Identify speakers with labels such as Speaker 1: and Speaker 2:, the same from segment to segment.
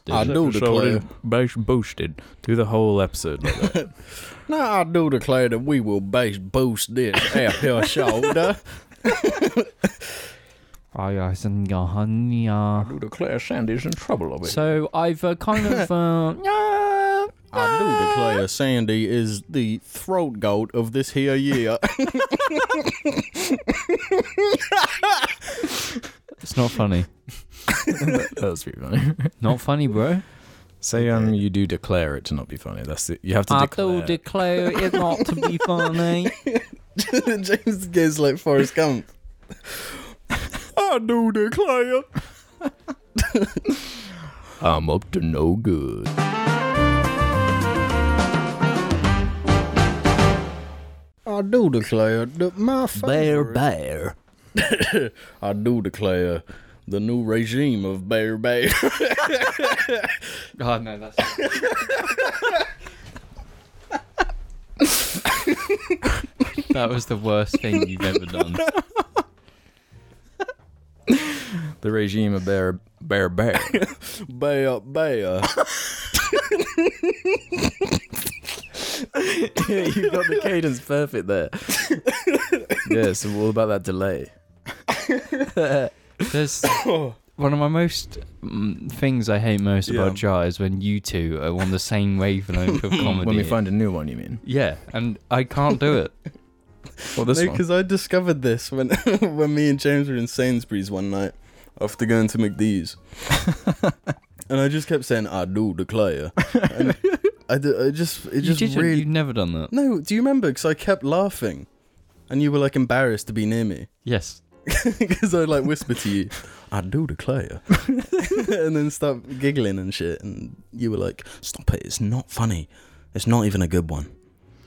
Speaker 1: boosted.
Speaker 2: I do
Speaker 1: Shoulders
Speaker 2: declare.
Speaker 1: base boosted through the whole episode. like that.
Speaker 2: Now I do declare that we will base boost this app here shoulder. I do declare Sandy's in trouble Ah. over here.
Speaker 3: So I've uh, kind of. Uh,
Speaker 2: I do declare Sandy is the throat goat of this here year.
Speaker 3: it's not funny.
Speaker 1: that was pretty funny.
Speaker 3: Not funny, bro.
Speaker 1: Say um, you do declare it to not be funny. That's it. You have to
Speaker 3: I
Speaker 1: declare.
Speaker 3: do declare it not to be funny.
Speaker 2: James gets like Forrest Gump.
Speaker 1: I do declare. I'm up to no good.
Speaker 2: I do declare that my favorite.
Speaker 1: bear.
Speaker 2: I do declare the new regime of Bear Bear.
Speaker 3: God, Oh, no, that's. that was the worst thing you've ever done.
Speaker 1: The regime of bear bear bear.
Speaker 2: Bear Bear.
Speaker 1: yeah, you got the cadence perfect there. yeah, so all about that delay.
Speaker 3: There's one of my most mm, things I hate most about Jar is when you two are on the same wavelength of comedy.
Speaker 1: When we find a new one, you mean?
Speaker 3: yeah, and I can't do it.
Speaker 1: Well, this one.
Speaker 2: because I discovered this when when me and James were in Sainsbury's one night after going to McDee's, and I just kept saying I do declare, and I, d- I just it
Speaker 3: You
Speaker 2: just
Speaker 3: did
Speaker 2: really
Speaker 3: You've never done that.
Speaker 2: no. Do you remember? Because I kept laughing, and you were like embarrassed to be near me
Speaker 3: Yes.
Speaker 2: because I like whisper to you, I do declare, and then start giggling and shit, and you were like, stop it, it's not funny, it's not even a good one.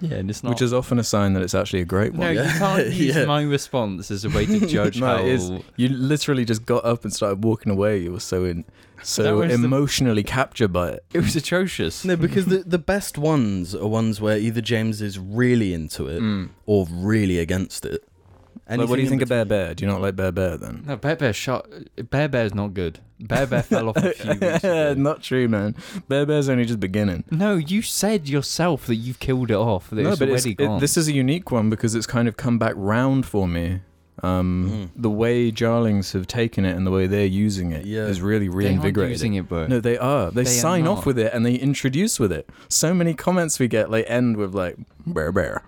Speaker 3: Yeah, and it's not.
Speaker 1: Which is often a sign that it's actually a great
Speaker 3: no,
Speaker 1: one.
Speaker 3: you can't use
Speaker 2: Yeah.
Speaker 3: my response as a way to judge
Speaker 1: No,
Speaker 3: how.
Speaker 1: it is. You literally just got up and started walking away. You were so in,
Speaker 3: That
Speaker 1: so
Speaker 3: was the-
Speaker 1: emotionally captured by it.
Speaker 3: It was atrocious.
Speaker 2: No, because the, the best ones are ones where either James is really into it or really against it. And
Speaker 1: Mm. Like, what do you think of Bear Bear? Do you not like Bear Bear then?
Speaker 3: No, Bear Bear shot. Bear Bear's not good. Bear Bear fell off a few weeks ago.
Speaker 1: not true, man. Bear Bear's only just beginning.
Speaker 3: No, you said yourself that you've killed it off. That it's
Speaker 1: it's-
Speaker 3: already gone.
Speaker 1: it- this is a unique one because it's kind of come back round for me. Um, The way Jarlings have taken it and the way they're using it is
Speaker 2: Yeah.
Speaker 1: really
Speaker 3: They aren't
Speaker 1: reinvigorating.
Speaker 3: using it, bro.
Speaker 1: No, they are. They,
Speaker 3: They are
Speaker 1: sign
Speaker 3: not.
Speaker 1: off with it and they introduce with it. So many comments we get like end with like bear bear.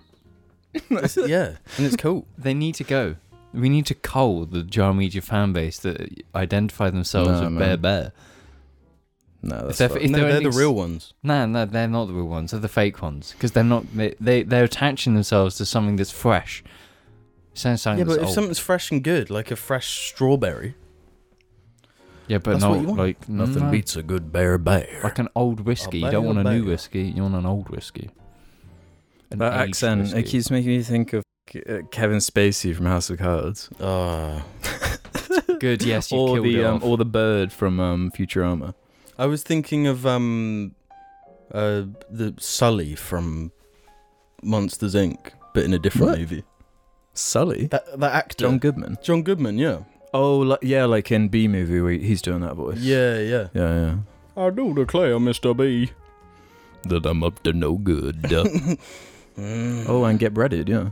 Speaker 2: yeah, and it's cool.
Speaker 3: They need to go. We need to cull the Jar Media fan base that identify themselves
Speaker 1: Nah,
Speaker 3: with
Speaker 1: man.
Speaker 3: Bear Bear.
Speaker 1: No,
Speaker 3: If
Speaker 1: that's
Speaker 3: they're,
Speaker 1: fu-
Speaker 3: if
Speaker 2: no,
Speaker 3: they're,
Speaker 2: they're
Speaker 3: only
Speaker 2: the
Speaker 3: s-
Speaker 2: real ones.
Speaker 3: No, no, they're not the real ones. They're the fake ones because they're not. They, they they're attaching themselves to something that's fresh. Sounds something
Speaker 2: Yeah,
Speaker 3: that's
Speaker 2: but if
Speaker 3: old.
Speaker 2: something's fresh and good, like a fresh strawberry,
Speaker 3: yeah, but
Speaker 2: that's
Speaker 3: not
Speaker 2: what you want.
Speaker 3: like
Speaker 1: nothing
Speaker 3: no,
Speaker 1: beats a good bear bear.
Speaker 3: Mm. like an old whiskey.
Speaker 1: Oh,
Speaker 3: You
Speaker 2: bear,
Speaker 3: don't want a
Speaker 2: bear.
Speaker 3: new whiskey. You want an old whiskey. An
Speaker 1: That
Speaker 3: aged
Speaker 1: accent
Speaker 3: whiskey.
Speaker 1: it keeps making me think of uh, Kevin Spacey from House of Cards,
Speaker 2: ah,
Speaker 3: good. Yes, you
Speaker 1: or
Speaker 3: killed
Speaker 1: the
Speaker 3: it
Speaker 1: um,
Speaker 3: off.
Speaker 1: or the bird from um, Futurama.
Speaker 2: I was thinking of um, uh, the Sully from Monsters Inc., but in a different
Speaker 1: What?
Speaker 2: movie.
Speaker 1: Sully,
Speaker 2: That that actor,
Speaker 1: John Goodman.
Speaker 2: John, Goodman, yeah,
Speaker 1: Oh, like, yeah, like in B movie where he's doing that voice.
Speaker 2: yeah, yeah.
Speaker 1: Yeah, yeah.
Speaker 2: I do declare, Mister B.
Speaker 1: That I'm up to no good.
Speaker 2: Mm.
Speaker 1: oh, and get breaded, yeah.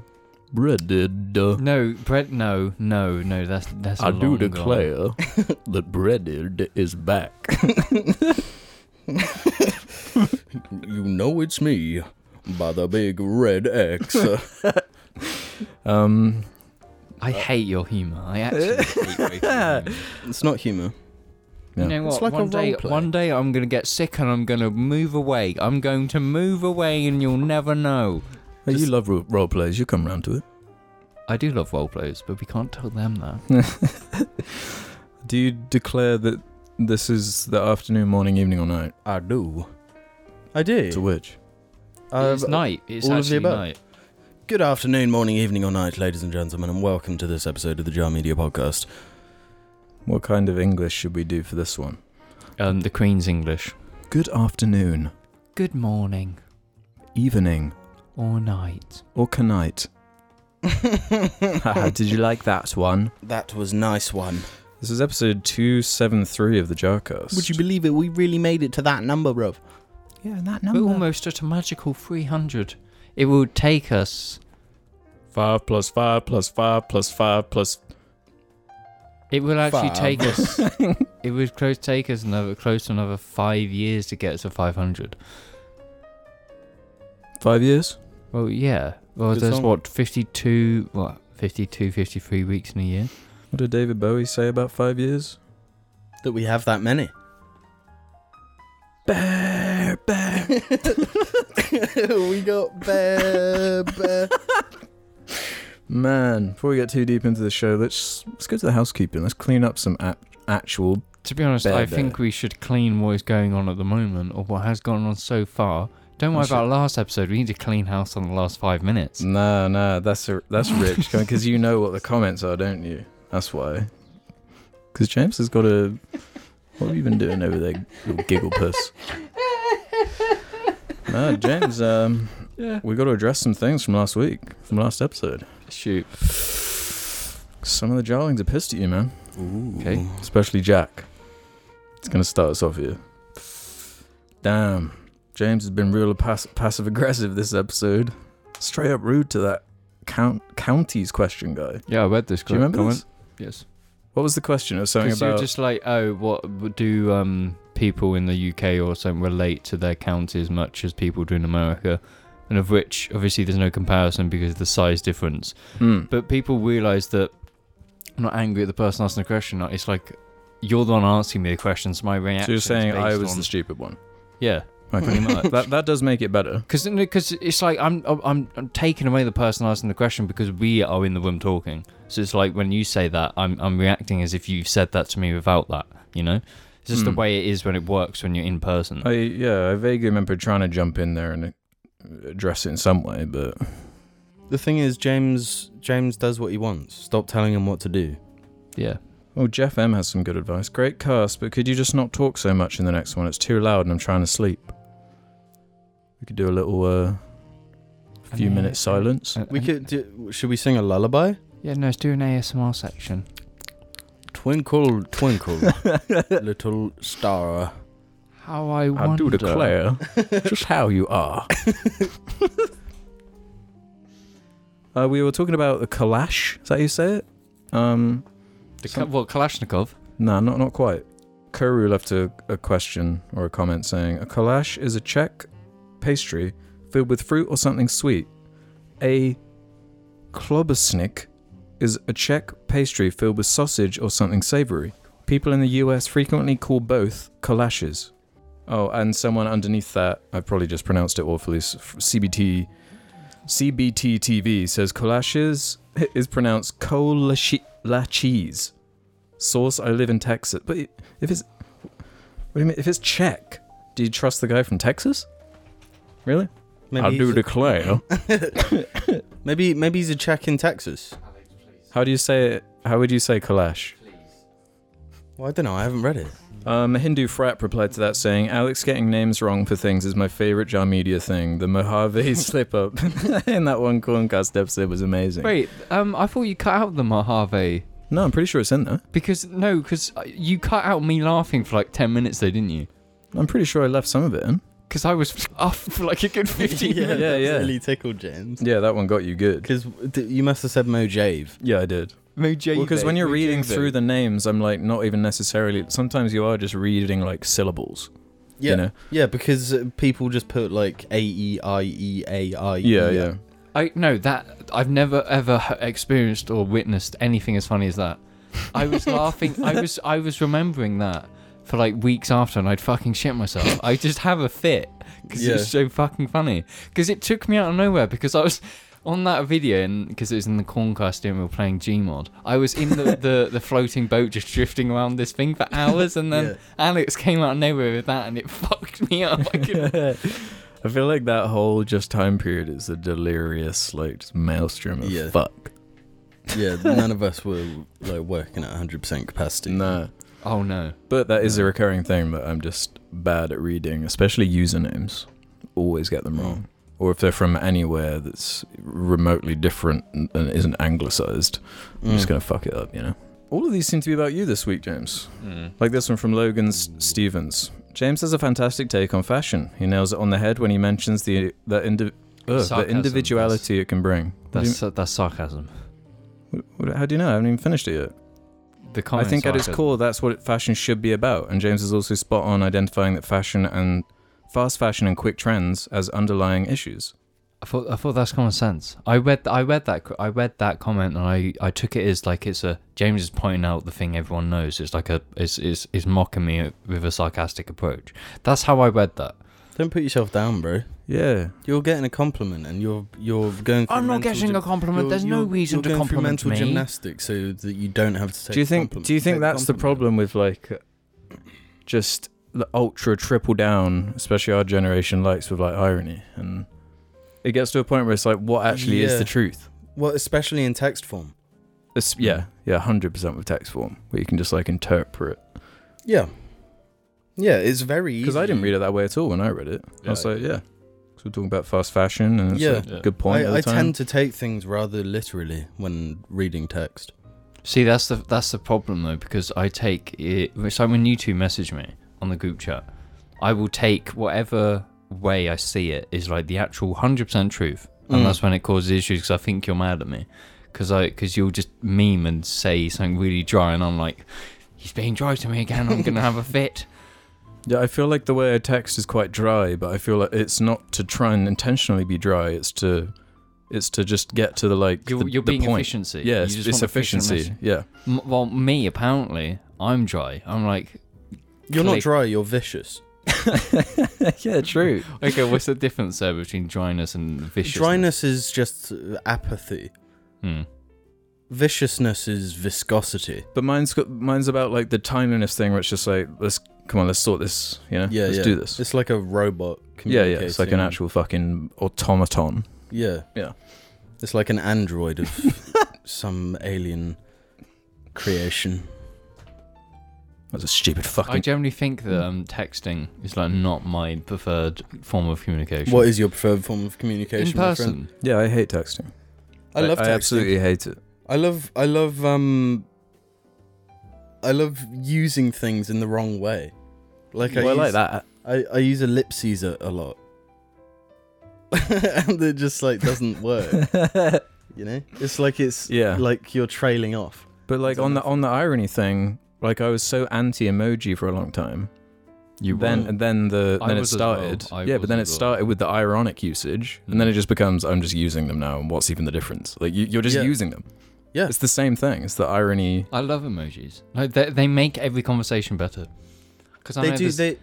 Speaker 1: Breaded. uh,
Speaker 3: No, Brett. No, no, no. That's that's.
Speaker 1: I do
Speaker 3: long gone.
Speaker 1: declare that breaded is back.
Speaker 2: You know it's me by the big red X.
Speaker 1: Um,
Speaker 3: I hate your humor. I actually hate your humor.
Speaker 2: it's not humor.
Speaker 3: You
Speaker 1: Yeah.
Speaker 3: know what?
Speaker 2: It's like a
Speaker 3: one day,
Speaker 2: role play.
Speaker 3: one day I'm gonna get sick and I'm gonna move away. I'm going to move away, and you'll never know.
Speaker 1: hey, you
Speaker 3: Just-
Speaker 1: love ro- role plays. You come round to it.
Speaker 3: I do love role plays, but we can't tell them that.
Speaker 1: Do you declare that this is the afternoon, morning, evening, or night?
Speaker 2: I do. I do.
Speaker 1: To which?
Speaker 2: Uh,
Speaker 3: it's night. It's
Speaker 2: all of the
Speaker 3: actually
Speaker 2: above.
Speaker 3: night.
Speaker 2: Good afternoon, morning, evening, or night, ladies and gentlemen, and welcome to this episode of the Jar Media Podcast.
Speaker 1: What kind of English should we do for this one?
Speaker 3: Um, the Queen's English.
Speaker 1: Good afternoon,
Speaker 3: Good morning
Speaker 1: evening,
Speaker 3: or night.
Speaker 1: or knight. Did you like that one?
Speaker 2: that was nice one.
Speaker 1: This is episode 273 of the Jarcast.
Speaker 2: Would you believe it? We really made it to that number, bruv.
Speaker 1: Yeah, that
Speaker 3: We're almost at a magical 300. It will take us.
Speaker 1: 5 plus 5 plus 5 plus 5 plus.
Speaker 3: It will actually
Speaker 2: Five.
Speaker 3: take us. it would close take us another close to another five years to get to 500.
Speaker 1: 5 years?
Speaker 3: Well, yeah. Well,
Speaker 2: Good
Speaker 3: there's
Speaker 2: song.
Speaker 3: what 52, what 52, 53 weeks in a year.
Speaker 1: What did David Bowie say about 5 years?
Speaker 2: That we have that many.
Speaker 1: Bear, bear.
Speaker 2: we got bear, bear.
Speaker 1: Man, before we get too deep into the show, let's let's go to the housekeeping. Let's clean up some ap- actual.
Speaker 3: To be honest,
Speaker 1: Bear,
Speaker 3: I
Speaker 1: bear.
Speaker 3: think we should clean what is going on at the moment or what has gone on so far. Don't
Speaker 1: We
Speaker 3: worry
Speaker 1: should- Mm.
Speaker 3: about last episode. We need to clean house on the last five minutes.
Speaker 1: Nah, nah, that's a, that's rich because you know what the comments are, don't you? That's why. Because James has got a. What have you been doing over there, little giggle puss? Nah, James. Um,
Speaker 3: Yeah.
Speaker 1: we got to address some things from last week, from last episode.
Speaker 3: Shoot.
Speaker 1: Some of the jarlings are pissed at you, man.
Speaker 2: Ooh.
Speaker 3: Okay.
Speaker 1: especially Jack. It's gonna start us off here. Damn, James has been real pass- passive aggressive this episode. Straight up rude to that count counties question guy.
Speaker 3: Yeah, I read this.
Speaker 1: Do you remember
Speaker 3: comment.
Speaker 1: this?
Speaker 3: Yes.
Speaker 1: What was the question? It was something
Speaker 3: Because you're
Speaker 1: about.
Speaker 3: just like, oh, what do um, people in the UK or something relate to their county as much as people do in America? And of which, obviously, there's no comparison because of the size difference.
Speaker 1: Hmm.
Speaker 3: But people realise that I'm not angry at the person asking the question. like, It's like you're the one asking me the question, so my reaction.
Speaker 1: so you're saying
Speaker 3: is
Speaker 1: I
Speaker 3: based
Speaker 1: was
Speaker 3: on-
Speaker 1: the stupid one.
Speaker 3: yeah,
Speaker 1: Okay.
Speaker 3: pretty much.
Speaker 1: that that does make it better.
Speaker 3: Because it's like I'm, I'm I'm taking away the person asking the question because we are in the room talking. So it's like when you say that, I'm I'm reacting as if you've said that to me without that. You know, it's just the
Speaker 1: Hmm.
Speaker 3: way it is when it works when you're in person.
Speaker 1: I yeah, I vaguely remember trying to jump in there and uh, address it in some way, but
Speaker 2: The thing is, James James does what he wants. Stop telling him what to do.
Speaker 3: yeah,
Speaker 1: oh, Jeff M has some good advice. Great cast, but could you just not talk so much in the next one? It's too loud, and I'm trying to sleep. We could do a little uh, few minutes silence.
Speaker 2: We could. Do, should we sing a lullaby?
Speaker 3: Yeah, no, let's do an ASMR section.
Speaker 2: Twinkle, twinkle,
Speaker 1: uh,
Speaker 2: little star.
Speaker 3: How I wonder.
Speaker 1: I do declare just how you are. uh, we were talking about the Kalash. Is that how you say it? Um,
Speaker 3: The Ka- what Kalashnikov?
Speaker 1: No, not not quite. Kuru left a, a question or a comment saying a kalash is a Czech pastry filled with fruit or something sweet. A klobasnik is a Czech pastry filled with sausage or something savory. People in the US frequently call both kalashes. Oh, and someone underneath that, I probably just pronounced it awfully. s- f- CBT CBT TV says kalashes is pronounced kolashi la cheese source I live in Texas. But i- if it's what do you mean? If it's Czech, do you trust the guy from Texas? Really?
Speaker 2: Maybe he's a,
Speaker 1: declare.
Speaker 2: maybe maybe he's a Czech in Texas.
Speaker 1: How do you say it? How would you say kalash?
Speaker 2: Well, I don't know. I haven't read it.
Speaker 1: Um, a Hindu frat replied to that saying, "Alex getting names wrong for things is my favorite Jar Media thing. The Mojave slip up in that one corncast episode was amazing.
Speaker 3: Wait, um, I thought you cut out the Mojave
Speaker 1: No, I'm pretty sure it's in there.
Speaker 3: because no, because you cut out me laughing for like ten minutes, though, didn't you?
Speaker 1: I'm pretty sure I left some of it in.
Speaker 3: Because I was off for like a good 15
Speaker 1: Yeah,
Speaker 3: minutes.
Speaker 1: yeah,
Speaker 2: that's
Speaker 1: yeah.
Speaker 2: Really tickled James.
Speaker 1: Yeah, that one got you good.
Speaker 2: Because you must have said Mojave.
Speaker 1: Yeah, I did.
Speaker 3: Mojave.
Speaker 1: Well, because when you're reading through the names, I'm like not even necessarily. Sometimes you are just reading like syllables.
Speaker 2: Yeah,
Speaker 1: You know?
Speaker 2: yeah. Because uh, people just put like A E I E A I.
Speaker 1: Yeah, yeah.
Speaker 3: I no that I've never ever h- experienced or witnessed anything as funny as that. I was laughing. I was I was remembering that for like weeks after, and I'd fucking shit myself. I just have a fit because
Speaker 2: Yeah.
Speaker 3: it's so fucking funny. Because it took me out of nowhere. Because I was. On that video, and because it was in the Corncast and we were playing Gmod, I was in the, the, the floating boat just drifting around this thing for hours, and then
Speaker 2: Yeah.
Speaker 3: Alex came out of nowhere with that, and it fucked me up. I couldn't
Speaker 1: I feel like that whole just time period is a delirious like just maelstrom of
Speaker 2: Yeah.
Speaker 1: fuck.
Speaker 2: Yeah, none of us were like working at 100% capacity.
Speaker 1: Nah.
Speaker 3: Oh no.
Speaker 1: But that is a recurring thing that I'm just bad at reading, especially usernames. Always get them wrong. Or if they're from anywhere that's remotely different and and isn't anglicized, I'm just
Speaker 2: Mm.
Speaker 1: gonna fuck it up, you know. All of these seem to be about you this week, James.
Speaker 3: Mm.
Speaker 1: Like this one from Logan's Stevens. James has a fantastic take on fashion. He nails it on the head when he mentions the the, indi- uh, the
Speaker 3: Sarcasm,
Speaker 1: individuality it can bring. What do
Speaker 3: That's that's sarcasm.
Speaker 1: you- what- how do you know? I haven't even finished it yet.
Speaker 3: The
Speaker 1: I
Speaker 3: comment.
Speaker 1: think at its core, that's what fashion should be about. And James is also spot on identifying that fashion and fast fashion and quick trends as underlying issues.
Speaker 3: I thought I thought that's common sense. I read I read that I read that comment and I, I took it as like it's a James is pointing out the thing everyone knows. It's like a is is is mocking me with a sarcastic approach. That's how I read that.
Speaker 2: Don't put yourself down, bro.
Speaker 1: Yeah.
Speaker 2: You're getting a compliment, and you're you're going. Through
Speaker 3: I'm not
Speaker 2: mental
Speaker 3: getting
Speaker 2: gym-
Speaker 3: a compliment.
Speaker 2: you're-
Speaker 3: There's no
Speaker 2: you're-
Speaker 3: reason
Speaker 2: you're
Speaker 3: to
Speaker 2: going
Speaker 3: compliment
Speaker 2: through mental
Speaker 3: me.
Speaker 2: gymnastics so that you don't have to. Take
Speaker 1: do you think?
Speaker 2: compliment-
Speaker 1: Do you think
Speaker 2: take
Speaker 1: that's the
Speaker 2: compliment.
Speaker 1: problem with like uh, just the ultra triple down, especially our generation likes with like irony, and it gets to a point where it's like, what actually is
Speaker 2: Yeah.
Speaker 1: the truth?
Speaker 2: Well, especially in text form.
Speaker 1: It's, yeah, yeah, hundred percent with text form, where you can just like interpret.
Speaker 2: Yeah. Yeah, it's very easy.
Speaker 1: Because I didn't read it that way at all when I read it. I
Speaker 3: Yeah,
Speaker 1: was
Speaker 3: I
Speaker 1: like, yeah, 'Cause we're talking about fast fashion, and it's yeah,
Speaker 3: Yeah.
Speaker 1: good point. all the
Speaker 2: I, I
Speaker 1: time.
Speaker 2: tend to take things rather literally when reading text.
Speaker 3: See, that's the that's the problem though, because I take it. So when you two message me on the group chat, I will take whatever way I see it is like the actual hundred percent truth, and
Speaker 2: Mm.
Speaker 3: that's when it causes issues because I think you're mad at me, because I because you'll just meme and say something really dry, and I'm like, he's being dry to me again. I'm gonna have a fit.
Speaker 1: Yeah, I feel like the way I text is quite dry, but I feel like it's not to try and intentionally be dry. It's to, it's to just get to the like
Speaker 3: You're,
Speaker 1: the,
Speaker 3: you're
Speaker 1: the
Speaker 3: being
Speaker 1: point.
Speaker 3: efficiency.
Speaker 1: Yeah,
Speaker 3: You
Speaker 1: it's,
Speaker 3: just
Speaker 1: it's
Speaker 3: want efficient
Speaker 1: efficiency. Yeah,
Speaker 3: message. M- well, me apparently, I'm dry. I'm like,
Speaker 2: You're not
Speaker 3: Click.
Speaker 2: dry, you're vicious.
Speaker 1: yeah, true.
Speaker 3: okay, what's the difference there between dryness and viciousness?
Speaker 2: Dryness is just uh, apathy.
Speaker 3: Hmm.
Speaker 2: Viciousness is viscosity.
Speaker 1: But mine's got mine's about like the timeliness thing, where it's just like let's come on, let's sort this. You know,
Speaker 2: Yeah,
Speaker 1: let's
Speaker 2: yeah.
Speaker 1: do this.
Speaker 2: It's like a robot.
Speaker 1: Yeah, yeah. It's like an
Speaker 2: communicating.
Speaker 1: actual fucking automaton.
Speaker 2: Yeah,
Speaker 1: Yeah.
Speaker 2: It's like an android of some alien creation.
Speaker 1: That's a stupid
Speaker 3: I
Speaker 1: fucking.
Speaker 3: generally think that um, texting is like not my preferred form of communication.
Speaker 2: What is your preferred form of communication?
Speaker 3: in
Speaker 2: my friend?
Speaker 3: person?
Speaker 1: yeah, I hate texting.
Speaker 2: I love.
Speaker 1: I
Speaker 2: texting.
Speaker 1: absolutely hate it.
Speaker 2: I love. I love. Um. I love using things in the wrong way. Like uh, I,
Speaker 1: well, I like
Speaker 2: use-
Speaker 1: that.
Speaker 2: I, I use ellipses a, a lot, and it just like doesn't work. you know, it's like it's
Speaker 1: Yeah.
Speaker 2: like you're trailing off.
Speaker 1: But like on the on the irony thing, like I was so anti emoji for a long time.
Speaker 3: You
Speaker 1: Then
Speaker 2: were.
Speaker 1: and then the
Speaker 3: I
Speaker 1: then it
Speaker 3: was as well.
Speaker 1: started.
Speaker 3: I
Speaker 1: Yeah, but
Speaker 3: was
Speaker 1: then it
Speaker 3: as well.
Speaker 1: started with the ironic usage, and then it just becomes I'm just using them now, and what's even the difference? Like you, you're just
Speaker 2: Yeah.
Speaker 1: using them.
Speaker 2: Yeah.
Speaker 1: it's the same thing. It's the irony.
Speaker 3: I love emojis. Like they, they make every conversation better. Because I
Speaker 2: They
Speaker 3: know
Speaker 2: do.
Speaker 3: this-
Speaker 2: They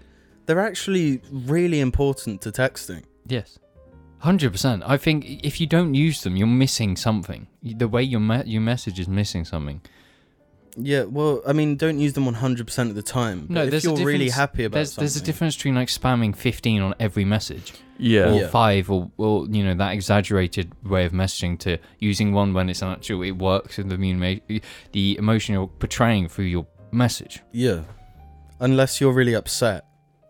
Speaker 2: they're actually really important to texting.
Speaker 3: yes, hundred percent. I think if you don't use them, you're missing something. You- The way your me- your message is missing something.
Speaker 2: Yeah, well, I mean, don't use them 100% of the time. But
Speaker 3: No,
Speaker 2: if
Speaker 3: there's a
Speaker 2: you're really
Speaker 3: difference-
Speaker 2: happy about
Speaker 3: There's
Speaker 2: something,
Speaker 3: there's a difference between like spamming fifteen on every message
Speaker 1: Yeah,
Speaker 3: or
Speaker 2: Yeah.
Speaker 3: five or or you know that exaggerated way of messaging to using one when it's an actual it works and the mean the emotion you're portraying through your message.
Speaker 2: Yeah. Unless you're really upset.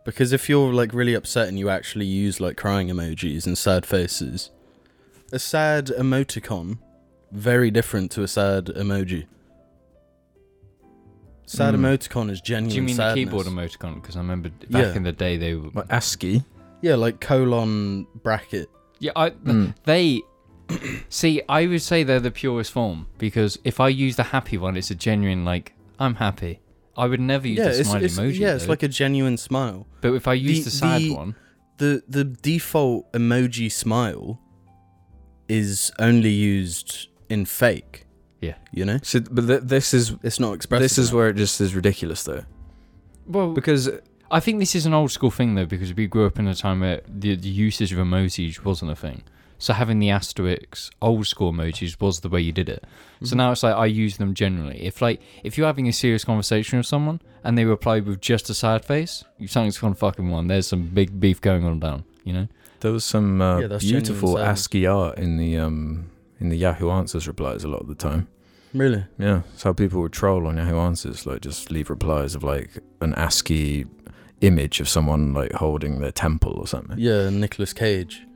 Speaker 2: Because if you're like really upset and you actually use like crying emojis and sad faces, a sad emoticon very different to a sad emoji. Sad
Speaker 1: Mm.
Speaker 2: emoticon is genuine
Speaker 3: Hmm. Do you mean
Speaker 2: sadness.
Speaker 3: the keyboard emoticon? Because I remember back
Speaker 2: Yeah.
Speaker 3: in the day they were.
Speaker 1: Like ASCII.
Speaker 2: Yeah, like colon bracket.
Speaker 3: Yeah, I,
Speaker 1: Mm.
Speaker 3: they. see, I would say they're the purest form because if I use the happy one, it's a genuine like I'm happy. I would never use
Speaker 2: yeah,
Speaker 3: the
Speaker 2: it's,
Speaker 3: smiley
Speaker 2: it's-
Speaker 3: emoji.
Speaker 2: yeah, it's
Speaker 3: though.
Speaker 2: like a genuine smile.
Speaker 3: But if I use
Speaker 2: the-
Speaker 3: the, sad
Speaker 2: the-
Speaker 3: one,
Speaker 2: the the default emoji smile is only used in fake.
Speaker 3: Yeah.
Speaker 2: You know?
Speaker 1: So, but th- this is
Speaker 2: It's not expressed.
Speaker 1: this is where it just is ridiculous though,
Speaker 3: well,
Speaker 1: because
Speaker 3: I think this is an old school thing though because we grew up in a time where the, the usage of emojis wasn't a thing. So having the asterisks, old school emojis was the way you did it. So now it's like I use them generally. If like if you're having a serious conversation with someone and they reply with just a sad face, you something's gone fucking wrong. There's some big beef going on down. You know,
Speaker 1: there was some uh,
Speaker 2: Yeah, that's genuine
Speaker 1: beautiful
Speaker 2: sadness.
Speaker 1: ASCII art in the um in the Yahoo Answers replies a lot of the time.
Speaker 2: really
Speaker 1: Yeah, it's how people would troll on Yahoo Answers, like just leave replies of like an ASCII image of someone like holding their temple or something.
Speaker 2: yeah Nicolas Cage.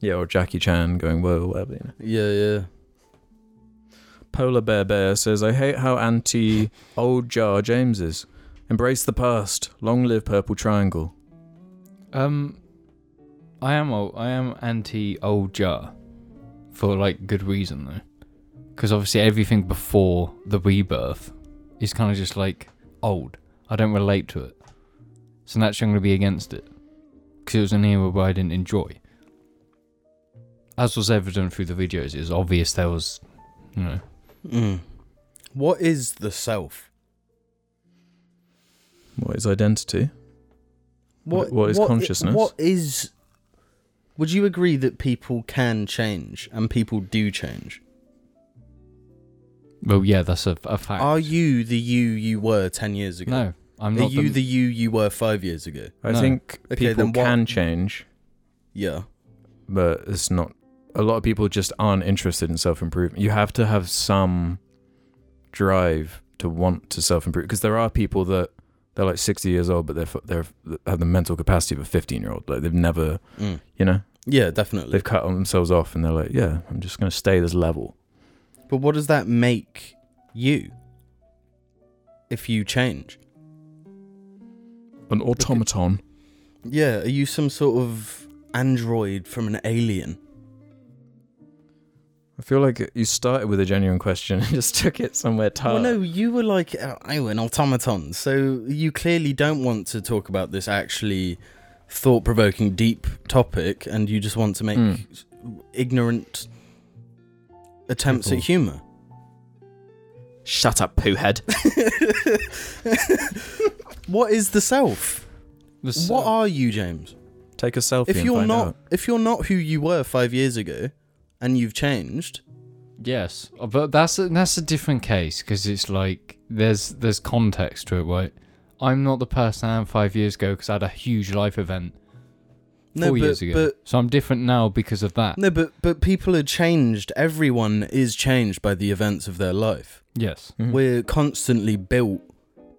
Speaker 1: Yeah, or Jackie Chan going whoa, whatever. You know.
Speaker 2: Yeah, yeah.
Speaker 1: Polar Bear Bear says, I hate how anti old Jar James is. Embrace the past. Long live Purple Triangle.
Speaker 3: Um, I am old, I am anti old jar, for like good reason though, because obviously everything before the rebirth is kind of just like old. I don't relate to it, so naturally I'm going to be against it, because it was an era where I didn't enjoy. As was evident through the videos, it was obvious there was, you know,
Speaker 2: Mm. What is the self?
Speaker 1: What is identity? What- what is consciousness?
Speaker 2: What is? Would you agree that people can change and people do change?
Speaker 3: well yeah, that's a, a fact.
Speaker 2: Are you the you you were ten years ago?
Speaker 3: no, I'm
Speaker 2: Are
Speaker 3: not.
Speaker 2: you
Speaker 3: the-
Speaker 2: the you you were five years ago?
Speaker 1: I
Speaker 3: No.
Speaker 1: think
Speaker 2: Okay,
Speaker 1: people
Speaker 2: then what-
Speaker 1: can change,
Speaker 2: Yeah.
Speaker 1: but it's not. A lot of people just aren't interested in self improvement. You have to have some drive to want to self improve because there are people that they're like 60 years old, but they're, f- they're have the mental capacity of a 15 year old. Like they've never,
Speaker 2: Mm.
Speaker 1: you know,
Speaker 2: Yeah, definitely.
Speaker 1: they've cut themselves off and they're like, yeah, I'm just going to stay this level.
Speaker 2: But what does that make you? If you change,
Speaker 1: An automaton.
Speaker 2: yeah, are you some sort of android from an alien?
Speaker 1: I feel like you started with a genuine question and just took it somewhere tight.
Speaker 2: Well, no, you were like, uh, I were an automaton. So you clearly don't want to talk about this actually thought provoking, deep topic, and you just want to make
Speaker 1: Mm.
Speaker 2: s- ignorant attempts at
Speaker 1: People.
Speaker 2: humour.
Speaker 1: Shut up, poo head.
Speaker 2: what is the self?
Speaker 3: the
Speaker 2: What
Speaker 3: self-
Speaker 2: are you, James?
Speaker 1: Take a selfie.
Speaker 2: If
Speaker 1: and
Speaker 2: you're
Speaker 1: find
Speaker 2: not,
Speaker 1: out.
Speaker 2: if you're not who you were five years ago, and you've changed,
Speaker 3: Yes, uh, but that's a, that's a different case because it's like there's there's context to it, right? I'm not the person I am five years ago because I had a huge life event
Speaker 2: no,
Speaker 3: four
Speaker 2: but,
Speaker 3: years ago,
Speaker 2: but
Speaker 3: so I'm different now because of that.
Speaker 2: no, but but people are changed. Everyone is changed by the events of their life.
Speaker 3: Yes,
Speaker 1: Mhm.
Speaker 2: we're constantly built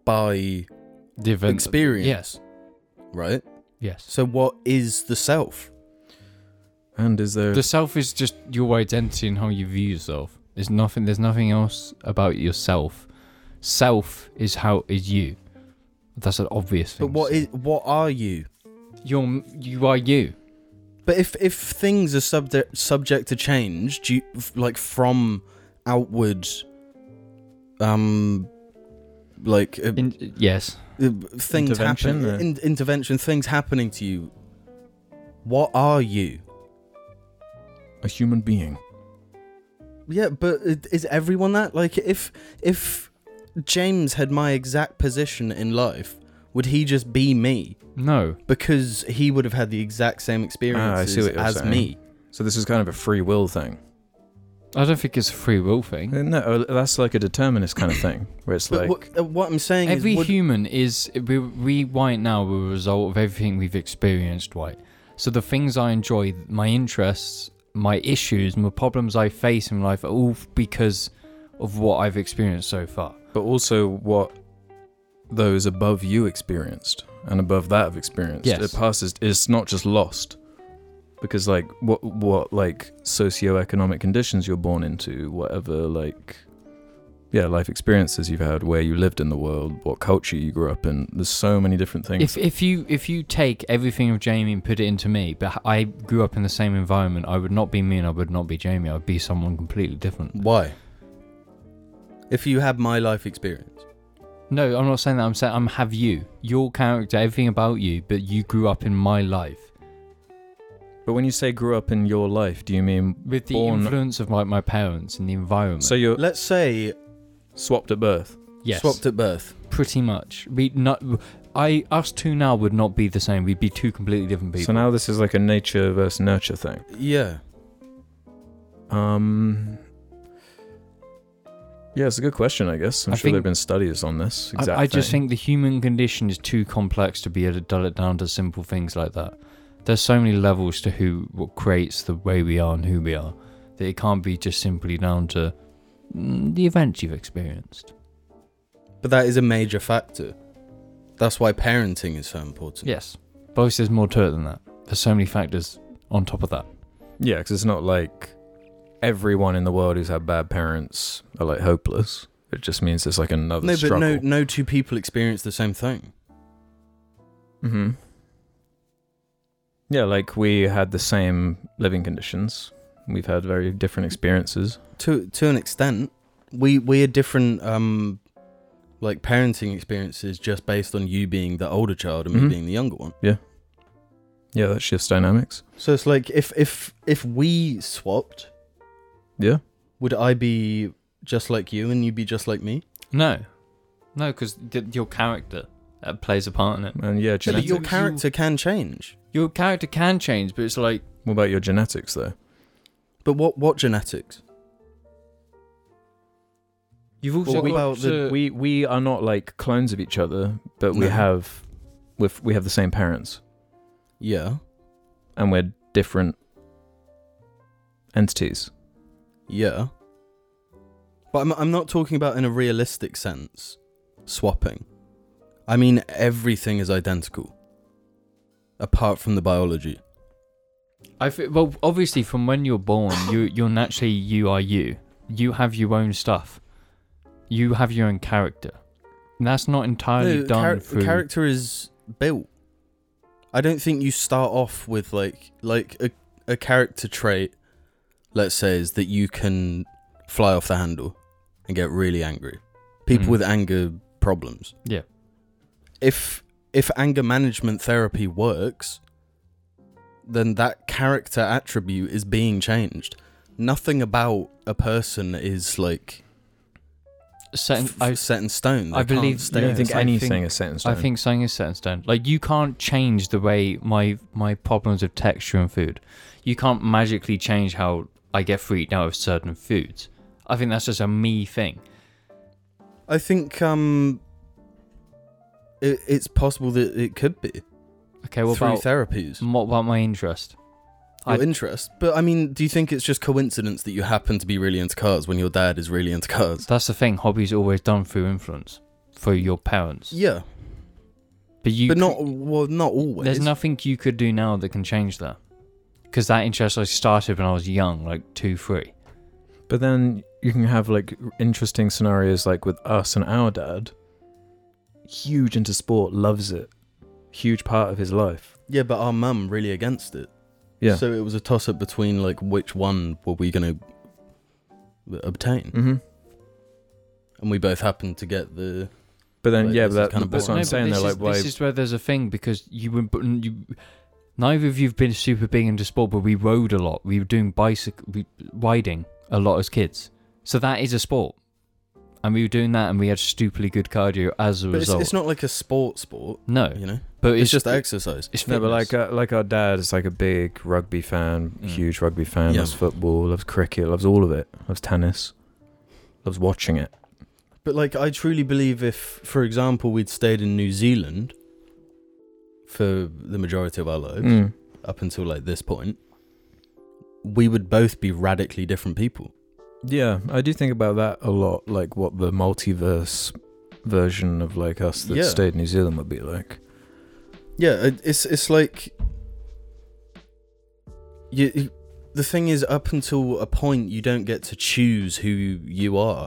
Speaker 2: by
Speaker 3: the event
Speaker 2: experience.
Speaker 3: Yes,
Speaker 2: right?
Speaker 3: yes.
Speaker 2: So what is the self?
Speaker 1: and is there?
Speaker 3: The self is just your identity and how you view yourself. There's nothing. There's nothing else about yourself. Self is how is you. That's an obvious thing.
Speaker 2: But what
Speaker 3: to say.
Speaker 2: is what are you?
Speaker 3: you're you are you?
Speaker 2: But if if things are subject subject to change, do you, f- like from outward, um, like uh,
Speaker 3: In, yes.
Speaker 2: uh,
Speaker 1: Intervention,
Speaker 2: things
Speaker 1: uh,
Speaker 2: happen,
Speaker 1: or-
Speaker 2: in, intervention, things happening to you. What are you?
Speaker 1: a human being.
Speaker 2: Yeah, but i- is everyone that? Like, if if James had my exact position in life, would he just be me?
Speaker 3: No.
Speaker 2: Because he would have had the exact same experiences
Speaker 1: Ah, what you're
Speaker 2: as
Speaker 1: saying.
Speaker 2: me.
Speaker 1: So this is kind of a free will thing.
Speaker 3: I don't think it's a free will thing.
Speaker 1: Uh, No, that's like a determinist kind of thing, where it's
Speaker 2: But
Speaker 1: like
Speaker 2: what, uh, what I'm saying
Speaker 3: Every
Speaker 2: is, would-
Speaker 3: human is we, we right now we're a result of everything we've experienced, right? So the things I enjoy, my interests, my issues, my problems I face in life are all because of what I've experienced so far.
Speaker 1: but also what those above you experienced and above that have experienced.
Speaker 3: Yes.
Speaker 1: It passes. It's not just lost, because like what what like socioeconomic conditions you're born into, whatever like yeah life experiences you've had, where you lived in the world, what culture you grew up in. There's so many different things.
Speaker 3: If if you if you take everything of Jamie and put it into me, but I grew up in the same environment, I would not be me and I would not be Jamie. I would be someone completely different.
Speaker 2: why? If you had my life experience,
Speaker 3: No, I'm not saying that. I'm saying I'm have you, your character, everything about you, but you grew up in my life.
Speaker 1: but when you say grew up in your life, do you mean
Speaker 3: with the
Speaker 1: Born-
Speaker 3: influence of like my parents and the environment.
Speaker 1: so you're
Speaker 2: let's say
Speaker 1: swapped at birth?
Speaker 3: yes,
Speaker 2: swapped at birth.
Speaker 3: pretty much. We not, I us two now would not be the same. We'd be two completely different people.
Speaker 1: So now this is like a nature versus nurture thing.
Speaker 2: Yeah,
Speaker 1: Um. Yeah, it's a good question, I guess. I'm
Speaker 3: I
Speaker 1: sure there
Speaker 3: think-
Speaker 1: have been studies on this.
Speaker 3: I-
Speaker 1: Exactly.
Speaker 3: I, just think the human condition is too complex to be able to dull it down to simple things like that. There's so many levels to who what creates the way we are and who we are that it can't be just simply down to mm, the events you've experienced.
Speaker 2: but that is a major factor. That's why parenting is so important.
Speaker 3: Yes, but obviously there's more to it than that. There's so many factors on top of that.
Speaker 1: Yeah, because it's not like everyone in the world who's had bad parents are like hopeless. It just means there's like another
Speaker 2: no, but
Speaker 1: struggle.
Speaker 2: no, no two people experience the same thing.
Speaker 1: Mm-hmm. Yeah, like we had the same living conditions. We've had very different experiences.
Speaker 2: To to an extent, we we had different um, like parenting experiences just based on you being the older child and
Speaker 1: Mhm.
Speaker 2: me being the younger one.
Speaker 1: Yeah, that shifts dynamics.
Speaker 2: So it's like if if if we swapped,
Speaker 1: Yeah.
Speaker 2: would I be just like you and you be just like me?
Speaker 3: No, no, because your character uh, plays a part in it.
Speaker 1: And yeah,
Speaker 2: Yeah, but
Speaker 1: genetics.
Speaker 2: your character can change.
Speaker 3: Your character can change, but it's like
Speaker 1: what about your genetics though?
Speaker 2: But what what genetics?
Speaker 3: you've also
Speaker 2: What
Speaker 3: got
Speaker 2: about the-
Speaker 3: to-
Speaker 1: We we are not like clones of each other, but we
Speaker 2: No.
Speaker 1: have we we have the same parents
Speaker 2: Yeah,
Speaker 1: and we're different entities.
Speaker 2: yeah. But I'm I'm not talking about in a realistic sense swapping. I mean everything is identical apart from the biology.
Speaker 3: I fe- well, obviously, from when you're born, you you're naturally you are you. You have your own stuff. You have your own character. And that's not entirely
Speaker 2: No,
Speaker 3: done
Speaker 2: charac-
Speaker 3: through.
Speaker 2: character is built. I don't think you start off with like like a a character trait. Let's say is that you can fly off the handle and get really angry. People
Speaker 3: Mm.
Speaker 2: with anger problems.
Speaker 3: Yeah.
Speaker 2: If if anger management therapy works, then that character attribute is being changed. Nothing about a person is like
Speaker 3: set in-
Speaker 2: f-
Speaker 3: I,
Speaker 2: set in stone. They
Speaker 3: I
Speaker 2: can't
Speaker 3: believe-
Speaker 2: stay
Speaker 1: I don't
Speaker 3: Yes,
Speaker 2: the
Speaker 1: think
Speaker 2: same.
Speaker 3: I
Speaker 1: anything
Speaker 3: think-
Speaker 1: is set in stone.
Speaker 3: I think something is set in stone. Like you can't change the way my my problems of texture and food. You can't magically change how I get freaked out of certain foods. I think that's just a me thing.
Speaker 2: I think um, it, it's possible that it could be
Speaker 3: Okay, what
Speaker 2: through
Speaker 3: about
Speaker 2: therapies,
Speaker 3: what about my interest?
Speaker 2: your
Speaker 3: I-
Speaker 2: interest. But I mean, do you think it's just coincidence that you happen to be really into cars when your dad is really into cars?
Speaker 3: That's the thing. Hobbies are always done through influence, through your parents.
Speaker 2: Yeah,
Speaker 3: But you,
Speaker 2: but
Speaker 3: c-
Speaker 2: not well, not always.
Speaker 3: There's nothing you could do now that can change that. Because that interest I started when I was young, like two, three.
Speaker 1: But then you can have like interesting scenarios like with us and our dad. Huge into sport, loves it. Huge part of his life.
Speaker 2: Yeah, but our mum really against it.
Speaker 1: Yeah.
Speaker 2: So it was a toss up between like which one were we gonna obtain,
Speaker 1: mm-hmm.
Speaker 2: and we both happened to get the.
Speaker 1: But then
Speaker 2: Like,
Speaker 1: yeah,
Speaker 2: this
Speaker 1: but
Speaker 2: is
Speaker 1: that,
Speaker 2: kinda
Speaker 1: that's what
Speaker 2: boring.
Speaker 1: I'm saying.
Speaker 3: No, but this
Speaker 1: They're
Speaker 3: is-
Speaker 1: like, why?
Speaker 3: This is where there's a thing because you were, but you, neither of you've been super big into sport, but we rode a lot. We were doing bicycle we, riding a lot as kids, so that is a sport. And we were doing that, and we had stupidly good cardio as a
Speaker 2: But it's,
Speaker 3: result.
Speaker 2: it's not like a sport sport,
Speaker 3: no,
Speaker 2: you know.
Speaker 3: but
Speaker 2: It's,
Speaker 3: it's,
Speaker 2: just exercise.
Speaker 3: It's
Speaker 1: No, but
Speaker 3: fitness.
Speaker 1: like uh, like our dad is like a big rugby fan,
Speaker 3: Mm.
Speaker 1: huge rugby fan.
Speaker 2: Yeah.
Speaker 1: Loves football, loves cricket, loves all of it. Loves tennis, loves watching it.
Speaker 2: But like, I truly believe if, for example, we'd stayed in New Zealand for the majority of our lives
Speaker 1: Mm.
Speaker 2: up until like this point, we would both be radically different people.
Speaker 1: Yeah, I do think about that a lot. Like what the multiverse version of like us that
Speaker 2: Yeah.
Speaker 1: stayed in New Zealand would be like.
Speaker 2: Yeah, it- it's it's like you, you- The thing is, up until a point, you don't get to choose who you are.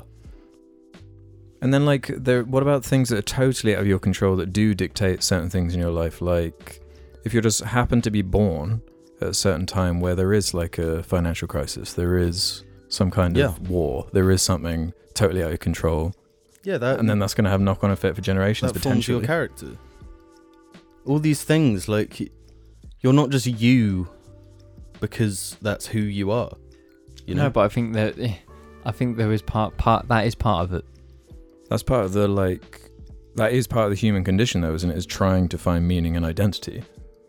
Speaker 1: And then, like, there. What about things that are totally out of your control that do dictate certain things in your life? Like, if you just happen to be born at a certain time where there is like a financial crisis, there is some kind
Speaker 2: Yeah.
Speaker 1: of war, there is something totally out of control,
Speaker 2: Yeah, that
Speaker 1: and then that's going to have knock-on effect for generations
Speaker 2: Uh, that forms your
Speaker 1: potentially.
Speaker 2: character. All these things, like y- you're not just you because that's who you are. You know,
Speaker 3: no, but I think that eh, I think there is part part that is part of it.
Speaker 1: that's part of the like. That is part of the human condition, though, isn't it? Is trying to find meaning and identity,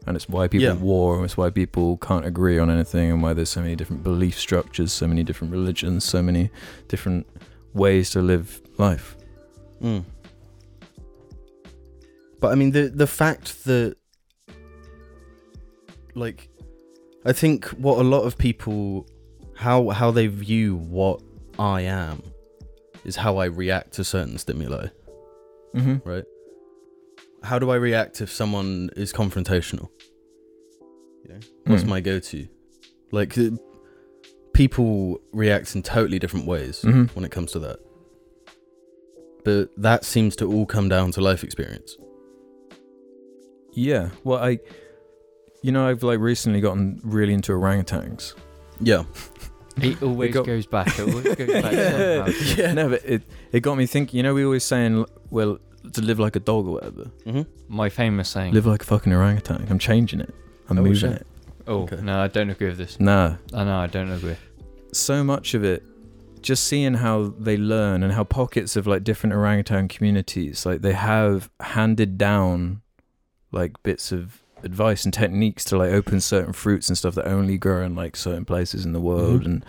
Speaker 1: and it's why people
Speaker 2: Yeah.
Speaker 1: war, and it's why people can't agree on anything, and why there's so many different belief structures, so many different religions, so many different ways to live life.
Speaker 2: Mm. but I mean the the fact that, like, I think what a lot of people how how they view what I am is how I react to certain stimuli.
Speaker 1: Mm-hmm.
Speaker 2: right? How do I react if someone is confrontational? You know, what's
Speaker 1: Hmm.
Speaker 2: my go-to? Like, uh, people react in totally different ways
Speaker 1: Mhm.
Speaker 2: when it comes to that. But that seems to all come down to life experience.
Speaker 1: Yeah. Well, I, you know, I've like recently gotten really into orangutans.
Speaker 2: Yeah.
Speaker 3: It always
Speaker 1: got-
Speaker 3: goes back. It always goes back.
Speaker 1: Yeah.
Speaker 3: somehow.
Speaker 1: No, but it it got me thinking. You know, we always saying, well, to live like a dog or whatever.
Speaker 2: hmm
Speaker 3: My famous saying.
Speaker 1: Live like a fucking orangutan. I'm changing it. I'm
Speaker 2: Oh,
Speaker 1: moving
Speaker 2: shit.
Speaker 1: it.
Speaker 3: oh
Speaker 2: Okay.
Speaker 3: no, I don't agree with this.
Speaker 1: Nah.
Speaker 3: I know I don't agree.
Speaker 1: so much of it just seeing how they learn and how pockets of like different orangutan communities like they have handed down like bits of advice and techniques to like open certain fruits and stuff that only grow in like certain places in the world
Speaker 2: Mhm.
Speaker 1: and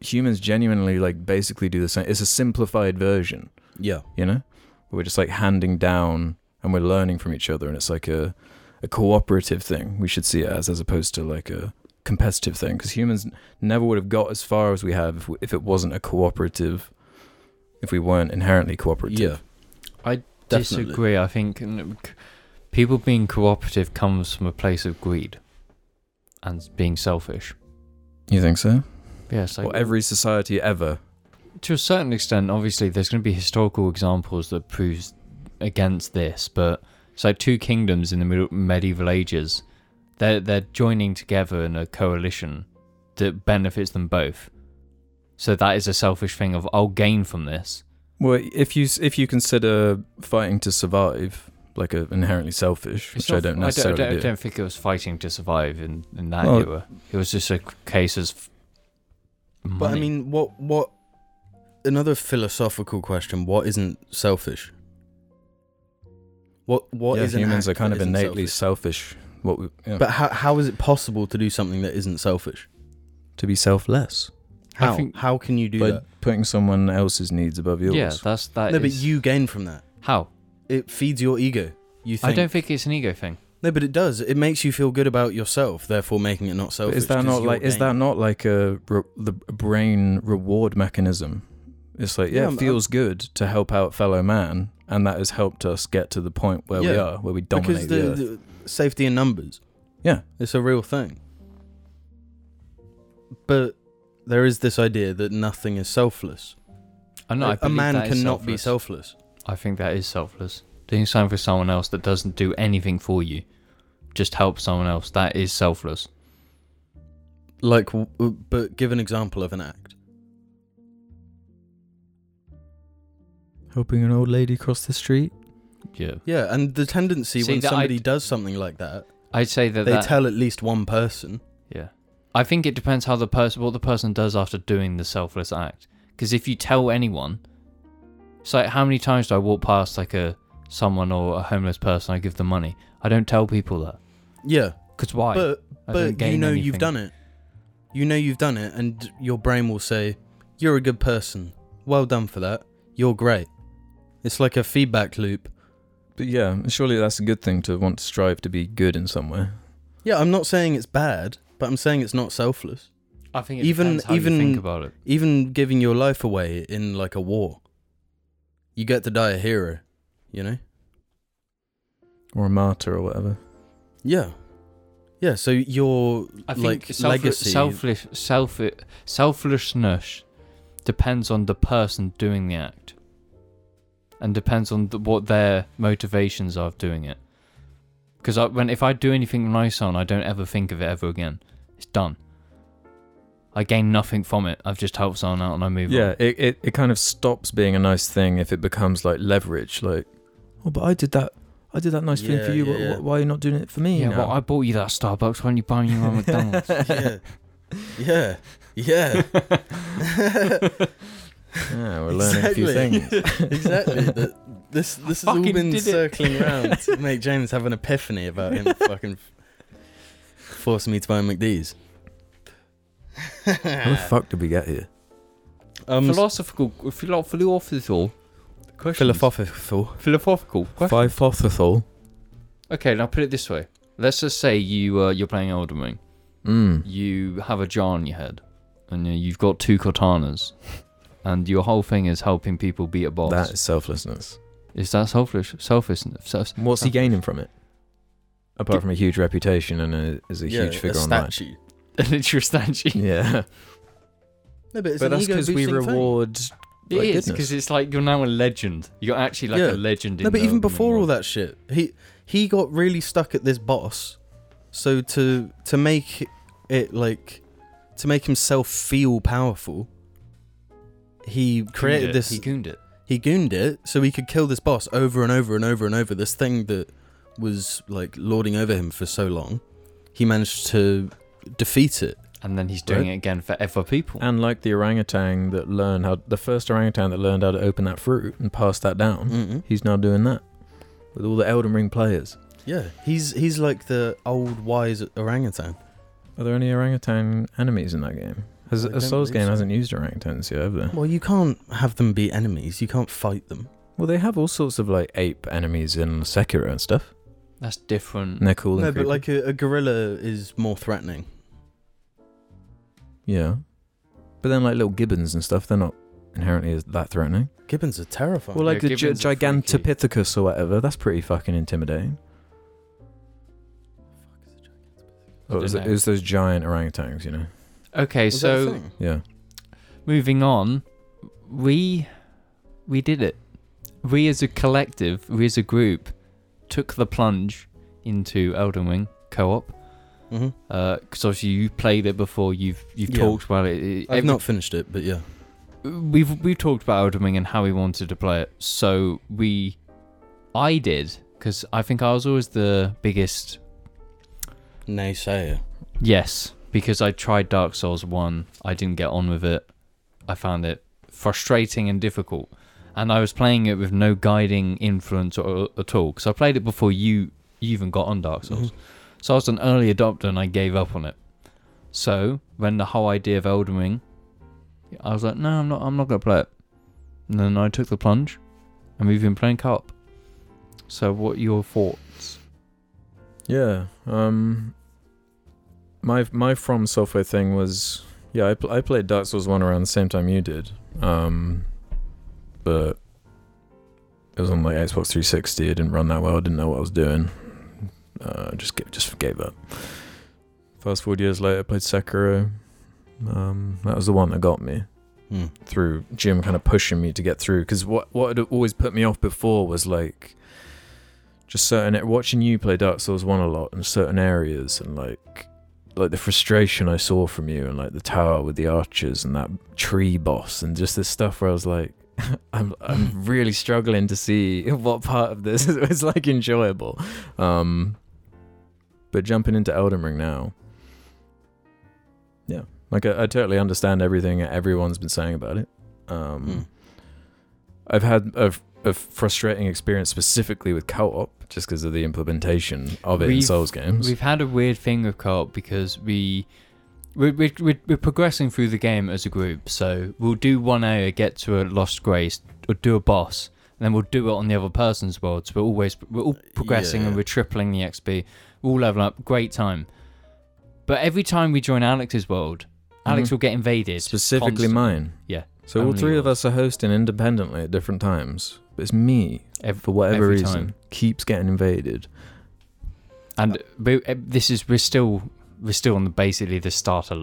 Speaker 1: humans genuinely like basically do the same it's a simplified version
Speaker 2: Yeah.
Speaker 1: you know we're just like handing down and we're learning from each other and it's like a, a cooperative thing we should see it as as opposed to like a competitive thing because humans never would have got as far as we have if, if it wasn't a cooperative if we weren't inherently cooperative
Speaker 2: Yeah.
Speaker 3: I
Speaker 2: Definitely.
Speaker 3: Disagree. I think n- c- people being cooperative comes from a place of greed and being selfish.
Speaker 1: you think so
Speaker 3: Yes, like
Speaker 1: or every society ever
Speaker 3: to a certain extent, obviously, there's going to be historical examples that proves against this. But so two kingdoms in the middle, medieval ages, they're they're joining together in a coalition that benefits them both. So that is a selfish thing of I'll gain from this.
Speaker 1: well if you s- if you consider fighting to survive like a inherently selfish
Speaker 3: It's
Speaker 1: which
Speaker 3: not-
Speaker 1: i don't necessarily
Speaker 3: I don't,
Speaker 1: do.
Speaker 3: I don't think it was fighting to survive in in that
Speaker 1: Well-
Speaker 3: era. It was just a case as. f- Money.
Speaker 2: But I mean, what what? Another philosophical question: What isn't selfish? What what
Speaker 1: yeah,
Speaker 2: is an
Speaker 1: humans
Speaker 2: act
Speaker 1: are kind
Speaker 2: that
Speaker 1: of
Speaker 2: isn't
Speaker 1: innately
Speaker 2: selfish?
Speaker 1: selfish, what we, yeah.
Speaker 2: But how how is it possible to do something that isn't selfish?
Speaker 1: to be selfless
Speaker 3: I
Speaker 2: How
Speaker 3: think-
Speaker 2: how can you do
Speaker 1: by
Speaker 2: that?
Speaker 1: putting someone else's needs above yours.
Speaker 3: yeah, that's that.
Speaker 2: No, but
Speaker 3: is-
Speaker 2: you gain from that.
Speaker 3: how?
Speaker 2: It feeds your ego. You think
Speaker 3: I don't think it's an ego thing.
Speaker 2: No, but it does. It makes you feel good about yourself, therefore making it not
Speaker 1: But
Speaker 2: selfish.
Speaker 1: is that
Speaker 2: 'cause
Speaker 1: not
Speaker 2: you're
Speaker 1: like is that
Speaker 2: gaining.
Speaker 1: not like a re- the brain reward mechanism? It's like yeah,
Speaker 2: Yeah,
Speaker 1: it
Speaker 2: I'm-
Speaker 1: feels good to help out fellow man, and that has helped us get to the point where we
Speaker 2: Yeah,
Speaker 1: are, where we dominate
Speaker 2: because
Speaker 1: the, earth.
Speaker 2: the, the safety in numbers?
Speaker 1: Yeah.
Speaker 2: it's a real thing. But there is this idea that nothing is selfless.
Speaker 3: I know. I
Speaker 2: A- a
Speaker 3: believe
Speaker 2: man
Speaker 3: that is
Speaker 2: cannot be
Speaker 3: selfless.
Speaker 2: selfless.
Speaker 3: I think that is selfless. Doing something for someone else that doesn't do anything for you, just help someone else. That is selfless.
Speaker 2: Like, w- w- but give an example of an act.
Speaker 1: Helping an old lady cross the street.
Speaker 3: Yeah,
Speaker 2: Yeah, and the tendency
Speaker 3: See,
Speaker 2: when
Speaker 3: that I-
Speaker 2: somebody does something like that,
Speaker 3: I'd say that.
Speaker 2: they
Speaker 3: that
Speaker 2: tell at least one person.
Speaker 3: yeah, I think it depends how the person, what the person does after doing the selfless act. Because if you tell anyone, it's like how many times do I walk past like a someone or a homeless person? I give them money. I don't tell people that.
Speaker 2: Yeah,
Speaker 3: Cause why?
Speaker 2: but
Speaker 3: I don't
Speaker 2: but you
Speaker 3: gain
Speaker 2: know
Speaker 3: anything.
Speaker 2: you've done it. You know you've done it, and your brain will say, "You're a good person. Well done for that. You're great." It's like a feedback loop.
Speaker 1: But yeah, surely that's a good thing to want to strive to be good in some way.
Speaker 2: Yeah, I'm not saying it's bad, but I'm saying it's not selfless.
Speaker 3: I think it
Speaker 2: even-
Speaker 3: depends how
Speaker 2: even-
Speaker 3: you think about it.
Speaker 2: Even giving your life away in like a war, you get to die a hero. You know.
Speaker 1: Or a martyr or whatever.
Speaker 2: Yeah. Yeah, so your
Speaker 3: I think
Speaker 2: like
Speaker 3: selfle-
Speaker 2: legacy.
Speaker 3: selfless, selfish, selflessness depends on the person doing the act, and depends on the, what their motivations are of doing it. Because I, when if I do anything nice on, I don't ever think of it ever again. It's done. I gain nothing from it. I've just helped someone out, and I move
Speaker 1: Yeah,
Speaker 3: on.
Speaker 1: it, it, it kind of stops being a nice thing if it becomes like leverage. Like, oh, but I did that. I did that nice thing for
Speaker 2: Yeah,
Speaker 1: you.
Speaker 2: yeah,
Speaker 1: wh-
Speaker 2: yeah.
Speaker 1: wh- Why are you not doing it for me?
Speaker 3: Yeah,
Speaker 1: now?
Speaker 3: well, I bought you that Starbucks. Why don't you buy me one McDonald's?
Speaker 2: yeah. Yeah. Yeah.
Speaker 1: Yeah, we're learning a few
Speaker 2: Exactly.
Speaker 1: things.
Speaker 2: exactly. Th- this this has all
Speaker 3: fucking
Speaker 2: been
Speaker 3: did it.
Speaker 2: circling around to make James have an epiphany about him fucking forcing me to buy McDee's.
Speaker 1: How the fuck did we get here?
Speaker 2: um,
Speaker 3: philosophical, philo- philosophical, questions.
Speaker 2: philosophical.
Speaker 3: philosophical. questions.
Speaker 1: Five fothethol.
Speaker 3: Okay, now put it this way. Let's just say you uh, you're playing Elden Ring.
Speaker 1: Mm.
Speaker 3: You have a jar on your head, and uh, you've got two katanas, and your whole thing is helping people beat a boss.
Speaker 1: That is selflessness.
Speaker 3: is that selfish? Selfishness. Self-
Speaker 1: What's he gaining from it? Apart from a huge reputation and a, is a
Speaker 2: Yeah,
Speaker 1: huge figure
Speaker 2: a
Speaker 1: online.
Speaker 2: statue.
Speaker 3: Literastanchi.
Speaker 1: Yeah.
Speaker 2: No, but it's
Speaker 1: but
Speaker 2: an
Speaker 1: that's
Speaker 2: ego
Speaker 1: because we
Speaker 2: boosting thing.
Speaker 1: reward.
Speaker 3: It
Speaker 1: Like,
Speaker 3: is
Speaker 1: goodness.
Speaker 3: because it's like you're now a legend. You're actually like
Speaker 2: Yeah.
Speaker 3: a legend.
Speaker 2: No,
Speaker 3: in
Speaker 2: but
Speaker 3: the
Speaker 2: even before all
Speaker 3: world.
Speaker 2: that shit, he he got really stuck at this boss. So to to make it like to make himself feel powerful, he created
Speaker 3: Gooned it.
Speaker 2: this.
Speaker 3: He
Speaker 2: He,
Speaker 3: gooned it.
Speaker 2: gooned it so he could kill this boss over and over and over and over. This thing that was like lording over him for so long, he managed to defeat it.
Speaker 3: And then he's doing it again for other people.
Speaker 1: And like the orangutan that learned how, the first orangutan that learned how to open that fruit and pass that down,
Speaker 2: Mm-mm.
Speaker 1: he's now doing that with all the Elden Ring players.
Speaker 2: Yeah, he's he's like the old wise orangutan.
Speaker 1: Are there any orangutan enemies in that game? Has
Speaker 2: I
Speaker 1: a
Speaker 2: don't
Speaker 1: Souls
Speaker 2: believe
Speaker 1: game
Speaker 2: so.
Speaker 1: hasn't used orangutans yet, have they?
Speaker 2: Well, you can't have them be enemies. You can't fight them.
Speaker 1: Well, they have all sorts of like ape enemies in Sekiro and stuff,
Speaker 3: That's different.
Speaker 1: and they're cool.
Speaker 2: No,
Speaker 1: and
Speaker 2: but
Speaker 1: creepy.
Speaker 2: like a, a gorilla is more threatening.
Speaker 1: yeah, but then like little gibbons and stuff, they're not inherently as that threatening.
Speaker 2: Gibbons are terrifying.
Speaker 1: Well, like
Speaker 3: Oh, Yeah,
Speaker 1: the gi-
Speaker 3: gibbons are freaky.
Speaker 1: Gigantopithecus or whatever, that's pretty fucking intimidating.
Speaker 3: I
Speaker 1: Oh, it was,
Speaker 3: dunno.
Speaker 1: it was those giant orangutans, you know?
Speaker 3: Okay,
Speaker 2: Was that a
Speaker 3: so
Speaker 2: thing?
Speaker 1: Yeah.
Speaker 3: moving on, we we did it. We as a collective, we as a group, took the plunge into Elden Ring co-op.
Speaker 2: Mhm.
Speaker 3: Because obviously you played it before. You've you've
Speaker 2: Yeah.
Speaker 3: talked about it. it-
Speaker 2: I've
Speaker 3: every-
Speaker 2: not finished it, but yeah,
Speaker 3: we've we've talked about Elden Ring and how we wanted to play it. So we, I did because I think I was always the biggest
Speaker 2: naysayer.
Speaker 3: Yes, because I tried Dark Souls 1, I didn't get on with it. I found it frustrating and difficult. And I was playing it with no guiding influence or, at all because I played it before you, you even got on Dark
Speaker 1: Mm-hmm.
Speaker 3: Souls.
Speaker 2: Mm-hmm.
Speaker 3: So I was an early adopter and I gave up on it. So when the whole idea of Elden Ring, I was like, no, I'm not. I'm not gonna play it. And then I took the plunge, and we've been playing co-op. So what are your thoughts?
Speaker 1: Yeah. Um my my from software thing was yeah, I, pl- I played Dark Souls 1 around the same time you did. Um but it was on like Xbox 360. I didn't run that well. I didn't know what I was doing. Uh just gave, just gave up. Fast forward years later, I played Sekiro. Um that was the one that got me
Speaker 2: Hmm.
Speaker 1: through Jim kind of pushing me to get through because what what had always put me off before was like just certain watching you play Dark Souls one a lot in certain areas and like like the frustration I saw from you and like the tower with the archers and that tree boss and just this stuff where I was like I'm I'm really struggling to see what part of this is like enjoyable. Um but jumping into Elden Ring now. Yeah. Like I, I totally understand everything everyone's been saying about it. Um
Speaker 2: Hmm.
Speaker 1: I've had a, a frustrating experience specifically with co-op just because of the implementation of it in
Speaker 3: We've-
Speaker 1: Souls games.
Speaker 3: We've had a weird thing with co-op because we we're, we're, we're, we're progressing through the game as a group. So we'll do one area, get to a Lost Grace, or do a boss, and then we'll do it on the other person's world. So we're always we're all progressing and
Speaker 2: yeah.
Speaker 3: we're tripling the XP. We're all leveling up. Great time. But every time we join Alex's world,
Speaker 2: Mm-hmm.
Speaker 3: Alex
Speaker 1: Mhm.
Speaker 3: will get invaded.
Speaker 1: Specifically
Speaker 3: constantly.
Speaker 1: mine.
Speaker 3: Yeah.
Speaker 1: So all
Speaker 3: Only
Speaker 1: three of us
Speaker 3: yours.
Speaker 1: are hosting independently at different times. But it's me,
Speaker 3: Ev-
Speaker 1: for whatever
Speaker 3: every
Speaker 1: reason,
Speaker 3: time.
Speaker 1: keeps getting invaded.
Speaker 3: and we, eh, this is we're still we're still on the basically the starter.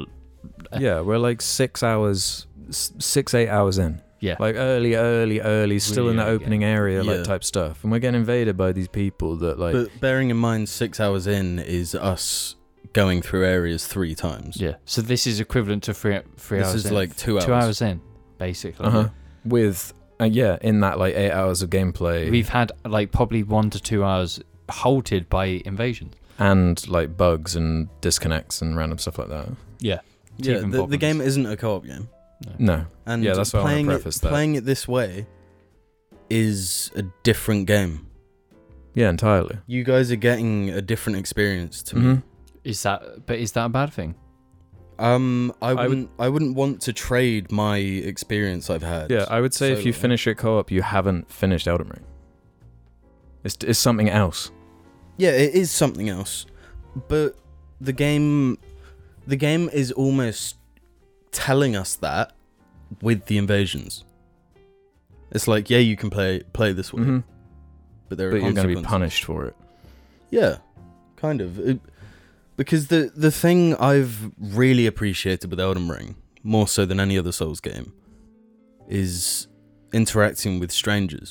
Speaker 3: Uh,
Speaker 1: yeah, we're like six hours, s- six, eight hours in.
Speaker 3: Yeah.
Speaker 1: Like early, early, early, still
Speaker 3: Really
Speaker 1: in that
Speaker 3: early
Speaker 1: opening area,
Speaker 2: Yeah.
Speaker 1: like type stuff. And we're getting invaded by these people that, like,
Speaker 2: but bearing in mind, six hours in is us going through areas three times.
Speaker 3: Yeah. So this is equivalent to three three
Speaker 2: this
Speaker 3: hours.
Speaker 2: is
Speaker 3: in.
Speaker 2: like two hours.
Speaker 3: two hours in, basically.
Speaker 1: uh-huh, with, uh, yeah, in that, like, eight hours of gameplay.
Speaker 3: We've had like probably one to two hours halted by invasions.
Speaker 1: and like bugs and disconnects and random stuff like that.
Speaker 2: Yeah, the,
Speaker 3: Teething
Speaker 2: the
Speaker 3: problems.
Speaker 2: game isn't a co-op game,
Speaker 1: No,
Speaker 2: and
Speaker 1: Yeah, that's what I wanna
Speaker 2: playing
Speaker 1: preface
Speaker 2: it,
Speaker 1: that.
Speaker 2: playing it this way is a different game.
Speaker 1: yeah, entirely.
Speaker 2: You guys are getting a different experience to me.
Speaker 1: Mhm.
Speaker 3: Is that? But is that a bad thing?
Speaker 2: Um,
Speaker 1: Mm-hmm.
Speaker 2: I
Speaker 1: would-
Speaker 2: wouldn't. I wouldn't want to trade my experience I've had.
Speaker 1: Yeah, I would say if you
Speaker 2: solo.
Speaker 1: finish it co-op, you haven't finished Elden Ring. It's, it's something else.
Speaker 2: yeah, it is something else, but the game, the game is almost telling us that with the invasions. It's like, yeah, you can play play this way,
Speaker 1: Mhm.
Speaker 2: but Mm-hmm. there are
Speaker 1: But you're going to be
Speaker 2: consequences.
Speaker 1: punished for it.
Speaker 2: Yeah, kind of. It- Because the the thing I've really appreciated with Elden Ring, more so than any other Souls game, is interacting with strangers.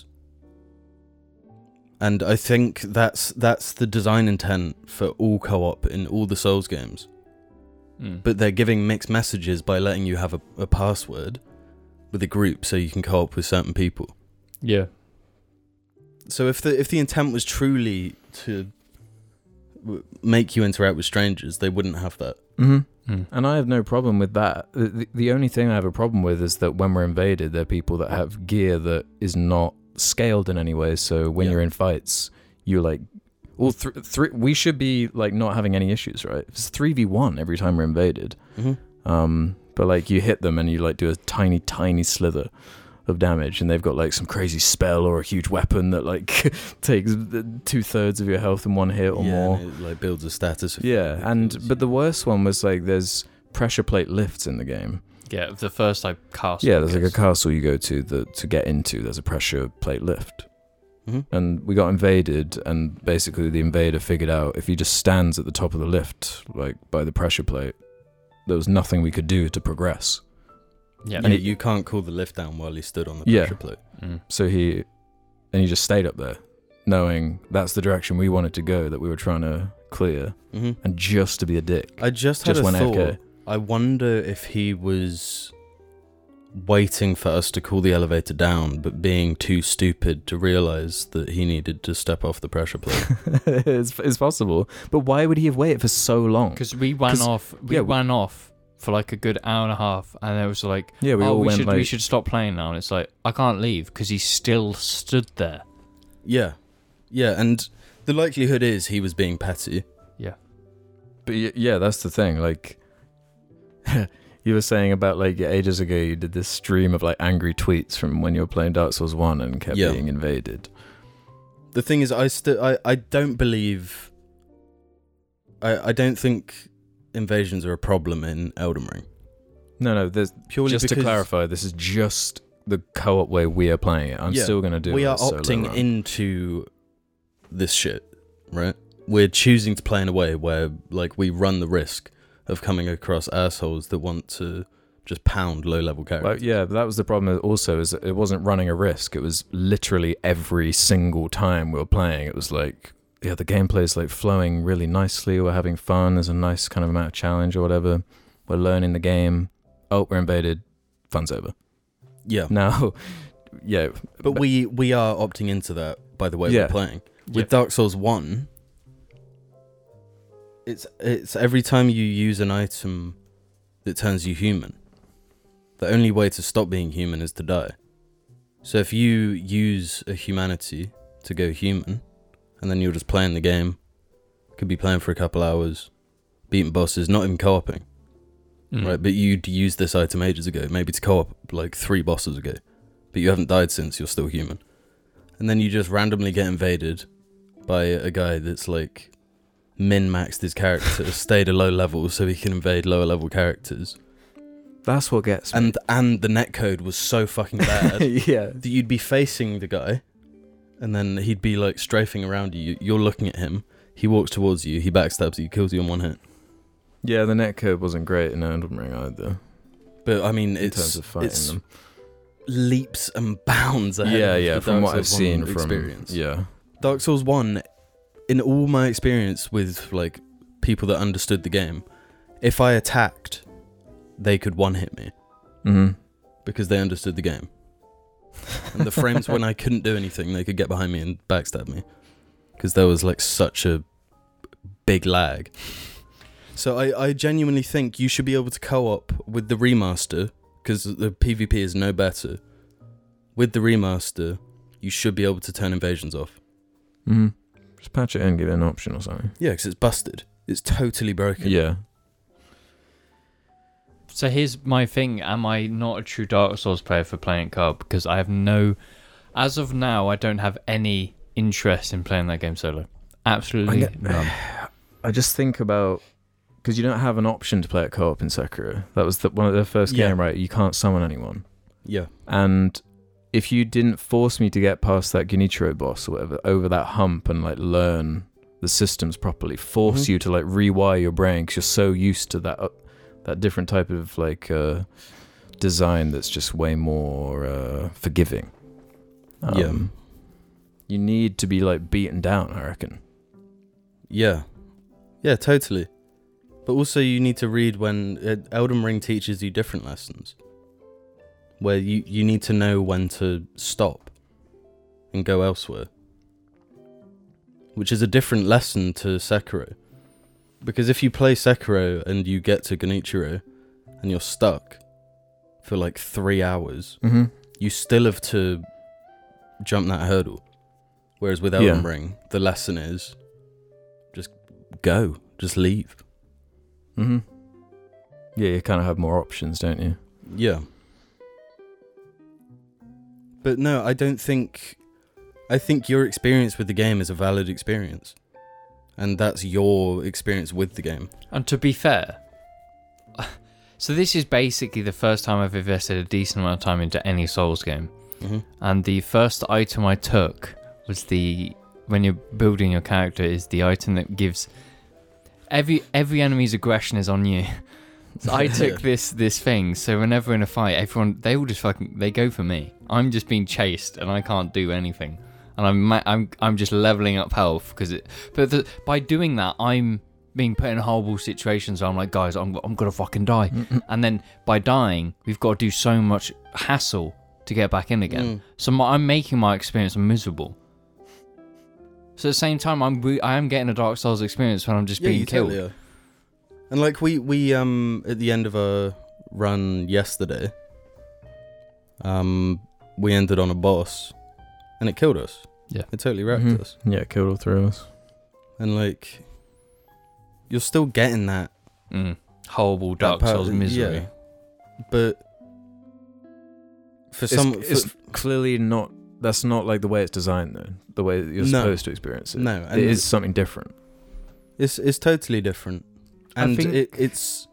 Speaker 2: And I think that's that's the design intent for all co-op in all the Souls games.
Speaker 3: Hmm.
Speaker 1: Mm.
Speaker 2: But they're giving mixed messages by letting you have a, a password with a group so you can co-op with certain people.
Speaker 3: Yeah.
Speaker 2: So if the if the intent was truly to w- make you interact with strangers, they wouldn't have that.
Speaker 1: hmm
Speaker 2: Mm-hmm.
Speaker 3: Mm.
Speaker 1: And I have no problem with that. The- The, the only thing I have a problem with is that when we're invaded, there are people that have gear that is not scaled in any way. So when
Speaker 2: Yeah.
Speaker 1: you're in fights, you're like, well, th- three we should be like not having any issues, right? It's three v one every time we're invaded.
Speaker 2: Mm-hmm.
Speaker 1: Um, but like you hit them and you like do a tiny, tiny slither of damage, and they've got like some crazy spell or a huge weapon that like takes two thirds of your health in one hit or
Speaker 2: yeah,
Speaker 1: more.
Speaker 2: and it, like builds a status.
Speaker 1: Yeah, and but the worst one was like there's pressure plate lifts in the game.
Speaker 3: Yeah. The first I cast.
Speaker 1: Yeah, there's like a castle you go to that to get into. There's a pressure plate lift,
Speaker 2: Mhm.
Speaker 1: and we got invaded, and basically the invader figured out if he just stands at the top of the lift, like by the pressure plate, there was nothing we could do to progress.
Speaker 3: Yeah.
Speaker 2: Yeah, you can't call the lift down while he stood on the
Speaker 1: Yeah.
Speaker 2: pressure plate.
Speaker 3: Mm.
Speaker 1: So he, and he just stayed up there, knowing that's the direction we wanted to go that we were trying to clear,
Speaker 2: hmm
Speaker 1: and just to be a dick,
Speaker 2: I just had
Speaker 1: Mm-hmm. just
Speaker 2: a
Speaker 1: went
Speaker 2: thought.
Speaker 1: AFK.
Speaker 2: I wonder if he was waiting for us to call the elevator down, but being too stupid to realize that he needed to step off the pressure plate.
Speaker 1: it's, it's possible, but why would he have waited for so long?
Speaker 3: Because we ran
Speaker 1: 'Cause-
Speaker 3: off. We
Speaker 1: yeah, we-
Speaker 3: ran off for like a good hour and a half, and it was like,
Speaker 1: Yeah, we
Speaker 3: oh,
Speaker 1: all
Speaker 3: we
Speaker 1: went
Speaker 3: should
Speaker 1: like
Speaker 3: we should stop playing now. And it's like, I can't leave because he still stood there.
Speaker 2: yeah, yeah, and the likelihood is he was being petty.
Speaker 1: But y- yeah, that's the thing. Like, you were saying about like ages ago, you did this stream of like angry tweets from when you were playing Dark Souls One and kept
Speaker 2: Yeah.
Speaker 1: being invaded.
Speaker 2: the thing is i still I, I don't believe I, I don't think invasions are a problem in Elden Ring.
Speaker 1: No, no. There's,
Speaker 2: Purely
Speaker 1: just to
Speaker 2: because
Speaker 1: clarify, this is just the co-op way we are playing it. I'm
Speaker 2: Yeah,
Speaker 1: still gonna do.
Speaker 2: we
Speaker 1: it
Speaker 2: are
Speaker 1: as solo
Speaker 2: opting
Speaker 1: run.
Speaker 2: into this shit, right? We're choosing to play in a way where like we run the risk of coming across assholes that want to just pound low level characters.
Speaker 1: Well, yeah, but that was the problem. Also, is that it wasn't running a risk. It was literally every single time we were playing. It was like, yeah, the gameplay is like flowing really nicely. We're having fun. There's a nice kind of amount of challenge or whatever. We're learning the game. Oh, we're invaded. Fun's over.
Speaker 2: yeah.
Speaker 1: Now, yeah,
Speaker 2: But we we are opting into that by the way
Speaker 1: Yeah.
Speaker 2: we're playing.
Speaker 3: Yeah.
Speaker 2: With Dark Souls 1, it's it's every time you use an item that turns you human. The only way to stop being human is to die. So if you use a humanity to go human and then you're just playing the game, could be playing for a couple hours, beating bosses, not even co-oping,
Speaker 1: Mm.
Speaker 2: right? But you'd use this item ages ago, maybe to co-op like 3 bosses ago but you haven't died since you're still human. And then you just randomly get invaded by a guy that's like min maxed his character, stayed a low level so he can invade lower level characters.
Speaker 1: that's what gets me.
Speaker 2: And and the netcode was so fucking bad
Speaker 1: yeah,
Speaker 2: that you'd be facing the guy and then he'd be like strafing around you. You're looking at him, he walks towards you, he backstabs you, kills you in one hit.
Speaker 1: yeah, the netcode wasn't great in Elden Ring either
Speaker 2: But I mean,
Speaker 1: in
Speaker 2: it's,
Speaker 1: terms of fighting
Speaker 2: it's
Speaker 1: them.
Speaker 2: leaps and bounds ahead.
Speaker 1: Yeah,
Speaker 2: of
Speaker 1: yeah,
Speaker 2: the
Speaker 1: from
Speaker 2: Dark
Speaker 1: what I've
Speaker 2: Souls 1
Speaker 1: seen from
Speaker 2: experience.
Speaker 1: yeah,
Speaker 2: Dark Souls 1, in all my experience with like people that understood the game, if I attacked, they could one hit me
Speaker 1: mm-hmm.
Speaker 2: because they understood the game. And the frames when I couldn't do anything, they could get behind me and backstab me because there was like such a big lag. So I, I genuinely think you should be able to co-op with the remaster because the PvP is no better. With the remaster, you should be able to turn invasions off.
Speaker 1: Mm-hmm. just patch it in, give it an option or something.
Speaker 2: Yeah, because it's busted. It's totally broken.
Speaker 1: Yeah,
Speaker 3: So here's my thing: Am I not a true Dark Souls player for playing co-op? Because I have no, as of now, I don't have any interest in playing that game solo. Absolutely
Speaker 1: I get-
Speaker 3: none.
Speaker 1: I just think about because you don't have an option to play at co-op in Sekiro. That was the, one of their first
Speaker 2: Yeah.
Speaker 1: game, right? You can't summon anyone,
Speaker 2: Yeah.
Speaker 1: and if you didn't force me to get past that Genichiro boss or whatever over that hump and like learn the the systems properly, force
Speaker 2: Mhm.
Speaker 1: you to like rewire your brain because you're so used to that uh, that different type of like uh, design that's just way more uh, forgiving. Um,
Speaker 2: Yeah.
Speaker 1: You need to be like beaten down, I reckon.
Speaker 2: Yeah. Yeah, totally. But also, you need to read when uh, Elden Ring teaches you different lessons, where you, you need to know when to stop and go elsewhere, which is a different lesson to Sekiro. Because if you play Sekiro and you get to Genichiro and you're stuck for like three hours,
Speaker 1: Mm-hmm.
Speaker 2: you still have to jump that hurdle. Whereas with Elden
Speaker 1: Yeah.
Speaker 2: Ring, the lesson is just go, just leave.
Speaker 1: Mm-hmm. Yeah, you kind of have more options, don't you?
Speaker 2: Yeah. But no, I don't think. I think your experience with the game is a valid experience. And that's your experience with the game.
Speaker 3: And to be fair, so this is basically the first time I've invested a decent amount of time into any Souls game.
Speaker 2: Mhm.
Speaker 3: And the first item I took was the when you're building your character is the item that gives every every enemy's aggression is on you. So I took this this thing, so whenever in a fight, everyone they all just fucking they go for me. I'm just being chased and I can't do anything, and I'm ma- I'm I'm just leveling up health because it. But the, by doing that, I'm being put in horrible situations. Where I'm like, guys, I'm I'm gonna fucking die, and then by dying, we've got to do so much hassle to get back in
Speaker 2: Mm.
Speaker 3: again. So my, I'm making my experience miserable. So at the same time, I'm re- I am getting a Dark Souls experience when I'm just being killed.
Speaker 1: uh,
Speaker 2: totally are. And like we we um at the end of our run yesterday, um we ended on a boss, and it killed us.
Speaker 3: Yeah.
Speaker 2: it totally wrecked
Speaker 1: Mhm.
Speaker 2: us.
Speaker 1: Yeah, it killed all three of us.
Speaker 2: And like, you're still getting that
Speaker 3: Mm. Horrible
Speaker 2: that
Speaker 3: Dark
Speaker 2: part-
Speaker 3: Souls misery.
Speaker 2: yeah. but for some, for-
Speaker 1: it's, clearly not. That's not like the way it's designed, though. The way that you're
Speaker 2: No.
Speaker 1: supposed to experience it.
Speaker 2: No,
Speaker 1: it
Speaker 2: and-
Speaker 1: is something different.
Speaker 2: It's it's totally different,
Speaker 1: I
Speaker 2: and
Speaker 1: think-
Speaker 2: it, it's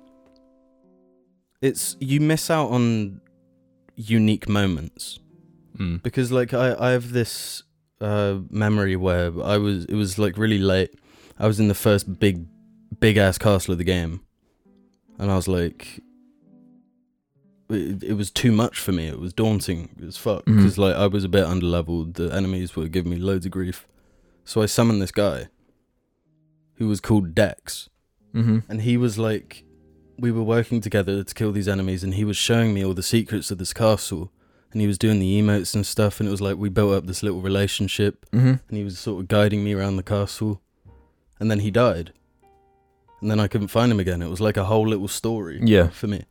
Speaker 2: it's you miss out on unique moments
Speaker 3: Mm.
Speaker 2: because like I I have this uh memory where I was it was like really late. I was in the first big big ass castle of the game, and I was like. It, it was too much for me. It was daunting as fuck
Speaker 1: Mhm.
Speaker 2: because like I was a bit underleveled. The enemies were giving me loads of grief, so I summoned this guy, who was called Dex,
Speaker 1: Mm-hmm.
Speaker 2: and he was like we were working together to kill these enemies and he was showing me all the secrets of this castle and he was doing the emotes and stuff and it was like we built up this little relationship
Speaker 1: Mm-hmm.
Speaker 2: and he was sort of guiding me around the castle and then he died and then i couldn't find him again it was like a whole little story
Speaker 1: Yeah.
Speaker 2: for me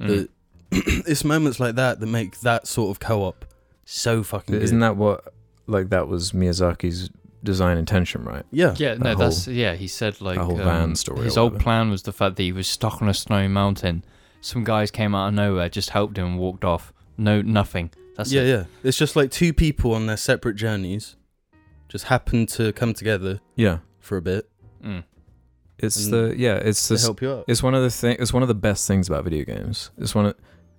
Speaker 3: Mm.
Speaker 2: that it's moments like that that make that sort of co-op so fucking good
Speaker 1: Isn't that what? Like that was Miyazaki's design intention, right?
Speaker 2: yeah
Speaker 3: Yeah, no,
Speaker 1: whole-
Speaker 3: that's yeah. He said like um,
Speaker 1: whole van story
Speaker 3: His
Speaker 1: or
Speaker 3: old
Speaker 1: whatever.
Speaker 3: plan was the fact that he was stuck on a snowy mountain. Some guys came out of nowhere, just helped him, and walked off. No, nothing. That's
Speaker 2: yeah
Speaker 3: it.
Speaker 2: yeah it's just like two people on their separate journeys just happen to come together
Speaker 1: Yeah.
Speaker 2: for a bit
Speaker 3: Mm.
Speaker 1: It's
Speaker 2: And
Speaker 1: the yeah. It's
Speaker 2: to
Speaker 1: the
Speaker 2: help you out
Speaker 1: It's one of the thing. It's one of the best things about video games. It's one of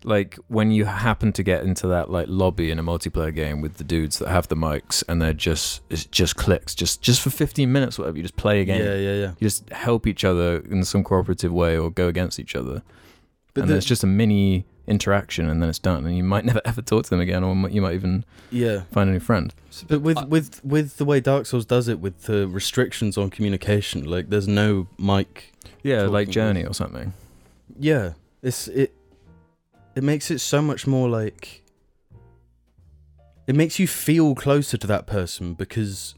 Speaker 1: like when you happen to get into that like lobby in a multiplayer game with the dudes that have the mics and they're just it's just clicks just just for 15 minutes whatever you just play a game
Speaker 2: Yeah, yeah, yeah.
Speaker 1: you just help each other in some cooperative way or go against each other
Speaker 2: But
Speaker 1: and
Speaker 2: the,
Speaker 1: it's just a mini interaction and then it's done and you might never ever talk to them again or you might even
Speaker 2: yeah,
Speaker 1: find a new friend
Speaker 2: but with
Speaker 3: I-
Speaker 2: with with the way Dark Souls does it, with the restrictions on communication, like there's no mic.
Speaker 1: yeah
Speaker 2: Talking
Speaker 1: like
Speaker 2: with-
Speaker 1: journey or something
Speaker 2: Yeah, it's it. It makes it so much more like. It makes you feel closer to that person because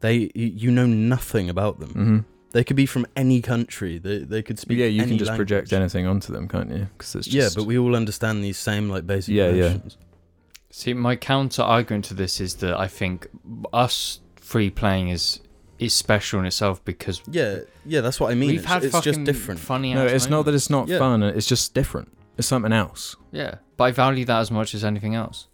Speaker 2: they you- you know nothing about them.
Speaker 1: mm-hmm.
Speaker 2: They could be from any country. They they could speak.
Speaker 1: yeah you
Speaker 2: any
Speaker 1: can just project
Speaker 2: language.
Speaker 1: anything onto them can't you because it's
Speaker 2: Yeah,
Speaker 1: just
Speaker 2: but we all understand these same like basic
Speaker 1: Yeah, yeah.
Speaker 2: notions.
Speaker 3: See, my counter argument to this is that I think us free playing is is special in itself because
Speaker 2: Yeah, yeah, that's what I mean.
Speaker 3: we've
Speaker 2: it's
Speaker 3: had
Speaker 2: it's
Speaker 3: fucking
Speaker 2: just different.
Speaker 3: funny.
Speaker 1: no it's not that it's not
Speaker 2: Yeah.
Speaker 1: fun it's just different it's something else
Speaker 3: Yeah, but I value that as much as anything else.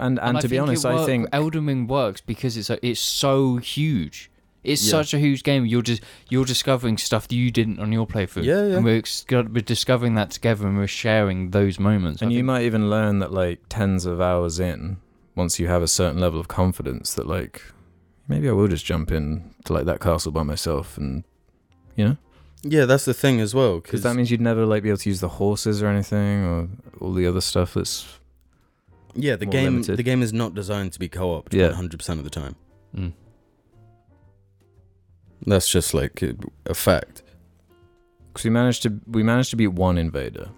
Speaker 1: And and,
Speaker 3: I
Speaker 1: to be
Speaker 3: think it
Speaker 1: honest, I
Speaker 3: work-
Speaker 1: think
Speaker 3: Elden Ring works because it's a, it's so huge. It's
Speaker 2: Yeah.
Speaker 3: such a huge game. You're just you're discovering stuff that you didn't on your playthrough.
Speaker 2: Yeah, yeah.
Speaker 3: And we're, ex- we're discovering that together, and we're sharing those moments. I
Speaker 1: and you
Speaker 3: think-
Speaker 1: might even learn that like tens of hours in, once you have a certain level of confidence that like you maybe I will just jump in to like that castle by myself, and you know,
Speaker 2: Yeah, that's the thing as well.
Speaker 1: because
Speaker 2: Because
Speaker 1: that means you'd never like be able to use the horses or anything or all the other stuff that's
Speaker 2: yeah, the
Speaker 1: more
Speaker 2: game
Speaker 1: limited.
Speaker 2: the game is not designed to be co-op.
Speaker 1: Yeah. Hmm.
Speaker 2: one hundred percent of the time.
Speaker 3: Mm.
Speaker 2: That's just like a- a fact.
Speaker 1: Because we managed to we managed to beat one invader.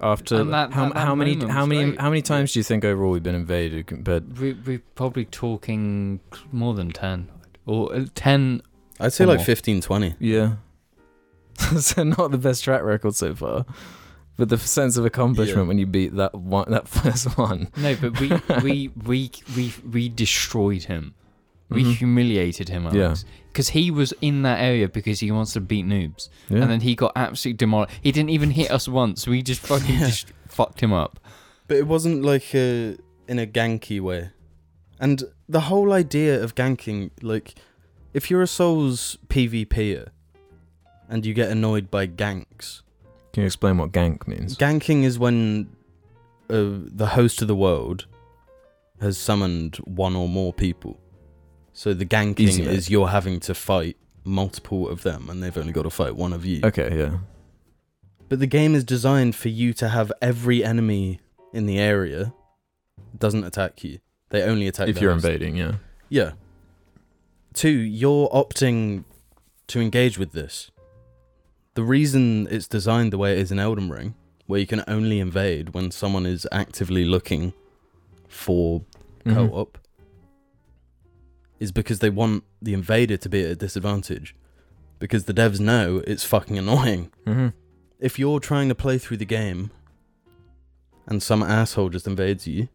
Speaker 1: After
Speaker 3: And that-
Speaker 1: how,
Speaker 3: that- that
Speaker 1: how many
Speaker 3: moment
Speaker 1: how
Speaker 3: was
Speaker 1: many
Speaker 3: great.
Speaker 1: how many times do you think overall we've been invaded compared?
Speaker 3: We, we're probably talking more than 10. Or uh, 10.
Speaker 2: I'd say
Speaker 3: Or
Speaker 2: like
Speaker 3: more.
Speaker 2: 15, 20.
Speaker 1: Yeah, so not the best track record so far, but the sense of accomplishment when you beat that one that first one.
Speaker 3: No, but we we, we, we, we destroyed him. We
Speaker 1: Mhm.
Speaker 3: humiliated him,
Speaker 1: Yeah.
Speaker 3: Alex. Because he was in that area because he wants to beat noobs.
Speaker 1: Yeah.
Speaker 3: And then he got absolutely demolished. He didn't even hit us once. We just fucking
Speaker 2: Yeah.
Speaker 3: just fucked him up.
Speaker 2: But it wasn't like uh in a ganky way. And the whole idea of ganking, like, if you're a Souls PvPer and you get annoyed by ganks,
Speaker 1: Can you explain what gank means?
Speaker 2: ganking is when uh, the host of the world has summoned one or more people. So the ganking
Speaker 1: Easy, mate.
Speaker 2: is you're having to fight multiple of them and they've only got to fight one of you.
Speaker 1: Okay, yeah,
Speaker 2: But the game is designed for you to have every enemy in the area doesn't attack you. They only attack
Speaker 1: if
Speaker 2: the
Speaker 1: you're
Speaker 2: host.
Speaker 1: invading, yeah,
Speaker 2: Yeah. Two, you're opting to engage with this. The reason it's designed the way it is in Elden Ring, where you can only invade when someone is actively looking for
Speaker 1: Mhm.
Speaker 2: co-op is because they want the invader to be at a disadvantage because the devs know it's fucking annoying
Speaker 1: Mhm.
Speaker 2: if you're trying to play through the game and some asshole just invades you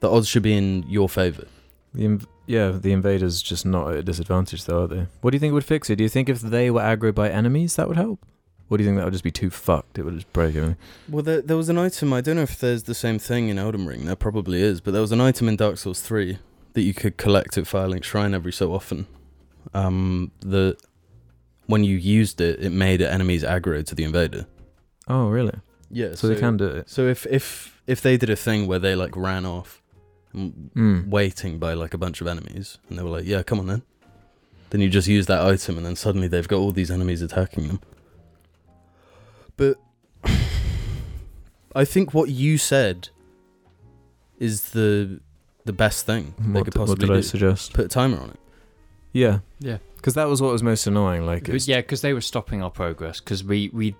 Speaker 2: the odds should be in your favor
Speaker 1: The inv- yeah, the invaders just not at a disadvantage though, are they? What do you think would fix it? Do you think if they were aggro by enemies that would help? Or do you think that would just be too fucked? It would just break everything.
Speaker 2: well there, there was an item i don't know if there's the same thing in elden ring there probably is but there was an item in dark souls 3 that you could collect at firelink shrine every so often um the when you used it it made enemies aggro to the invader
Speaker 1: Oh, really?
Speaker 2: Yeah,
Speaker 1: So, they can do it.
Speaker 2: So if if if they did a thing where they like ran off, and
Speaker 1: Mm.
Speaker 2: waiting by like a bunch of enemies, and they were like, "Yeah, come on then," then you just use that item, and then suddenly they've got all these enemies attacking them. But I think what you said is the the best thing they
Speaker 1: What,
Speaker 2: could
Speaker 1: d- what
Speaker 2: possibly
Speaker 1: did I
Speaker 2: do.
Speaker 1: suggest?
Speaker 2: Put a timer on it.
Speaker 1: Yeah,
Speaker 3: Yeah.
Speaker 1: because that was what was most annoying. Like,
Speaker 3: It was-
Speaker 1: it's,
Speaker 3: yeah, because they were stopping our progress. Because we we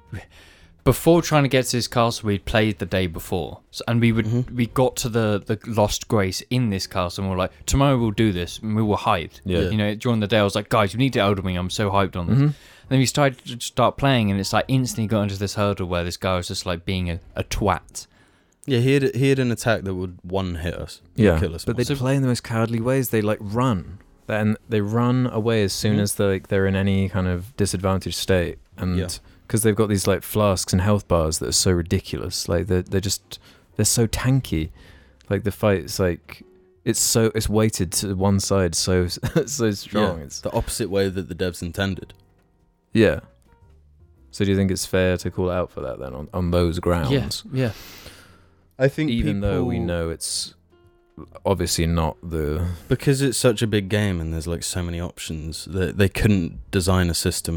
Speaker 3: before trying to get to this castle, we'd played the day before, so, and we would
Speaker 1: Mm-hmm.
Speaker 2: Mhm.
Speaker 3: we got to the the lost grace in this castle, and we were like, tomorrow we'll do this, and we were hyped.
Speaker 1: yeah,
Speaker 2: yeah.
Speaker 3: You know, during the day, I was like, guys, you need to Elden Ring. I'm so hyped on this.
Speaker 1: Mhm.
Speaker 3: And then we started to start playing, and it's like instantly got into this hurdle where this guy was just like being a, a twat.
Speaker 2: Yeah, he had he had an attack that would one hit us,
Speaker 1: yeah.
Speaker 2: kill us.
Speaker 1: But they
Speaker 2: once.
Speaker 3: So-
Speaker 1: play in the most cowardly ways. They like run, then they run away as soon
Speaker 2: Mhm.
Speaker 1: as they're, like they're in any kind of disadvantaged state, and
Speaker 2: Yeah.
Speaker 1: because they've got these like flasks and health bars that are so ridiculous. Like they're they're just they're so tanky. Like the fight's like it's so it's weighted to one side so so strong.
Speaker 2: Yeah,
Speaker 1: It's
Speaker 2: the opposite way that the devs intended.
Speaker 1: yeah. So do you think it's fair to call out for that then on, on those grounds?
Speaker 3: yeah.
Speaker 2: I think
Speaker 1: even though we
Speaker 2: people-
Speaker 1: know it's obviously not the
Speaker 2: because it's such a big game and there's like so many options that they couldn't design a system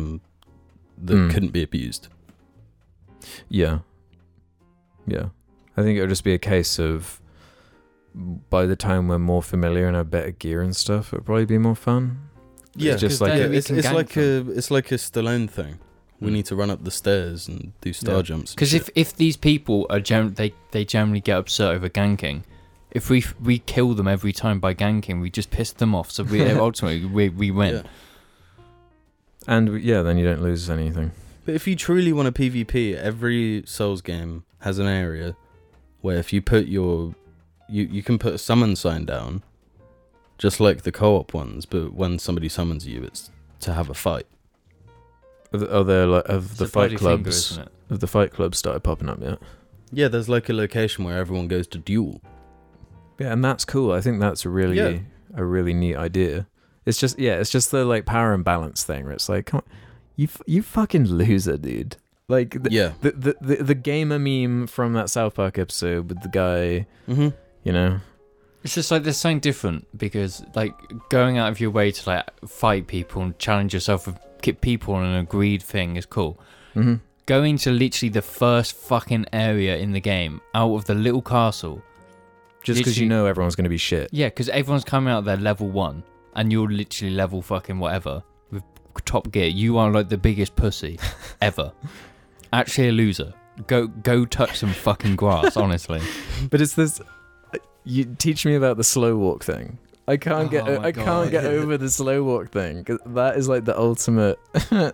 Speaker 2: that
Speaker 3: Hmm.
Speaker 1: Mm.
Speaker 2: couldn't be abused.
Speaker 1: yeah yeah i think it would just be a case of by the time we're more familiar and have better gear and stuff it'll probably be more fun Yeah. just like-
Speaker 3: then
Speaker 1: Yeah,
Speaker 3: we
Speaker 2: it's,
Speaker 3: can
Speaker 2: it's
Speaker 3: gank
Speaker 2: like
Speaker 3: them.
Speaker 2: a it's Hmm. like a Stallone thing. We
Speaker 1: Mm.
Speaker 2: need to run up the stairs and do star
Speaker 1: Yeah.
Speaker 2: jumps. and
Speaker 3: Because
Speaker 2: shit.
Speaker 3: if, if these people are gen- they they generally get upset over ganking. If we we kill them every time by ganking, we just piss them off. So we ultimately we, we win.
Speaker 2: Yeah.
Speaker 1: and w- yeah then you don't lose anything
Speaker 2: But if you truly want to PvP, every Souls game has an area where if you put your you you can put a summon sign down, just like the co-op ones. But when somebody summons you, it's to have a fight.
Speaker 1: Are th- are there like
Speaker 3: It's
Speaker 1: of the
Speaker 3: a
Speaker 1: fight
Speaker 3: bloody
Speaker 1: clubs
Speaker 3: finger, isn't it?
Speaker 1: have the fight clubs started popping up yet
Speaker 2: Yeah, there's like a location where everyone goes to duel.
Speaker 1: yeah and that's cool i think that's a really
Speaker 2: Yeah.
Speaker 1: a really neat idea it's just yeah it's just the like power imbalance thing where it's like come on you f- you fucking loser dude like th-
Speaker 2: yeah.
Speaker 1: the, the, the, the gamer meme from that South Park episode with the guy,
Speaker 2: Mm-hmm.
Speaker 1: you know,
Speaker 3: It's just like there's something different because like going out of your way to like fight people and challenge yourself with ki- people on an agreed thing is cool.
Speaker 1: Mm-hmm.
Speaker 3: Going to literally the first fucking area in the game out of the little castle.
Speaker 1: Just because you
Speaker 3: Literally-
Speaker 1: know everyone's going to be shit.
Speaker 3: Yeah, because everyone's coming out there level one, and you're literally level fucking whatever with Top Gear. You are like the biggest pussy ever. Actually, a loser. Go go touch some fucking grass. Honestly,
Speaker 1: But it's this. You teach me about the slow walk thing. I can't get.
Speaker 3: Oh my
Speaker 1: I
Speaker 3: God.
Speaker 1: can't get over the slow walk thing. 'cause That is like the ultimate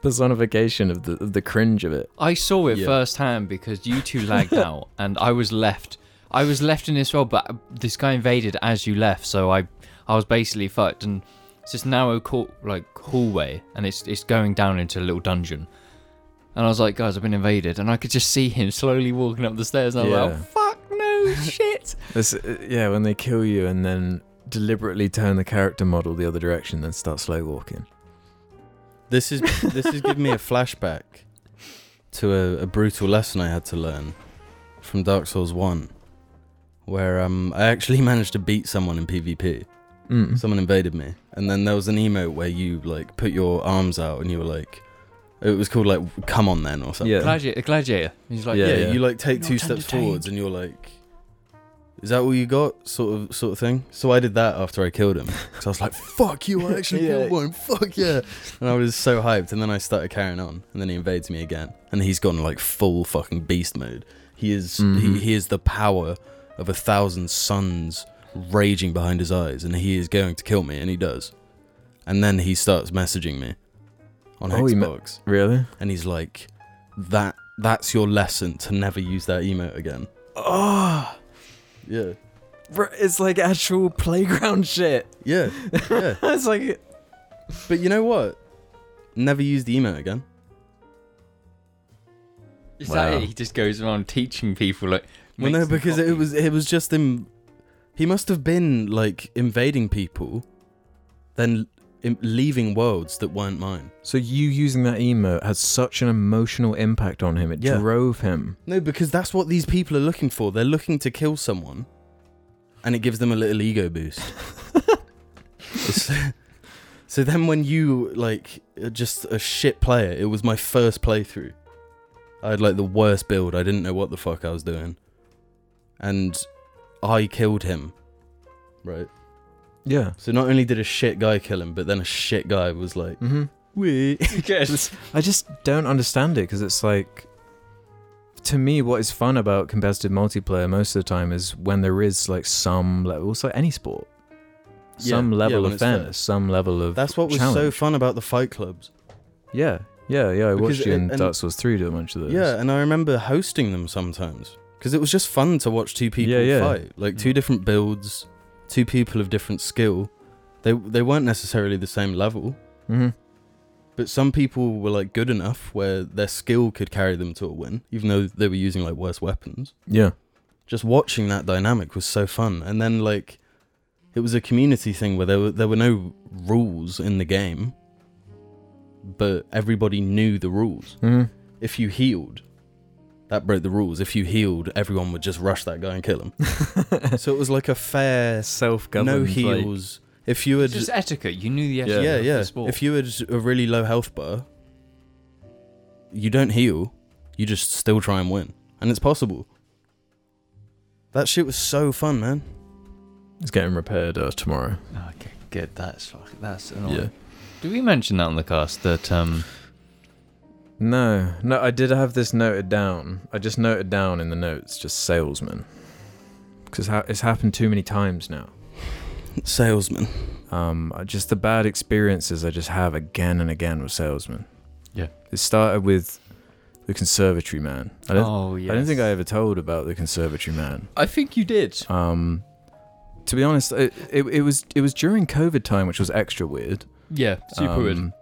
Speaker 1: personification of the of the cringe of it.
Speaker 3: I saw it
Speaker 2: Yeah.
Speaker 3: firsthand because you two lagged out, and I was left. I was left in this role, but this guy invaded as you left, so I I was basically fucked. And it's this narrow court like hallway, and it's it's going down into a little dungeon. And I was like, guys, I've been invaded, and I could just see him slowly walking up the stairs, and I was like,
Speaker 1: Yeah.
Speaker 3: oh, fuck no, shit.
Speaker 1: This, uh, yeah, when they kill you and then deliberately turn the character model the other direction, then start slow walking.
Speaker 2: This is this is giving me a flashback to a, a brutal lesson I had to learn from Dark Souls One, where um I actually managed to beat someone in PvP.
Speaker 1: Mm.
Speaker 2: Someone invaded me, and then there was an emote where you like put your arms out and you were like, it was called like "Come on then" or something.
Speaker 1: Yeah.
Speaker 3: Gladiator, gladiator. He's like,
Speaker 2: yeah,
Speaker 1: Yeah,
Speaker 3: yeah,
Speaker 1: yeah.
Speaker 2: you like take
Speaker 3: Not
Speaker 2: two steps
Speaker 3: entertained.
Speaker 2: forwards and you're like, is that all you got? Sort of, sort of thing. So I did that after I killed him. So I was like, fuck you, I actually
Speaker 1: Yeah.
Speaker 2: killed one. Fuck yeah. And I was so hyped. And then I started carrying on. And then he invades me again. And he's gone like full fucking beast mode. He is, he,
Speaker 1: Mhm.
Speaker 2: he is the power of a thousand suns raging behind his eyes. And he is going to kill me. And he does. And then he starts messaging me on
Speaker 1: Oh, he me-
Speaker 2: Xbox
Speaker 1: Really?
Speaker 2: and he's like, "That that's your lesson to never use that emote again."
Speaker 1: Oh,
Speaker 2: Yeah,
Speaker 1: it's like actual playground shit.
Speaker 2: yeah, yeah.
Speaker 1: it's like
Speaker 2: but you know what? Never use the emote again.
Speaker 3: is that
Speaker 1: Wow.
Speaker 3: it? He just goes around teaching people like.
Speaker 2: Well,
Speaker 3: makes
Speaker 2: no,
Speaker 3: them
Speaker 2: because it
Speaker 3: copies.
Speaker 2: was it was just him. He must have been like invading people, then im- leaving worlds that weren't mine.
Speaker 1: so you using that emote had such an emotional impact on him. It
Speaker 2: Yeah.
Speaker 1: drove him.
Speaker 2: No, because that's what these people are looking for. They're looking to kill someone, and it gives them a little ego boost. It's- so then, when you like are just a shit player, it was my first playthrough. I had like the worst build. I didn't know what the fuck I was doing, and I killed him. Right.
Speaker 1: Yeah.
Speaker 2: So not only did a shit guy kill him, but then a shit guy was like,
Speaker 1: Mm-hmm.
Speaker 2: "Wee."
Speaker 1: I just don't understand it because it's like, to me, what is fun about competitive multiplayer most of the time is when there is like some level, it's like any sport,
Speaker 2: Yeah,
Speaker 1: some
Speaker 2: yeah,
Speaker 1: level
Speaker 2: when
Speaker 1: of
Speaker 2: it's fair.
Speaker 1: fairness, some level of
Speaker 2: That's what was so
Speaker 1: Challenge.
Speaker 2: fun about the fight clubs.
Speaker 1: yeah, yeah, yeah. I
Speaker 2: Because
Speaker 1: watched you
Speaker 2: it-
Speaker 1: in
Speaker 2: and-
Speaker 1: Dark Souls Three do a bunch of those.
Speaker 2: Yeah, and I remember hosting them sometimes because it was just fun to watch two people
Speaker 1: Yeah, yeah.
Speaker 2: fight, like two
Speaker 1: Mm.
Speaker 2: different builds, two people of different skill. They they weren't necessarily the same level,
Speaker 1: hmm
Speaker 2: but some people were like good enough where their skill could carry them to a win, even though they were using like worse weapons.
Speaker 1: yeah.
Speaker 2: Just watching that dynamic was so fun, and then like it was a community thing where there were there were no rules in the game, but everybody knew the rules
Speaker 1: hmm
Speaker 2: if you healed, that broke the rules. If you healed, everyone would just rush that guy and kill him. so it was like a fair,
Speaker 1: Self-governed.
Speaker 2: no
Speaker 1: like-
Speaker 2: heals. if you
Speaker 3: It's
Speaker 2: had,
Speaker 3: just etiquette. You knew the
Speaker 1: Yeah.
Speaker 3: etiquette
Speaker 2: yeah,
Speaker 3: of
Speaker 2: yeah.
Speaker 3: the sport.
Speaker 2: If you had a really low health bar, you don't heal. You just still try and win, and it's possible. That shit was so fun, man.
Speaker 1: it's getting repaired uh, tomorrow.
Speaker 3: Okay, good. That's fuck- that's annoying. Did we mention that on the cast that um
Speaker 1: No, no. I did have this noted down. I just noted down in the notes, just salesman, because ha- it's happened too many times now.
Speaker 2: Salesman.
Speaker 1: um, uh, just the bad experiences I just have again and again with salesmen.
Speaker 3: Yeah.
Speaker 1: It started with the conservatory man. I don't,
Speaker 3: oh yeah
Speaker 1: I don't think I ever told about the conservatory man.
Speaker 3: I think you did.
Speaker 1: Um, to be honest, it, it, it was it was during COVID time, which was extra weird.
Speaker 3: Yeah, super weird.
Speaker 1: Um,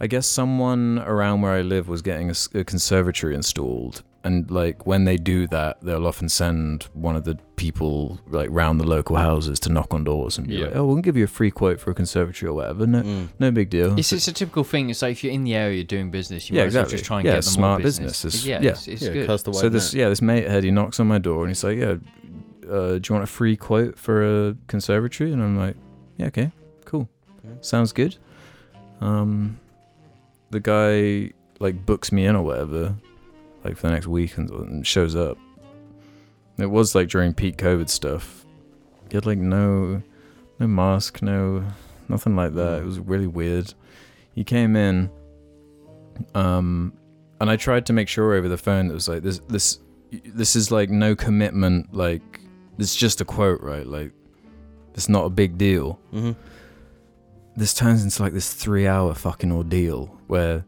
Speaker 1: I guess someone around where I live was getting a, s- a conservatory installed, and like when they do that, they'll often send one of the people like round the local houses to knock on doors and be
Speaker 3: Yeah.
Speaker 1: like, "Oh, we'll give you a free quote for a conservatory or whatever." No,
Speaker 2: Mm.
Speaker 1: no big deal.
Speaker 3: It's it's a typical thing. It's like if you're in the area doing business, you
Speaker 1: Yeah,
Speaker 3: might as well
Speaker 1: exactly.
Speaker 3: just try and
Speaker 1: Yeah,
Speaker 3: get them
Speaker 1: smart
Speaker 3: more business.
Speaker 1: business is-
Speaker 3: yeah,
Speaker 1: yeah.
Speaker 3: it's, it's
Speaker 2: yeah,
Speaker 3: good.
Speaker 2: cast the wide
Speaker 1: so this
Speaker 2: net.
Speaker 1: yeah this mate head he knocks on my door and he's like yeah uh, do you want a free quote for a conservatory? And I'm like, yeah, okay, cool,
Speaker 2: Okay.
Speaker 1: sounds good. Um, the guy like books me in or whatever, like for the next week and, and shows up. It was like during peak COVID stuff. He had like no, no mask, no, nothing like that. It was really weird. He came in, um, and I tried to make sure over the phone that it was like this, this, this is like no commitment. Like it's just a quote, right? Like it's not a big deal
Speaker 2: hmm
Speaker 1: this turns into like this three hour fucking ordeal where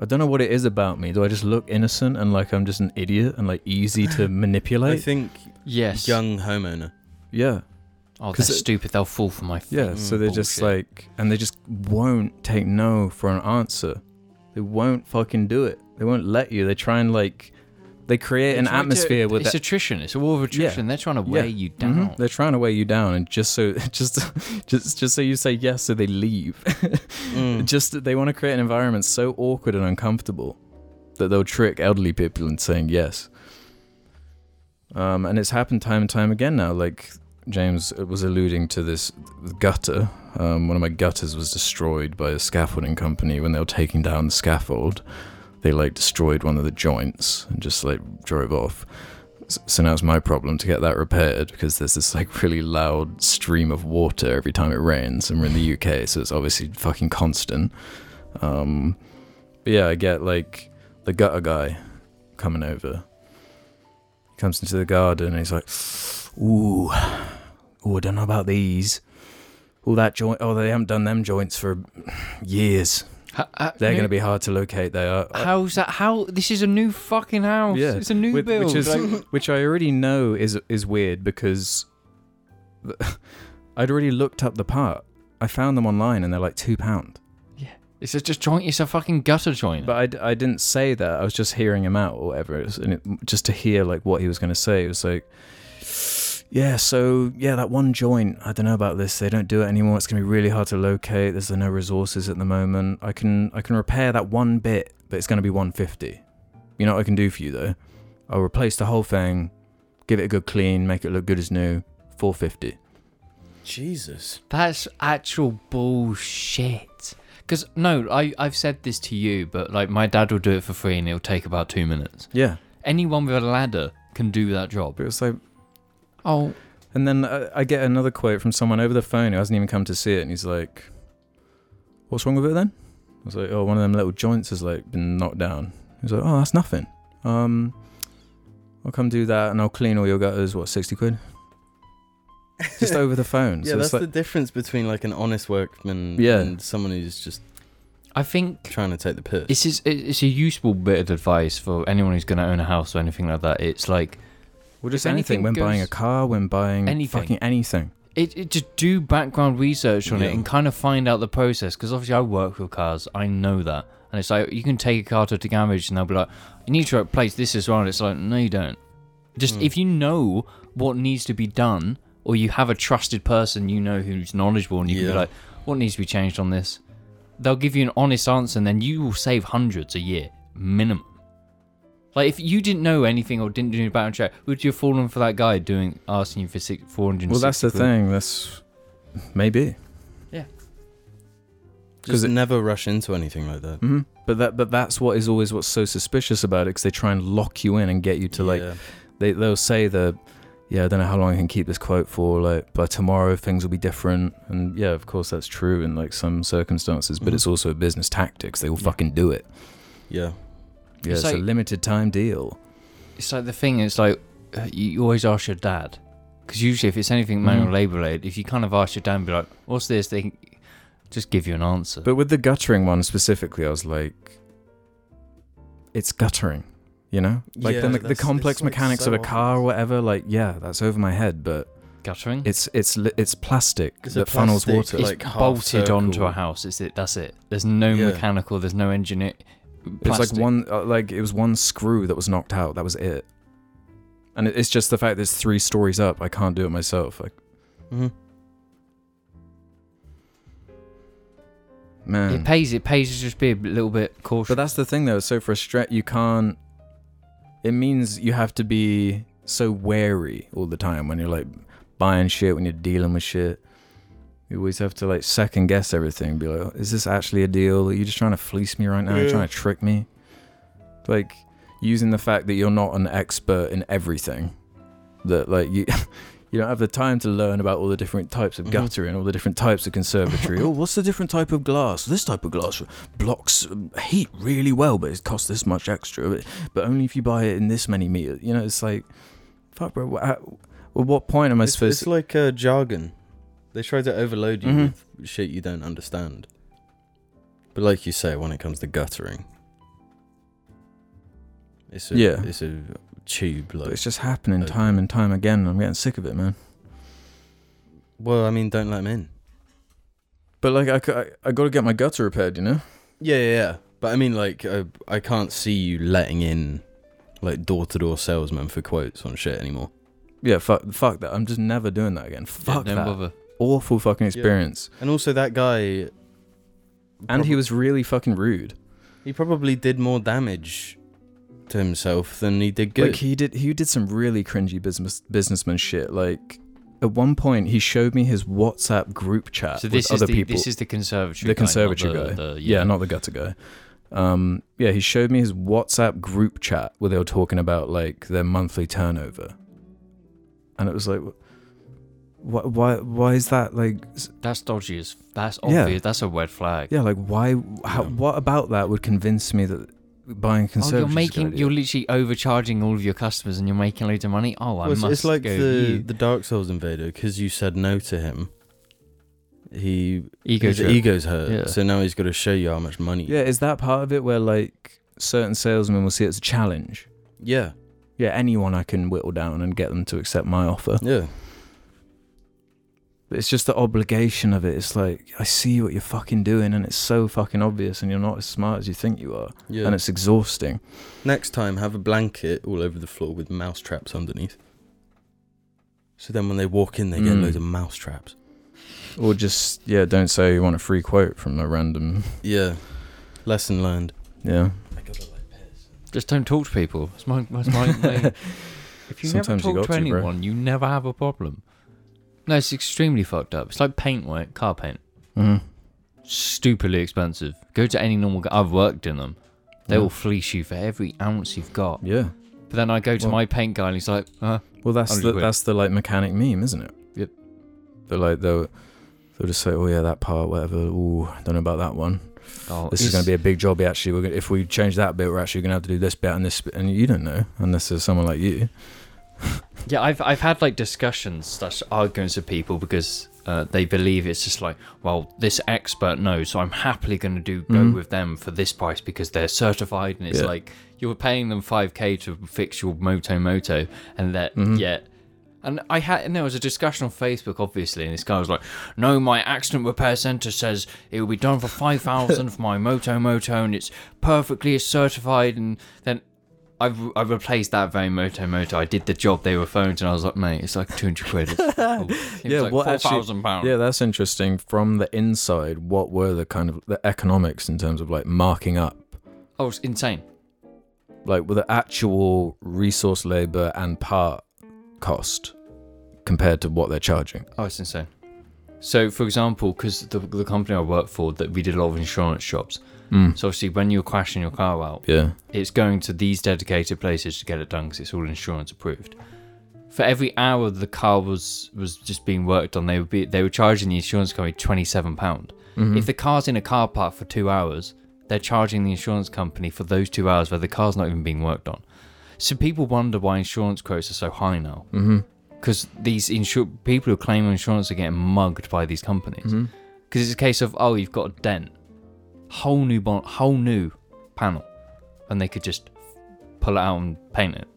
Speaker 1: I don't know what it is about me. Do I just look innocent and like I'm just an idiot and like easy to
Speaker 2: I
Speaker 1: manipulate?
Speaker 2: think
Speaker 3: Yes.
Speaker 2: young homeowner.
Speaker 1: yeah,
Speaker 3: Oh, they're
Speaker 1: 'Cause it-
Speaker 3: stupid. They'll fall for my. F-
Speaker 1: yeah. so they're just
Speaker 3: Hmm, Bullshit.
Speaker 1: like, and they just won't take no for an answer. They won't fucking do it. They won't let you. They try and like, they create an
Speaker 3: They try to-
Speaker 1: atmosphere with
Speaker 3: It's
Speaker 1: that.
Speaker 3: attrition. It's a war of attrition. They're trying to
Speaker 1: Yeah.
Speaker 3: weigh you
Speaker 1: Mhm.
Speaker 3: down.
Speaker 1: They're trying to weigh you down, and just so, just, just, just so you say yes, so they leave.
Speaker 2: Mm.
Speaker 1: just that they want to create an environment so awkward and uncomfortable that they'll trick elderly people into saying yes. Um, and it's happened time and time again now. Like James uh, was alluding to this gutter. Um, one of my gutters was destroyed by a scaffolding company when they were taking down the scaffold. They like destroyed one of the joints and just like drove off. S- So now it's my problem to get that repaired because there's this like really loud stream of water every time it rains, and we're in the UK, so it's obviously fucking constant. Um, but yeah, I get like the gutter guy coming over. He comes into the garden and he's like, "Ooh, ooh, I don't know about these. Oh, that joint. Oh, they haven't done them joints for years.
Speaker 3: Ha- ha-
Speaker 1: They're
Speaker 3: no-
Speaker 1: going to be hard to locate. They are."
Speaker 3: How's that? How? This is a new fucking house.
Speaker 1: Yeah,
Speaker 3: It's a new
Speaker 1: With-
Speaker 3: build.
Speaker 1: which is
Speaker 3: like-
Speaker 1: which I already know is is weird because the- I'd already looked up the part. I found them online and they're like two pound.
Speaker 3: it's just a joint. It's a fucking gutter joint.
Speaker 1: But I d- I, didn't say that. I was just hearing him out or whatever. It was- and it, just to hear like what he was going to say, it was like, yeah. So yeah, that one joint. I don't know about this. They don't do it anymore. It's going to be really hard to locate. There's uh, no resources at the moment. I can I can repair that one bit, but it's going to be 150. You know what I can do for you though? I'll replace the whole thing, give it a good clean, make it look good as new. 450.
Speaker 2: Jesus.
Speaker 3: That's actual bullshit. Because, no, I, I've said this to you, but like my dad will do it for free and it'll take about two minutes.
Speaker 1: Yeah,
Speaker 3: Anyone with a ladder can do that job.
Speaker 1: but it's like
Speaker 3: Oh,
Speaker 1: And then I, I get another quote from someone over the phone who hasn't even come to see it, and he's like, "What's wrong with it then?" I was like, "Oh, one of them little joints has like been knocked down." He's like, "Oh, that's nothing. Um, I'll come do that, and I'll clean all your gutters. What, sixty quid? Just over the phone?
Speaker 2: yeah,
Speaker 1: so
Speaker 2: that's
Speaker 1: it's like,
Speaker 2: the difference between like an honest workman
Speaker 1: Yeah.
Speaker 2: and someone who's just
Speaker 3: I think
Speaker 2: trying to take the piss.
Speaker 3: this is it's a useful bit of advice for anyone who's going to own a house or anything like that. It's like,
Speaker 1: well, just
Speaker 3: if
Speaker 1: anything.
Speaker 3: anything
Speaker 1: when buying a
Speaker 3: goes-
Speaker 1: car, when buying
Speaker 3: Anything.
Speaker 1: fucking anything.
Speaker 3: it, it just do background research on
Speaker 2: Yeah.
Speaker 3: it and kind of find out the process. Because obviously, I work with cars, I know that. And it's like, you can take a car to the garage and they'll be like, you need to replace this as well. And it's like, no, you don't. Just
Speaker 1: Hmm.
Speaker 3: if you know what needs to be done, or you have a trusted person you know who's knowledgeable, and you can be
Speaker 2: Yeah.
Speaker 3: like, what needs to be changed on this? They'll give you an honest answer, and then you will save hundreds a year minimum. Like if you didn't know anything or didn't do any background check, would you have fallen for that guy doing asking you for six, 460
Speaker 1: Well, that's the
Speaker 3: quid?
Speaker 1: thing. That's maybe.
Speaker 2: Just
Speaker 1: 'cause it-
Speaker 2: never rush into anything like that.
Speaker 1: hmm But that, but that's what is always what's so suspicious about it, because they try and lock you in and get you to like
Speaker 2: Yeah.
Speaker 1: they they'll say the yeah I don't know how long I can keep this quote for like by tomorrow things will be different and yeah of course that's true in like some circumstances but
Speaker 2: Mhm.
Speaker 1: it's also a business tactics they all fucking do it yeah
Speaker 2: yeah.
Speaker 3: It's
Speaker 1: it's, a
Speaker 3: like-
Speaker 1: limited time deal
Speaker 3: It's like the thing. It's like uh, you you always ask your dad, because usually if it's anything manual
Speaker 1: Mhm.
Speaker 3: labor related, if you kind of ask your dad and be like, "What's this?" They can just give you an answer.
Speaker 1: but with the guttering one specifically I was like it's guttering you know like
Speaker 2: Yeah,
Speaker 1: the, the
Speaker 2: that's-
Speaker 1: complex
Speaker 2: it's, like,
Speaker 1: mechanics
Speaker 2: so
Speaker 1: of a car or
Speaker 2: obvious.
Speaker 1: whatever like yeah that's over my head but
Speaker 3: Guttering.
Speaker 1: it's it's li- it's plastic
Speaker 2: It's a
Speaker 1: that funnels
Speaker 2: plastic,
Speaker 1: water
Speaker 2: like,
Speaker 3: It's
Speaker 2: half
Speaker 3: bolted
Speaker 2: circle.
Speaker 3: onto a house. It's it. That's it. There's no
Speaker 2: Yeah.
Speaker 3: mechanical. There's no engineer.
Speaker 1: It's like one, uh, like it was one screw that was knocked out. That was it. And it- it's just the fact that it's three stories up. I can't do it myself. Like,
Speaker 2: hmm
Speaker 3: It
Speaker 1: man.
Speaker 3: pays. It pays to just be a little bit cautious.
Speaker 1: But that's the thing, though. It's so frustrating. You can't. It means you have to be so wary all the time when you're like buying shit, when you're dealing with shit. You always have to like second guess everything. Be like, is this actually a deal? Are you just trying to fleece me right now? Are you
Speaker 2: Yeah.
Speaker 1: trying to trick me? Like using the fact that you're not an expert in everything. That like you you don't have the time to learn about all the different types of
Speaker 2: Mhm.
Speaker 1: gutter and all the different types of conservatory. oh, what's the different type of glass? This type of glass blocks um, heat really well, but it costs this much extra. But, but only if you buy it in this many meters. You know, it's like, fuck, bro. wha- how- At what point am I
Speaker 2: It's,
Speaker 1: supposed
Speaker 2: it's like uh, jargon. They try to overload you
Speaker 1: Mhm.
Speaker 2: with shit you don't understand. But like you say, when it comes to guttering, it's a,
Speaker 1: Yeah.
Speaker 2: it's a tube.
Speaker 1: But
Speaker 2: Like,
Speaker 1: it's just happening
Speaker 2: Okay.
Speaker 1: time and time again. and I'm getting sick of it, man.
Speaker 2: well, I mean, don't let them in.
Speaker 1: But like, I, c- I, I got to get my gutter repaired, you know?
Speaker 2: Yeah, yeah, yeah. But I mean, like, I, I can't see you letting in like door to door salesmen for quotes on shit anymore.
Speaker 1: Yeah, fuck, fuck that. I'm just never doing that again. Fuck
Speaker 3: don't
Speaker 1: that.
Speaker 3: bother.
Speaker 1: Awful fucking experience.
Speaker 2: And also, that guy.
Speaker 1: And he
Speaker 2: prob-
Speaker 1: was really fucking rude.
Speaker 2: He probably did more damage to himself than he did good.
Speaker 1: Like he did, he did some really cringy business businessman shit. Like at one point, he showed me his WhatsApp group chat Uh,
Speaker 3: So
Speaker 1: with
Speaker 3: this is
Speaker 1: other
Speaker 3: the
Speaker 1: people.
Speaker 3: this is the conservatory.
Speaker 1: the
Speaker 3: guy, not
Speaker 1: conservatory
Speaker 3: the-
Speaker 1: guy.
Speaker 3: the-
Speaker 1: yeah. not the gutter guy. Um, yeah, he showed me his WhatsApp group chat where they were talking about like their monthly turnover, and it was like, why, why, why is that like? s-
Speaker 3: That's dodgy. As, that's
Speaker 1: Yeah.
Speaker 3: obvious. That's a red flag.
Speaker 1: Yeah, like why? How,
Speaker 2: Yeah.
Speaker 1: What about that would convince me that buying
Speaker 3: Oh, you're
Speaker 1: conservatory?
Speaker 3: making you're literally overcharging all of your customers, and you're making loads of money. Oh, I
Speaker 2: Well, it's,
Speaker 3: must
Speaker 2: it's like
Speaker 3: go.
Speaker 2: the,
Speaker 3: you.
Speaker 2: the Dark Souls invader because you said no to him. He
Speaker 3: ego
Speaker 2: his
Speaker 3: trip.
Speaker 1: e-
Speaker 2: ego's hurt,
Speaker 3: Yeah.
Speaker 2: so now he's got to show you how much money.
Speaker 1: yeah, is that part of it where like certain salesmen will see it as a challenge?
Speaker 2: yeah,
Speaker 1: Yeah, anyone I can whittle down and get them to accept my offer.
Speaker 2: yeah.
Speaker 1: But it's just the obligation of it. It's like I see what you're fucking doing, and it's so fucking obvious, and you're not as smart as you think you are,
Speaker 2: yeah.
Speaker 1: and it's exhausting.
Speaker 2: Next time, have a blanket all over the floor with mouse traps underneath. So then, when they walk in, they get
Speaker 1: Mm.
Speaker 2: loads of mouse traps.
Speaker 1: Or just yeah, don't say you want a free quote from a random
Speaker 2: Yeah, lesson learned.
Speaker 1: yeah.
Speaker 3: Just don't talk to people. It's my, that's my, my if you
Speaker 1: Sometimes you
Speaker 3: never talk
Speaker 1: got
Speaker 3: to
Speaker 1: to, bro.
Speaker 3: anyone, you never have a problem. No, it's extremely fucked up. It's like paint work, car paint.
Speaker 1: Mhm.
Speaker 3: Stupidly expensive. Go to any normal. g- I've worked in them. They
Speaker 1: Yeah.
Speaker 3: will fleece you for every ounce you've got.
Speaker 1: Yeah.
Speaker 3: But then I go to
Speaker 1: Well-
Speaker 3: my paint guy and he's like, uh,
Speaker 1: Well, that's
Speaker 3: 100
Speaker 1: the
Speaker 3: quid.
Speaker 1: that's the like mechanic meme, isn't it?
Speaker 3: Yep.
Speaker 1: They're like they'll they'll just say, oh yeah, that part, whatever. Ooh, don't know about that one.
Speaker 3: oh,
Speaker 1: This is going to be a big job. Actually, we're gonna, if we change that bit, we're actually going to have to do this bit and this, bit. and you don't know unless there's someone like you.
Speaker 3: Yeah, I've I've had like discussions slash arguments with people because uh, they believe it's just like, well, this expert knows, so I'm happily going to do go
Speaker 1: Mhm.
Speaker 3: with them for this price because they're certified, and it's
Speaker 1: Yeah.
Speaker 3: like you were paying them five k to fix your moto moto, and that
Speaker 1: Mhm.
Speaker 3: yeah. And I had, and there was a discussion on Facebook, obviously, and this guy was like, "No, my accident repair center says it will be done for five thousand for my moto moto, and it's perfectly certified." And then I, re- I replaced that very moto moto. I did the job they were phoned, and I was like, "Mate, it's like two hundred quid." It's- oh." It
Speaker 1: Yeah,
Speaker 3: was like
Speaker 1: what
Speaker 3: four
Speaker 1: actually-
Speaker 3: thousand pounds?
Speaker 1: Yeah, that's interesting. From the inside, what were the kind of the economics in terms of like marking up,
Speaker 3: Oh, it's insane.
Speaker 1: like with the actual resource, labor, and part cost compared to what they're charging?
Speaker 3: Oh, it's insane. So, for example, because the, the company I work for, that we did a lot of insurance shops.
Speaker 1: Mm.
Speaker 3: So obviously, when you're crashing your car out,
Speaker 1: Yeah,
Speaker 3: it's going to these dedicated places to get it done because it's all insurance approved. For every hour the car was was just being worked on, they would be they were charging the insurance company twenty seven pound. If the car's in a car park for two hours, they're charging the insurance company for those two hours where the car's not even being worked on. So people wonder why insurance quotes are so high now
Speaker 1: mm-hmm.
Speaker 3: because these insur- people who claim insurance are getting mugged by these companies because
Speaker 1: Mhm.
Speaker 3: it's a case of oh you've got a dent whole new bon- whole new panel and they could just pull it out and paint it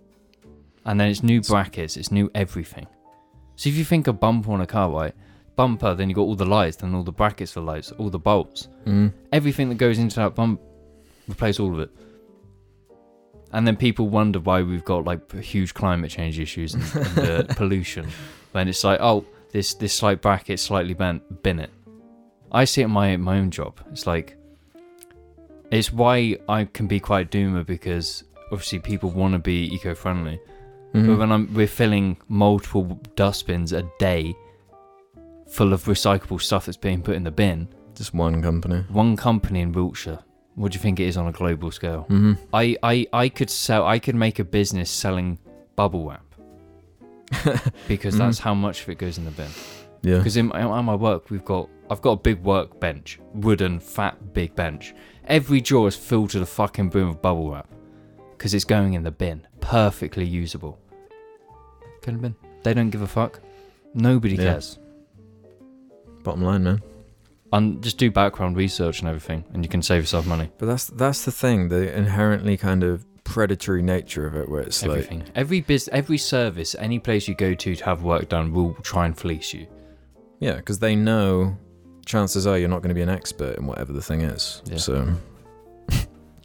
Speaker 3: and then it's new brackets it's new everything so if you think a bumper on a car right bumper then you got all the lights then all the brackets for lights all the bolts
Speaker 1: Mm.
Speaker 3: everything that goes into that bump replace all of it and then people wonder why we've got like p- huge climate change issues and, and uh, pollution when it's like oh this this slight bracket slightly bent bin it i see it in my my own job it's like it's why i can be quite a doomer because obviously people want to be eco-friendly But
Speaker 1: Mhm.
Speaker 3: when I'm we're filling multiple dustbins a day full of recyclable stuff that's being put in the bin,
Speaker 1: Just one company.
Speaker 3: one company in Wiltshire. What do you think it is on a global scale?
Speaker 1: Mm-hmm.
Speaker 3: I, I, I could sell I could make a business selling bubble wrap because
Speaker 1: Mhm.
Speaker 3: that's how much of it goes in the bin.
Speaker 1: yeah.
Speaker 3: Because in my, at my work we've got I've got a big work bench, wooden fat big bench. Every drawer is filled to the fucking boom of bubble wrap because it's going in the bin, perfectly usable. Go in the bin. They don't give a fuck. Nobody
Speaker 1: Yeah.
Speaker 3: cares.
Speaker 1: Bottom line, man.
Speaker 3: And just do background research and everything, and you can save yourself money.
Speaker 1: But that's that's the thing, the inherently kind of predatory nature of it, where it's
Speaker 3: everything. every biz, every service, any place you go to to have work done will try and fleece you.
Speaker 1: like, yeah, because they know chances are you're not going to be an expert in whatever the thing is.
Speaker 3: Yeah.
Speaker 1: So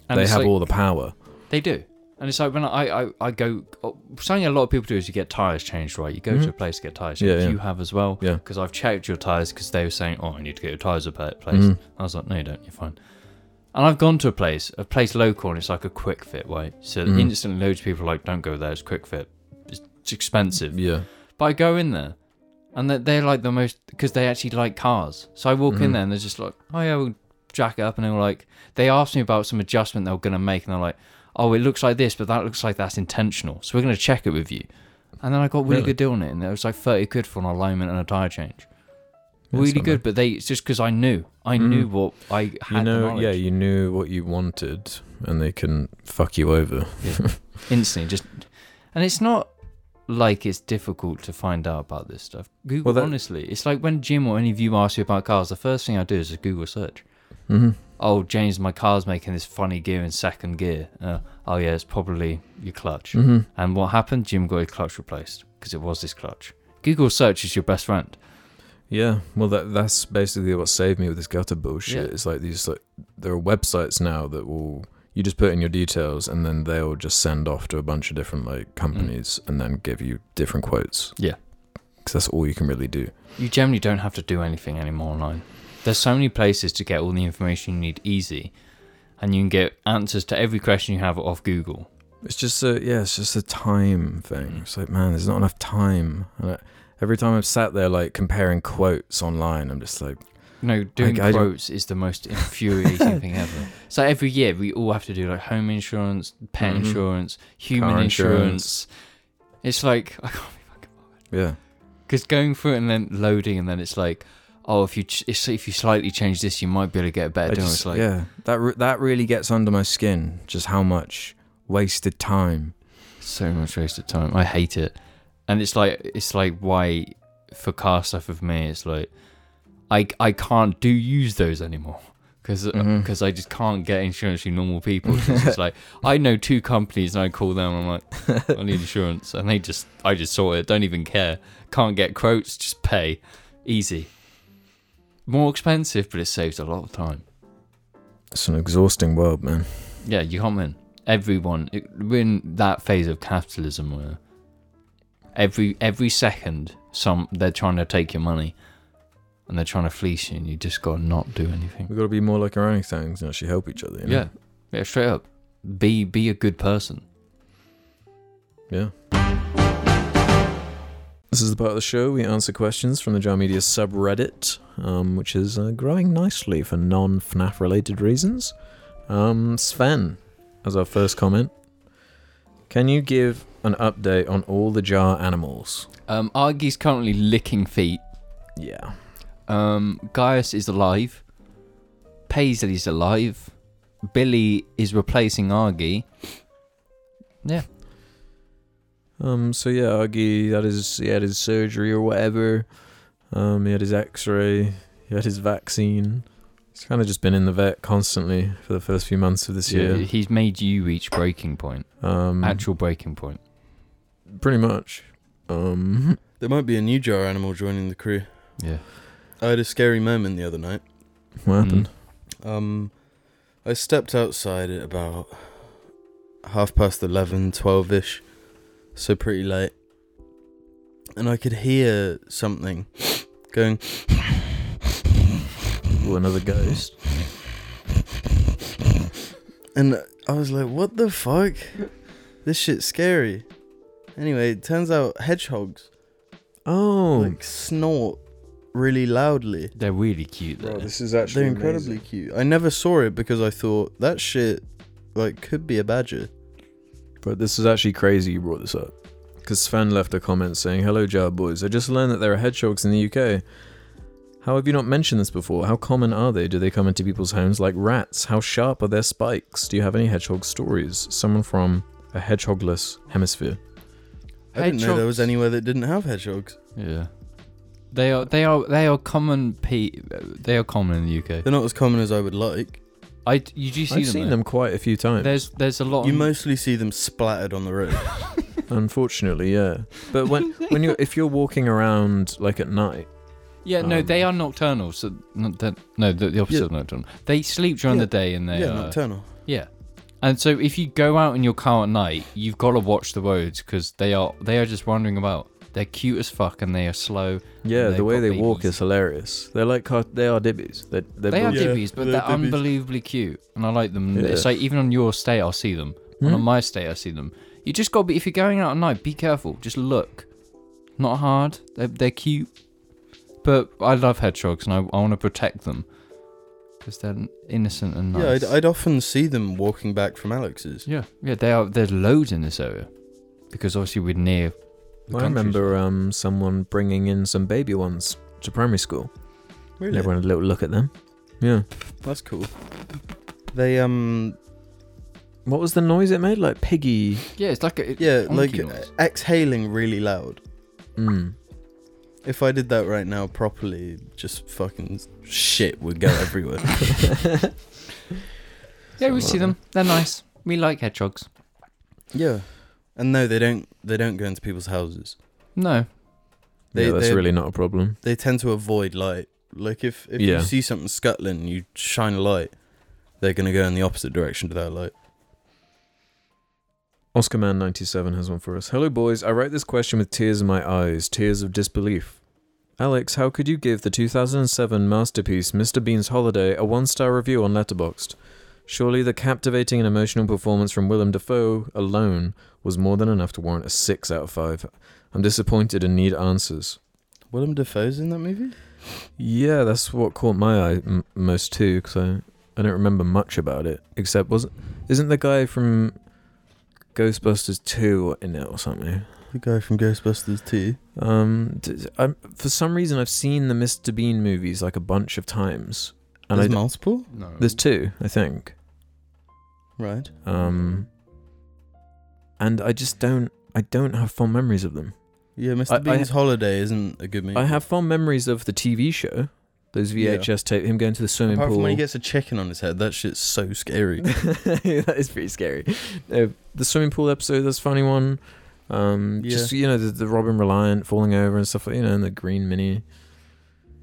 Speaker 3: And
Speaker 1: they
Speaker 3: it's
Speaker 1: have
Speaker 3: like-
Speaker 1: all the power.
Speaker 3: They do. And it's like when I, I, I go, oh, something a lot of people do is you get tyres changed, right? You go
Speaker 1: Mhm.
Speaker 3: to a place to get tyres
Speaker 1: Yeah,
Speaker 3: changed.
Speaker 1: yeah.
Speaker 3: You have as well.
Speaker 1: Yeah.
Speaker 3: Because I've checked your tyres because they were saying, oh, I need to get your tyres replaced.
Speaker 1: Mhm.
Speaker 3: I was like, no, you don't. You're fine. And I've gone to a place, a place local, and it's like a quick fit, right? So
Speaker 1: Mhm.
Speaker 3: instantly loads of people are like, don't go there. It's quick fit. It's, it's expensive.
Speaker 1: Yeah.
Speaker 3: But I go in there, and they're, they're like the most because they actually like cars. So I walk in
Speaker 1: Mhm.
Speaker 3: there, and they're just like, "Oh yeah, we'll jack it up," and they were like, they asked me about some adjustment they were gonna make, and they're like, "Oh, it looks like this, but that looks like that's intentional, so we're gonna check it with you." And then I got a really,
Speaker 1: Really?
Speaker 3: good deal on it, and it was like thirty quid for an alignment and a tire change.
Speaker 1: Yeah,
Speaker 3: really
Speaker 1: it's not
Speaker 3: good, but they it's just because I knew, I
Speaker 1: Mhm.
Speaker 3: knew what I
Speaker 1: bad.
Speaker 3: had.
Speaker 1: You
Speaker 3: the
Speaker 1: know,
Speaker 3: knowledge.
Speaker 1: yeah, you knew what you wanted, and they couldn't fuck you over.
Speaker 3: instantly just, and it's not like it's difficult to find out about this stuff. Google,
Speaker 1: Well, that-
Speaker 3: honestly, it's like when Jim or any of you ask you about cars, the first thing I do is a Google search.
Speaker 1: Mm-hmm.
Speaker 3: Oh, James, my car's making this funny gear in second gear. Uh, oh yeah, it's probably your clutch.
Speaker 1: Mm-hmm.
Speaker 3: And what happened? Jim got his clutch replaced because it was his clutch. Google search is your best friend.
Speaker 1: Yeah, well, that that's basically what saved me with this gutter bullshit.
Speaker 3: Yeah.
Speaker 1: It's like these like there are websites now that will you just put in your details and then they'll just send off to a bunch of different like companies and then give you different quotes.
Speaker 3: Mm. Yeah.
Speaker 1: because that's all you can really do.
Speaker 3: You generally don't have to do anything anymore online. There's so many places to get all the information you need easy, and you can get answers to every question you have off Google.
Speaker 1: It's just a yeah, it's just a time thing. It's like man, there's not enough time. And I, every time I've sat there like comparing quotes online, I'm just like,
Speaker 3: No, doing
Speaker 1: I don't-
Speaker 3: quotes is the most infuriating thing ever. So every year we all have to do like home insurance, pet
Speaker 1: Mhm.
Speaker 3: insurance, human
Speaker 1: Car
Speaker 3: insurance. It's like I can't be fucking
Speaker 1: yeah,
Speaker 3: because going through it and then loading and then it's like, oh, if you ch- it's- if you slightly change this, you might be able to get a better
Speaker 1: I
Speaker 3: deal.
Speaker 1: just-
Speaker 3: it's like
Speaker 1: yeah, that re- that really gets under my skin. Just how much wasted time.
Speaker 3: so much wasted time. I hate it, and it's like it's like why for car stuff with me, it's like I I can't do use those anymore. Because
Speaker 1: Mhm.
Speaker 3: I just can't get insurance from normal people. So it's just like I know two companies and I call them. I'm like, I need insurance, and they just I just sort it. Don't even care. Can't get quotes. Just pay. Easy. More expensive, but it saves a lot of time.
Speaker 1: It's an exhausting world, man.
Speaker 3: Yeah, you can't win. Everyone, it- we're in that phase of capitalism where every every second, some they're trying to take your money, and they're trying to fleece you, and you just gotta not do anything.
Speaker 1: We've got to be more like orangutans and actually help each other. You know?
Speaker 3: Yeah, yeah, straight up. Be be a good person.
Speaker 1: Yeah. This is the part of the show we answer questions from the Jar Media subreddit, um, which is uh, growing nicely for non FNAF related reasons. Um, Sven, as our first comment, can you give an update on all the jar animals?
Speaker 3: Um, Argy's currently licking feet.
Speaker 1: Yeah.
Speaker 3: Um, Gaius is alive. Paisley's alive. Billy is replacing Argy.
Speaker 1: Um. So yeah, Augie had his he had his surgery or whatever. Um. He had his X-ray. He had his vaccine. He's kind of just been in the vet constantly for the first few months of this year.
Speaker 3: He's made you reach breaking point.
Speaker 1: Um.
Speaker 3: Actual breaking point.
Speaker 1: pretty much. Um.
Speaker 2: There might be a new jar animal joining the crew.
Speaker 3: Yeah.
Speaker 2: I had a scary moment the other night.
Speaker 1: What happened?
Speaker 2: Um, I stepped outside at about half past 11, 12 ish, so pretty late. And I could hear something going. Mm.
Speaker 1: Ooh, another ghost.
Speaker 2: And I was like, what the fuck? This shit's scary. Anyway, it turns out hedgehogs
Speaker 4: Oh,
Speaker 2: like snort really loudly.
Speaker 3: They're really cute though.
Speaker 1: this is actually
Speaker 2: They're incredibly cute. I never saw it because I thought that shit like could be a badger.
Speaker 4: bro, this is actually crazy. You brought this up.
Speaker 1: Because Sven left a comment saying, Hello, Jar Boys. I just learned that there are hedgehogs in the UK. How have you not mentioned this before? How common are they? Do they come into people's homes like rats? How sharp are their spikes? Do you have any hedgehog stories? Someone from a hedgehogless hemisphere.
Speaker 2: I didn't know there was
Speaker 3: Hedgehogs.
Speaker 2: anywhere that didn't have hedgehogs.
Speaker 3: Yeah. They are they are they are common pe- they are common in the UK.
Speaker 2: They're not as common as I would like.
Speaker 3: I you do see
Speaker 1: I've
Speaker 3: them.
Speaker 1: seen
Speaker 3: though.
Speaker 1: them quite a few times.
Speaker 3: There's there's a lot
Speaker 2: You
Speaker 3: on-
Speaker 2: mostly see them splattered on the road.
Speaker 1: Unfortunately, yeah. But when when you if you're walking around like at night,
Speaker 3: Yeah, no,
Speaker 1: Um,
Speaker 3: they are nocturnal. So not that, no, the, the opposite
Speaker 2: Yeah.
Speaker 3: of nocturnal. They sleep during
Speaker 2: Yeah.
Speaker 3: the day and they
Speaker 2: yeah,
Speaker 3: are
Speaker 2: nocturnal.
Speaker 3: yeah. And so if you go out in your car at night, you've got to watch the roads because they are they are just wandering about. They're cute as fuck and they are slow.
Speaker 1: yeah,
Speaker 3: They've
Speaker 1: the way
Speaker 3: got
Speaker 1: they walk
Speaker 3: babies.
Speaker 1: is hilarious. They're like car- they are dibbies. They're, they're
Speaker 3: They are
Speaker 2: Yeah,
Speaker 3: dibbies, but
Speaker 2: they're
Speaker 3: they're,
Speaker 2: dibbies.
Speaker 3: unbelievably cute, and I like them.
Speaker 1: Yeah.
Speaker 3: It's like even on your state, I'll see them. And on
Speaker 1: Hmm.
Speaker 3: my state, I see them. You just got to be if you're going out at night, be careful. Just look, not hard. They're they're cute, but I love hedgehogs and I, I want to protect them because they're innocent and nice.
Speaker 2: Yeah, I'd, I'd often see them walking back from Alex's.
Speaker 3: yeah, yeah. They are. There's loads in this area because obviously we're near. The
Speaker 1: I
Speaker 3: countries.
Speaker 1: remember um, someone bringing in some baby ones to primary school.
Speaker 2: Really?
Speaker 1: Everyone had a little look at them. Yeah.
Speaker 2: That's cool. They um
Speaker 1: What was the noise it made? Like piggy.
Speaker 3: Yeah, it's like a, it-
Speaker 2: yeah, like
Speaker 3: honking noise.
Speaker 2: exhaling really loud.
Speaker 1: Mm.
Speaker 2: If I did that right now properly, just fucking shit would go everywhere.
Speaker 3: yeah, we see them. They're nice. We like hedgehogs.
Speaker 2: yeah. And no, they don't they don't go into people's houses.
Speaker 3: No,
Speaker 2: They-
Speaker 1: yeah, that's
Speaker 2: they-
Speaker 1: really not a problem.
Speaker 2: They tend to avoid light. Like if, if
Speaker 1: Yeah.
Speaker 2: you see something scuttling, you shine a light, they're gonna go in the opposite direction to that light.
Speaker 1: Oscar Man 97 has one for us. Hello, boys. I wrote this question with tears in my eyes, tears of disbelief. Alex, how could you give the 2007 masterpiece Mr. Bean's Holiday a one star review on Letterboxd? Surely the captivating and emotional performance from Willem Dafoe alone was more than enough to warrant a 6 out of 5. I'm disappointed and need answers.
Speaker 2: Willem Dafoe's in that movie?
Speaker 1: Yeah, that's what caught my eye m- most too, because I, I don't remember much about it. Except wasn't isn't the guy from Ghostbusters two in it or something?
Speaker 2: The guy from Ghostbusters 2.
Speaker 1: Um, d- I'm, for some reason I've seen the Mr Bean movies like a bunch of times, and
Speaker 2: There's
Speaker 1: I d-
Speaker 2: multiple?
Speaker 3: no.
Speaker 1: there's two I think.
Speaker 2: Right.
Speaker 1: Um, and I just don't I don't have fond memories of them.
Speaker 2: Yeah, Mr.
Speaker 1: I- I-
Speaker 2: Bean's Holiday isn't a good movie.
Speaker 1: I have fond memories of the TV show, those
Speaker 2: Yeah.
Speaker 1: VHS tape, him going to the swimming
Speaker 2: Apart
Speaker 1: pool.
Speaker 2: from when he gets a chicken on his head, that shit's so scary.
Speaker 1: that is pretty scary. Uh, the swimming pool episode, that's a funny one. Um,
Speaker 2: Yeah.
Speaker 1: Just you know the, the Robin Reliant falling over and stuff like you know, and the green mini,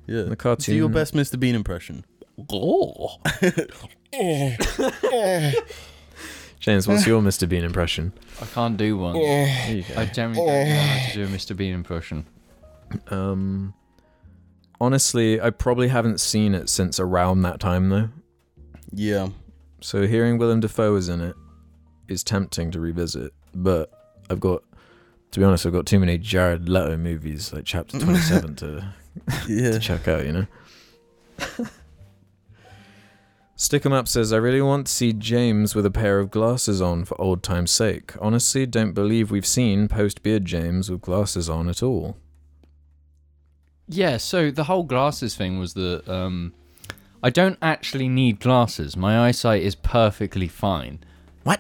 Speaker 2: Yeah.
Speaker 1: and the cartoon.
Speaker 2: Do your best Mr. Bean impression.
Speaker 3: Oh.
Speaker 1: James, what's your Mr Bean impression?
Speaker 3: I can't do one.
Speaker 2: Oh.
Speaker 1: There you go.
Speaker 3: I generally don't know how to do a Mr. Bean impression.
Speaker 1: Um, honestly, I probably haven't seen it since around that time though.
Speaker 2: Yeah.
Speaker 1: So hearing Willem Dafoe is in it is tempting to revisit, but I've got. To be honest, I've got too many Jared Leto movies, like Chapter 27, to
Speaker 2: Yeah.
Speaker 1: to check out, you know? Stick 'em up says, I really want to see James with a pair of glasses on for old time's sake. Honestly, don't believe we've seen post beard James with glasses on at all.
Speaker 3: Yeah, so the whole glasses thing was that um, I don't actually need glasses. My eyesight is perfectly fine.
Speaker 1: What?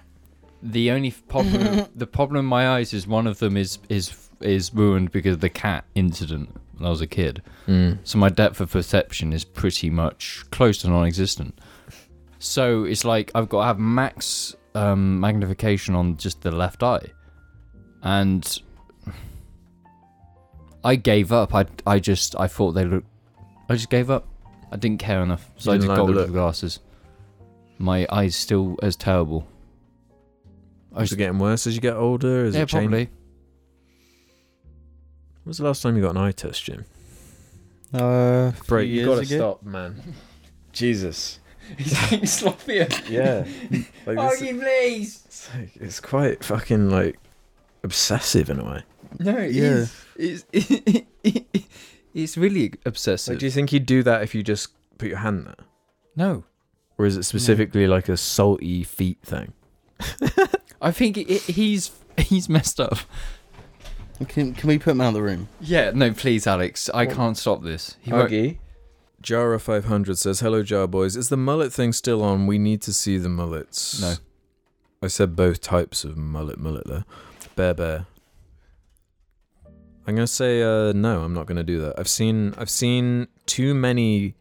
Speaker 3: The only f- problem, the problem in my eyes is one of them is is is ruined because of the cat incident when I was a kid.
Speaker 1: Mm.
Speaker 3: So my depth of perception is pretty much close to non-existent. So it's like I've got to have max um, magnification on just the left eye, and I gave up. I I just I thought they looked. I just gave up. I didn't care enough, so
Speaker 1: You
Speaker 3: I
Speaker 1: didn't like
Speaker 3: just got
Speaker 1: the
Speaker 3: rid
Speaker 1: look.
Speaker 3: of the glasses. My eyes still as terrible. I
Speaker 1: Is
Speaker 3: was
Speaker 1: it getting worse as you get older? Is
Speaker 3: yeah,
Speaker 1: it changing?
Speaker 3: probably.
Speaker 1: When was the last time you got an eye test, Jim?
Speaker 2: Uh,
Speaker 1: Bro,
Speaker 2: few
Speaker 1: you
Speaker 2: years
Speaker 1: gotta
Speaker 2: ago.
Speaker 1: stop, man. Jesus.
Speaker 3: He's getting sloppier. Oh,
Speaker 1: Yeah. Like, this,
Speaker 3: please.
Speaker 1: it's, like, it's quite fucking like
Speaker 4: obsessive in a way.
Speaker 3: No, it
Speaker 2: Yeah.
Speaker 3: is. It's, it's really obsessive.
Speaker 4: Like, do you think he'd do that if you just put your hand there,
Speaker 3: no,
Speaker 4: or is it specifically like a salty feet thing?
Speaker 3: I think it, he's he's messed up.
Speaker 2: Can, can we put him out of the room?
Speaker 3: Yeah, no, please, Alex. I
Speaker 4: What?
Speaker 3: can't stop this. He won't-
Speaker 4: Huggy.
Speaker 1: Jara five hundred says, "Hello, Jar boys. Is the mullet thing still on? We need to see the mullets."
Speaker 3: No.
Speaker 1: I said both types of mullet. Mullet there, bear bear. I'm gonna say uh, no. I'm not gonna do that. I've seen I've seen too many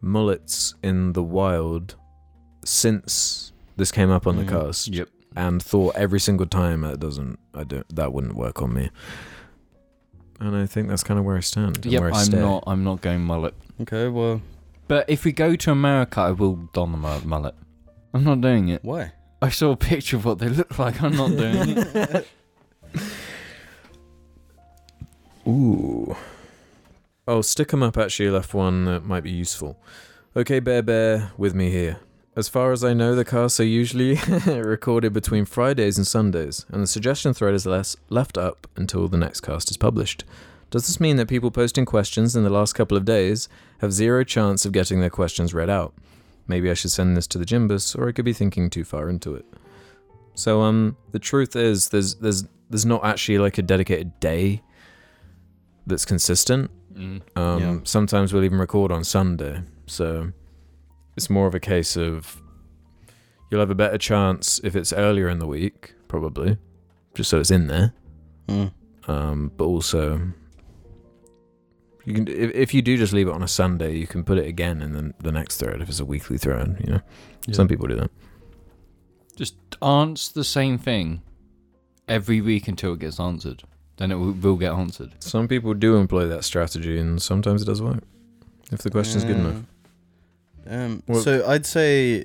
Speaker 1: mullets in the wild since this came up on
Speaker 2: Mm,
Speaker 1: the cast,
Speaker 3: Yep.
Speaker 1: and thought every single time that doesn't I don't that wouldn't work on me. And I think that's kind of where I stand. and
Speaker 3: Yep.
Speaker 1: where I
Speaker 3: I'm
Speaker 1: stay.
Speaker 3: not. I'm not going mullet.
Speaker 2: Okay, well,
Speaker 3: But if we go to America, I will don the mul- mullet. I'm not doing it.
Speaker 2: why?
Speaker 3: I saw a picture of what they look like. I'm not doing it.
Speaker 1: Ooh. Oh, stick 'em up actually left one that might be useful. Okay, Bear Bear, with me here. As far as I know, the casts are usually recorded between Fridays and Sundays, and the suggestion thread is less left up until the next cast is published. Does this mean that people posting questions in the last couple of days have zero chance of getting their questions read out? Maybe I should send this to the Jimbus, or I could be thinking too far into it. So, um, the truth is, there's there's there's not actually like a dedicated day that's consistent.
Speaker 3: Mm.
Speaker 1: Um,
Speaker 2: Yeah.
Speaker 1: Sometimes we'll even record on Sunday, so it's more of a case of you'll have a better chance if it's earlier in the week, probably, just so it's in there.
Speaker 2: Mm.
Speaker 1: Um, but also, you can if, if you do just leave it on a Sunday, you can put it again in the, the next thread if it's a weekly thread. You know, some people do that.
Speaker 3: Answer the same thing every week until it gets answered. Then it will, will get answered.
Speaker 1: Some people do employ that strategy, and sometimes it does work if the question's good enough.
Speaker 2: Yeah. Um,
Speaker 1: Well-
Speaker 2: so I'd say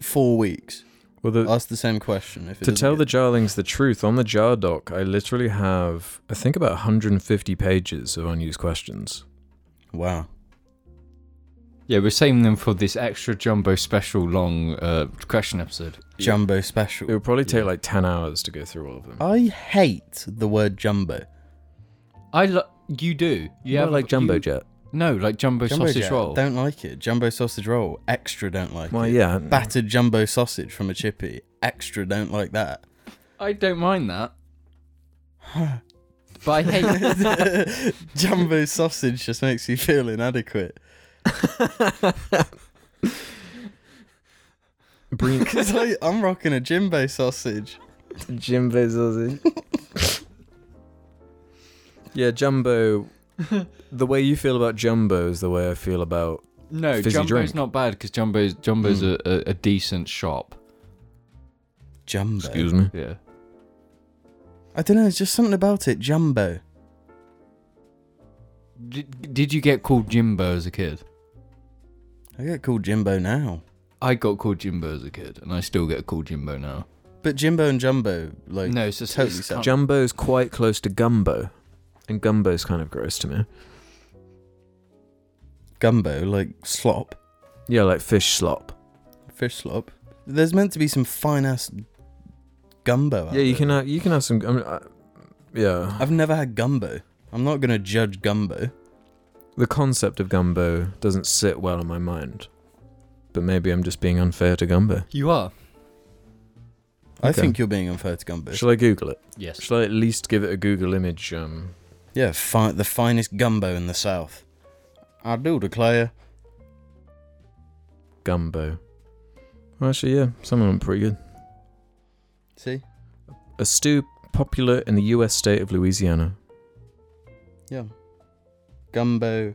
Speaker 2: four weeks.
Speaker 1: Well, the,
Speaker 2: Ask the same question. If it
Speaker 1: to
Speaker 2: doesn't
Speaker 1: tell the
Speaker 2: get-
Speaker 1: jarlings the truth on the jar doc i literally have i think about 150 pages of unused questions
Speaker 2: wow.
Speaker 3: Yeah, we're saving them for this extra jumbo special long uh, question episode.
Speaker 2: Jumbo
Speaker 1: it
Speaker 2: special.
Speaker 1: would probably take
Speaker 3: Yeah.
Speaker 1: like 10 hours to go through all of them
Speaker 2: I hate the word jumbo.
Speaker 3: I lo- you do. You
Speaker 1: Not
Speaker 3: have-
Speaker 1: like jumbo
Speaker 3: you-
Speaker 1: jet
Speaker 3: No, like jumbo,
Speaker 2: Jumbo
Speaker 3: sausage
Speaker 2: jet,
Speaker 3: roll.
Speaker 2: Don't like it. Jumbo sausage roll. Extra don't like
Speaker 1: well
Speaker 2: it.
Speaker 1: yeah
Speaker 2: Battered jumbo sausage from a chippy. Extra don't like that.
Speaker 3: I don't mind that. but I hate.
Speaker 2: jumbo sausage just makes you feel inadequate.
Speaker 1: breen
Speaker 2: Because I'm rocking a jimbo sausage.
Speaker 4: Jimbo sausage.
Speaker 1: yeah jumbo the way you feel about jumbo is the way i feel about
Speaker 3: No,
Speaker 1: Fizzy
Speaker 3: jumbo's
Speaker 1: drink.
Speaker 3: not bad because jumbo's jumbo's
Speaker 1: Mm.
Speaker 3: a, a, a decent shop.
Speaker 2: Jumbo.
Speaker 1: excuse me
Speaker 3: Yeah.
Speaker 2: I don't know. It's just something about it. Jumbo.
Speaker 3: Did, did you get called Jimbo as a kid?
Speaker 2: I get called Jimbo now.
Speaker 3: I got called Jimbo as a kid, and I still get called Jimbo now.
Speaker 2: But Jimbo and Jumbo, like,
Speaker 3: no, it's just
Speaker 2: totally
Speaker 3: it's
Speaker 2: separate.
Speaker 3: kind-
Speaker 1: jumbo's uh, quite close to gumbo and gumbo's kind of gross to me
Speaker 2: gumbo, like slop,
Speaker 1: yeah like fish slop
Speaker 2: fish slop. There's meant to be some fine ass gumbo. Out
Speaker 1: yeah you
Speaker 2: there.
Speaker 1: can uh, have you can have some I mean, I, yeah
Speaker 2: I've never had gumbo. I'm not gonna judge gumbo.
Speaker 1: the concept of gumbo doesn't sit well in my mind. But maybe I'm just being unfair to gumbo.
Speaker 3: You are.
Speaker 2: I
Speaker 1: Okay.
Speaker 2: think you're being unfair to gumbo.
Speaker 1: Shall I Google it?
Speaker 3: Yes.
Speaker 1: Shall I at least give it a Google image? Um,
Speaker 2: Yeah, fi- the finest gumbo in the south. I do declare.
Speaker 1: gumbo. Well, actually, yeah, some of them are pretty good.
Speaker 2: See,
Speaker 1: A stew popular in the U.S. state of Louisiana.
Speaker 2: yeah, gumbo.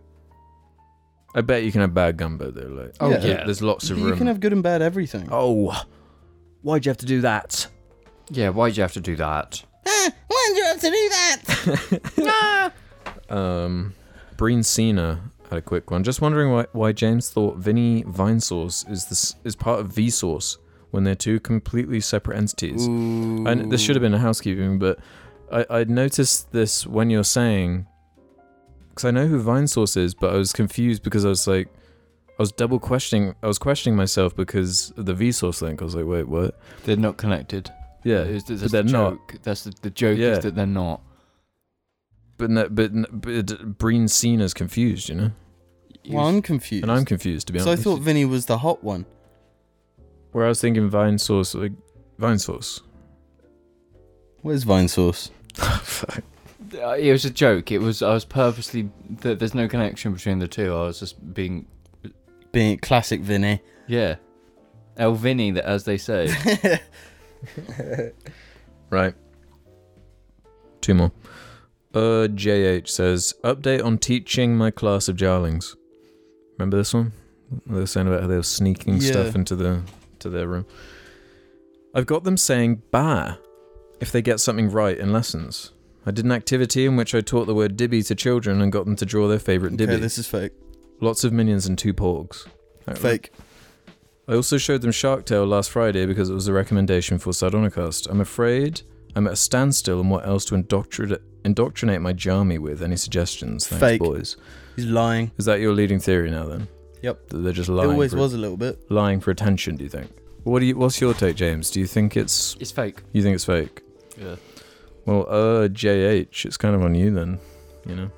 Speaker 1: I bet you can have bad gumbo though. Like,
Speaker 3: Oh,
Speaker 2: Yeah.
Speaker 1: there-
Speaker 3: yeah.
Speaker 1: there's lots of
Speaker 2: you
Speaker 1: room.
Speaker 2: can have good and bad everything.
Speaker 1: oh, why'd you have to do that?
Speaker 3: Yeah. Why'd you have to do that?
Speaker 2: Why'd you have to do that?
Speaker 1: Um, Breen Cena had a quick one. Just wondering why, why James thought Vinny Vine Sauce is this is part of V Sauce when they're two completely separate entities. And this should have been a housekeeping, but I, I noticed this when you're saying because I know who Vine Source is, but I was confused because I was like, I was double questioning. I was questioning myself because of the V Source link. I was like, wait, what?
Speaker 3: They're not connected.
Speaker 1: Yeah,
Speaker 3: It was- that's
Speaker 1: but
Speaker 3: the
Speaker 1: they're not.
Speaker 3: joke. That's the, the joke
Speaker 1: Yeah.
Speaker 3: is that they're not.
Speaker 1: But no, but n- but Breen's seen as confused, you know,
Speaker 3: He
Speaker 2: Well,
Speaker 3: was-
Speaker 2: I'm confused.
Speaker 1: and I'm confused to be
Speaker 2: so I
Speaker 1: honest.
Speaker 2: thought Vinny was the hot one.
Speaker 1: Where I was thinking Vine Sauce, like Vine Sauce.
Speaker 2: Where's Vine Sauce?
Speaker 3: Uh, it was a joke. It was I was purposely th- there's no connection between the two. I was just being
Speaker 2: Being classic Vinny.
Speaker 3: yeah, El Vinny, that as they say.
Speaker 1: Right. Two more. Uh, JH says, update on teaching my class of jarlings. Remember this one? They were saying about how they were sneaking
Speaker 2: Yeah.
Speaker 1: stuff into the to their room. I've got them saying "bah" if they get something right in lessons. I did an activity in which I taught the word "dibby" to children and got them to draw their favorite
Speaker 2: okay,
Speaker 1: dibby.
Speaker 2: this is fake.
Speaker 1: Lots of minions and two porgs. That was-
Speaker 2: Fake.
Speaker 1: I also showed them Shark Tale last Friday because it was a recommendation for Sardonicast. I'm afraid I'm at a standstill on what else to indoctrinate, indoctrinate my Jami with. Any suggestions? Thanks,
Speaker 2: Fake.
Speaker 1: boys.
Speaker 2: He's lying.
Speaker 1: Is that your leading theory now then?
Speaker 2: Yep.
Speaker 1: That they're just
Speaker 2: It
Speaker 1: lying.
Speaker 2: always
Speaker 1: for,
Speaker 2: was a little bit.
Speaker 1: lying for attention. Do you think? What do you? What's your take, James? Do you think it's
Speaker 3: It's fake.
Speaker 1: you think it's fake?
Speaker 3: Yeah.
Speaker 1: Well, uh, JH, it's kind of on you then. You know,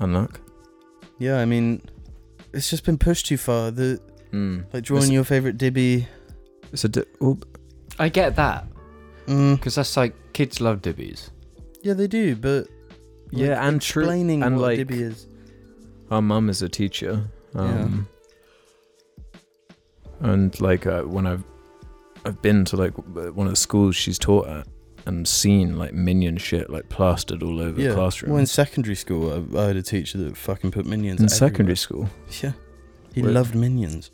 Speaker 1: unluck.
Speaker 2: Yeah, I mean, it's just been pushed too far. The
Speaker 1: Mm.
Speaker 2: like drawing
Speaker 1: It's-
Speaker 2: your favorite dibby.
Speaker 1: It's a di- well,
Speaker 3: I get that
Speaker 2: Mm,
Speaker 3: because that's like kids love dibbies.
Speaker 2: yeah, they do, but like,
Speaker 1: yeah, and true.
Speaker 2: explaining
Speaker 1: and
Speaker 2: what
Speaker 1: like-
Speaker 2: dibby is.
Speaker 1: our mum is a teacher um and like uh, when i've i've been to like w- one of the schools she's taught at and seen like minion shit like plastered all over
Speaker 2: Yeah.
Speaker 1: the classroom
Speaker 2: Well, in secondary school, I, I had a teacher that fucking put minions.
Speaker 1: in
Speaker 2: everywhere.
Speaker 1: secondary school
Speaker 2: Yeah. He
Speaker 1: Wait.
Speaker 2: loved minions.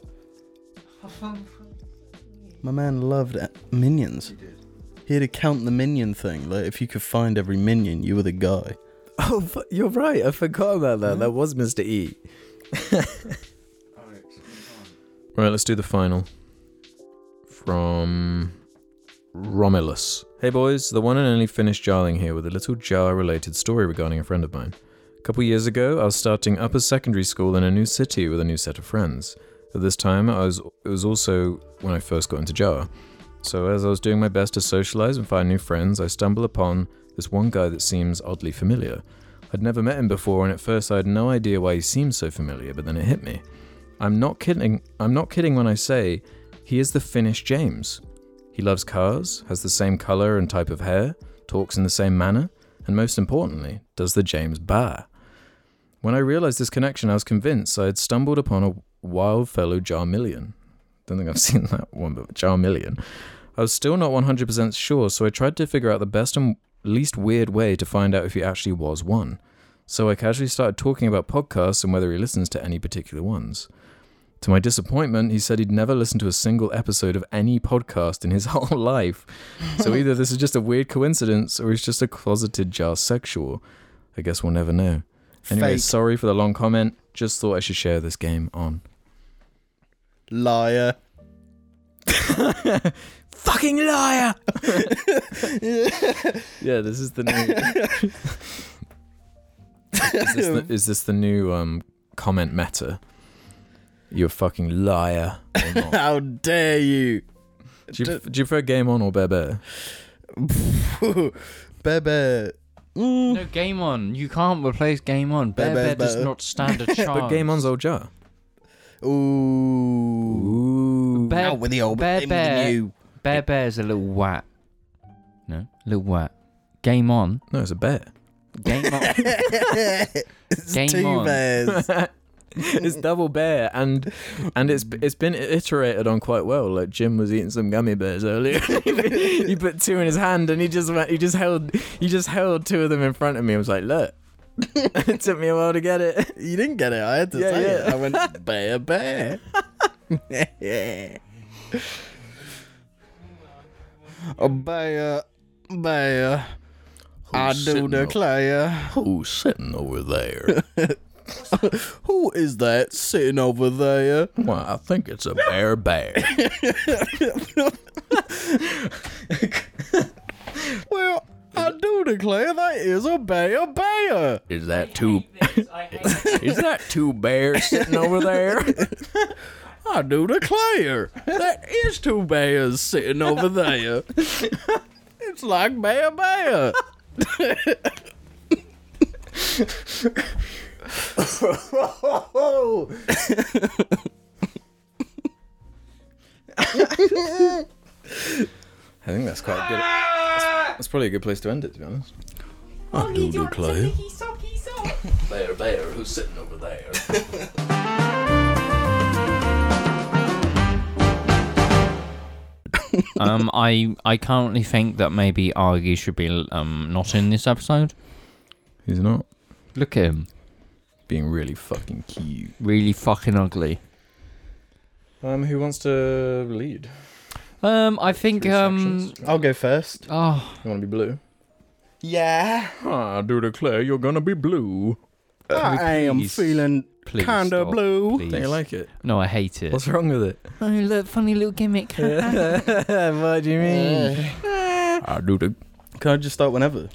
Speaker 2: My man loved uh, minions. He did. He had to count the minion thing. Like, if you could find every minion, you were the guy.
Speaker 1: oh you're right i forgot about
Speaker 2: that. That
Speaker 1: was mr e right let's do the final from Romulus. Hey boys, the one and only Finnish Jarling here with a little jar related story regarding a friend of mine. A couple years ago, I was starting upper secondary school in a new city with a new set of friends. At this time, I was it was also when I first got into Jar. So as I was doing my best to socialize and find new friends, I stumble upon this one guy that seems oddly familiar. I'd never met him before and at first I had no idea why he seemed so familiar, but then it hit me. I'm not kidding. I'm not kidding when I say he is the Finnish James. He loves cars, has the same color and type of hair, talks in the same manner, and most importantly, does the James Barr. When I realized this connection, I was convinced I had stumbled upon a wild fellow Jarmillion. Don't think I've seen that one, but Jarmillion. I was still not 100% sure, so I tried to figure out the best and least weird way to find out if he actually was one. So I casually started talking about podcasts and whether he listens to any particular ones. To my disappointment, he said he'd never listened to a single episode of any podcast in his whole life. So either this is just a weird coincidence or he's just a closeted jar sexual. I guess we'll never know. Anyway,
Speaker 2: Fake
Speaker 1: sorry for the long comment. Just thought I should share this game on.
Speaker 2: liar.
Speaker 1: Fucking liar! yeah, this is the new. is, this the, is this the new um, comment meta? You're a fucking liar. or not?
Speaker 2: How dare you?
Speaker 1: do, you, do you prefer game on or Bebe?
Speaker 2: Bebe. Mm.
Speaker 3: No game on. You can't replace game on. Bear
Speaker 2: Bear
Speaker 3: Bear does
Speaker 2: Bear.
Speaker 3: not stand a chance.
Speaker 1: But game on's old jar.
Speaker 2: Ooh.
Speaker 1: Ooh.
Speaker 3: Bear-
Speaker 2: Out with the old
Speaker 3: Bear
Speaker 2: in with the
Speaker 3: Bear.
Speaker 2: new.
Speaker 3: Bear Bear's a little whack. No, little whack. Game on.
Speaker 1: No, it's a bear.
Speaker 3: Game on.
Speaker 2: it's
Speaker 3: Game
Speaker 2: two
Speaker 3: on.
Speaker 2: bears.
Speaker 1: it's double bear, and and it's it's been iterated on quite well. Like Jim was eating some gummy bears earlier. he put two in his hand, and he just went, he just held he just held two of them in front of me. I was like, look. it took me a while to get it.
Speaker 2: You didn't get it. I had to
Speaker 1: Yeah,
Speaker 2: say
Speaker 1: yeah.
Speaker 2: it. I went bear bear. A bear bear. I do declare.
Speaker 1: Who's sitting over there?
Speaker 2: Who is that sitting over there?
Speaker 1: Well, I think it's a bear bear.
Speaker 2: Well, I do declare that is a bear bear.
Speaker 1: Is that two? Is that two bears sitting over there?
Speaker 2: I do declare, that is two bears sitting over there. It's like bear bear.
Speaker 1: I think that's quite good. That's, that's probably a good place to end it, to be honest.
Speaker 2: I do declare.
Speaker 5: Bear, bear, who's sitting over there?
Speaker 3: um, I I currently think that maybe Argy should be um not in this episode.
Speaker 1: He's not
Speaker 3: Look at him,
Speaker 1: being really fucking cute.
Speaker 3: really fucking ugly.
Speaker 1: Um, who wants to lead?
Speaker 3: Um, I think
Speaker 1: Three
Speaker 3: um,
Speaker 1: sections.
Speaker 2: I'll go first.
Speaker 3: oh,
Speaker 1: You want to be blue?
Speaker 2: Yeah,
Speaker 1: I Ah, do declare, you're gonna be blue.
Speaker 2: I am
Speaker 3: please,
Speaker 2: feeling
Speaker 3: please
Speaker 2: kinda
Speaker 3: stop,
Speaker 2: blue.
Speaker 3: please.
Speaker 1: Don't you like it?
Speaker 3: No, I hate it.
Speaker 1: What's wrong with it?
Speaker 3: Oh, look, funny little gimmick.
Speaker 1: what do you
Speaker 2: mean?
Speaker 1: I do the.
Speaker 2: Can I just start whenever?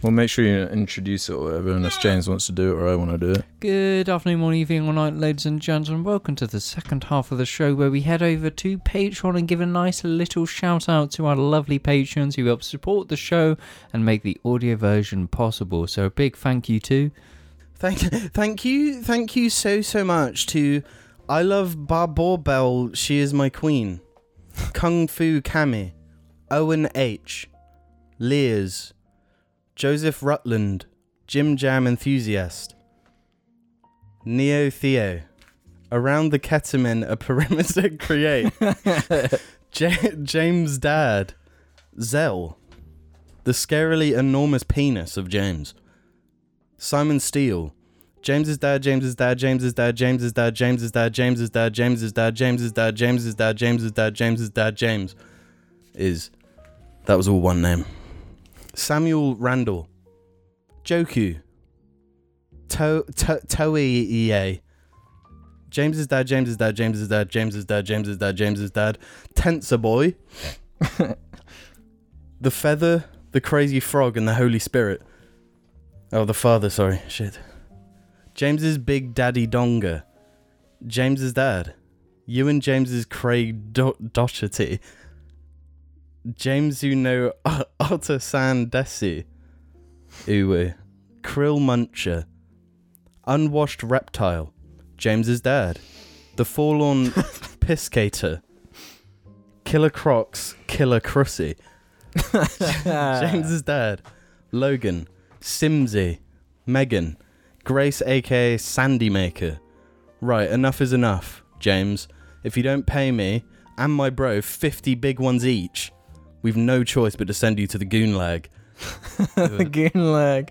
Speaker 1: Well, make sure you introduce it or whatever, unless James wants to do it or I want to do it.
Speaker 3: Good afternoon, morning, evening, or night, ladies and gents, and welcome to the second half of the show where we head over to Patreon and give a nice little shout out to our lovely patrons who help support the show and make the audio version possible. So a big thank you to
Speaker 2: Thank, thank you, thank you so so much to I love Barbor Bell. She is my queen. Kung Fu Kami, Owen H, Lears, Joseph Rutland, Jim Jam enthusiast, Neo Theo, Around the Ketamine, a perimeter create, J- James Dad, Zell, the scarily enormous penis of James. Simon Steele. James is dad, James is dad, James is dad, James is dad, James is dad, James is dad, James is dad, James is dad, James is dad, James is dad, James is dad, James is. That was all one name. Samuel Randall. Joku. To- to- Toei EA. James is E dad, James is dad, James is dad, James is dad, James is dad, James is dad. Tensor Boy. the Feather, the Crazy Frog, and the Holy Spirit. Oh, the father, sorry. Shit. James's Big Daddy Donga. James's dad. You and James's Craig Do- Doherty. James, you know, Otter San Desi. Uwe. Krill Muncher. Unwashed Reptile. James's dad. The Forlorn Piscator. Killer Crocs, Killer Crussy.
Speaker 1: Uh.
Speaker 2: James's dad. Logan. Simsy, Megan, Grace, aka Sandy Maker. Right, enough is enough, James. If you don't pay me and my bro 50 big ones each, we've no choice but to send you to the goon lag.
Speaker 1: the goon lag.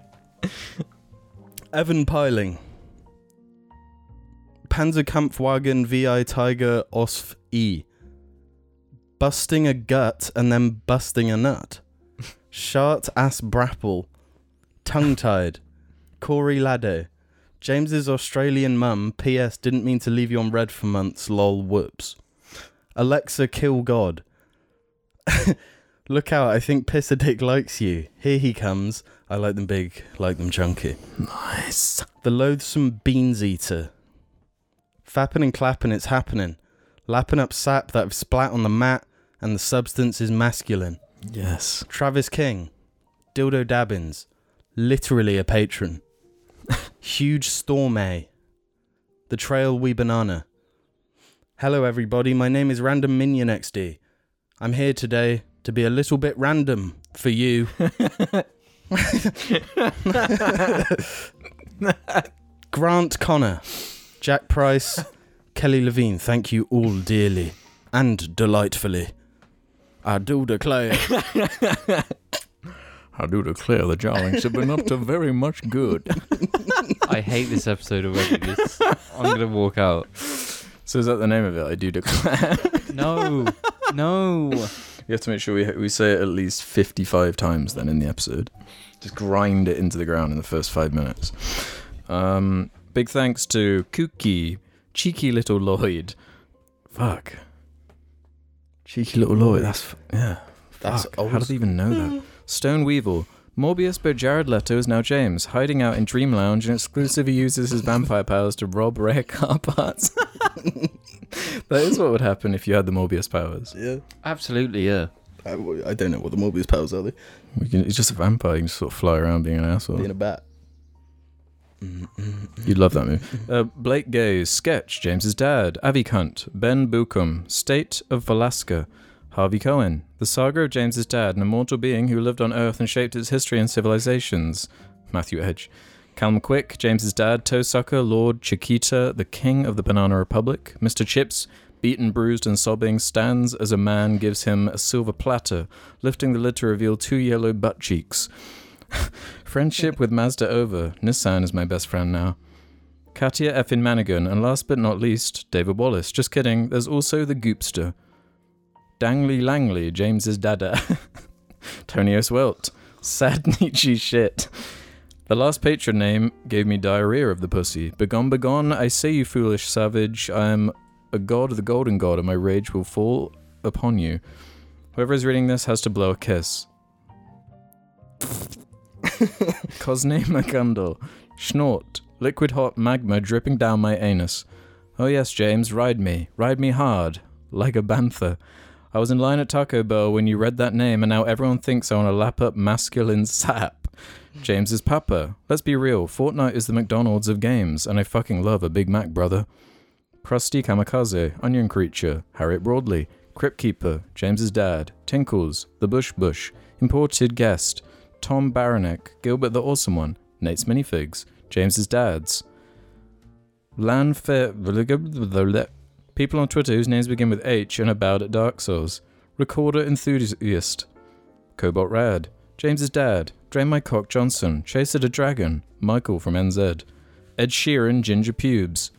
Speaker 2: Evan Piling, Panzerkampfwagen VI Tiger Osf E, busting a gut and then busting a nut. Shart ass brapple, tongue tied. Corey Laddo, James's Australian mum. P.S. Didn't mean to leave you on red for months. Lol. Whoops. Alexa, kill God. Look out! I think Pisser Dick likes you. Here he comes. I like them big, like them chunky. The loathsome beans eater. Fapping and clapping, it's happening. Lapping up sap that have splat on the mat, and the substance is masculine.
Speaker 1: Yes.
Speaker 2: Travis King. Dildo Dabbins. Literally a patron. Huge Stormay. The Trail We Banana. Hello, everybody. My name is Random Minion XD. I'm here today to be a little bit random for you. Grant Connor, Jack Price, Kelly Levine, thank you all dearly and delightfully. I do declare.
Speaker 1: I do declare the Jarlings have been up to very much good.
Speaker 3: I hate this episode already. This, I'm gonna walk out.
Speaker 1: So is that the name of it? I do declare.
Speaker 3: No, no.
Speaker 1: We have to make sure we we say it at least fifty-five times then in the episode. Just grind it into the ground in the first five minutes. Um, big thanks to Kooky, cheeky little Lloyd. Fuck, cheeky little Lloyd. That's f- yeah.
Speaker 2: That's
Speaker 1: Fuck,
Speaker 2: old.
Speaker 1: How did they even know that? Stone Weevil. Morbius by Jared Leto is now James, hiding out in Dream Lounge and exclusively uses his vampire powers to rob rare car parts. That is what would happen if you had the Morbius powers.
Speaker 2: Yeah.
Speaker 3: Absolutely, yeah.
Speaker 2: I, I don't know what the Morbius powers are. They
Speaker 1: You can, it's just a vampire. You can just sort of fly around being an asshole.
Speaker 2: being a bat.
Speaker 1: You'd love that movie. Uh, Blake Gaze, Sketch, James's Dad, Avi Cunt, Ben Bucum, State of Velasca, Harvey Cohen, The Saga of James's Dad, an immortal being who lived on Earth and shaped its history and civilizations, Matthew Edge, Calm Quick, James's Dad, Toesucker, Lord Chiquita, The King of the Banana Republic, Mr. Chips, Beaten, bruised, and sobbing, stands as a man gives him a silver platter, lifting the lid to reveal two yellow butt cheeks. Friendship with Mazda over. Nissan is my best friend now. Katia Effin Manigan, and last but not least, David Wallace. Just kidding, there's also the Goopster. Dangley Langley, James's dada. Tony Oswelt. Sad Nietzsche shit. The last patron name gave me diarrhea of the pussy. Begone, begone, I say, you foolish savage, I am a god, the golden god, and my rage will fall upon you. Whoever is reading this has to blow a kiss. Cosne Magundal. Schnort. Liquid hot magma dripping down my anus. Oh yes, James, ride me. Ride me hard. Like a bantha. I was in line at Taco Bell when you read that name, and now everyone thinks I want to lap up masculine sap. James is Papa. Let's be real, Fortnite is the McDonald's of games, and I fucking love a Big Mac, brother. Krusty Kamikaze, Onion Creature, Harriet Broadley, Crypt Keeper, James's Dad, Tinkles, The Bush Bush, Imported Guest, Tom Baranek, Gilbert the Awesome One, Nate's Minifigs, James's Dad's, Lanfair. People on Twitter whose names begin with H and are bad at Dark Souls. Recorder Enthusiast, Cobalt Rad, James's Dad, Drain My Cock Johnson, Chaser the Dragon, Michael from NZ, Ed Sheeran Ginger Pubes.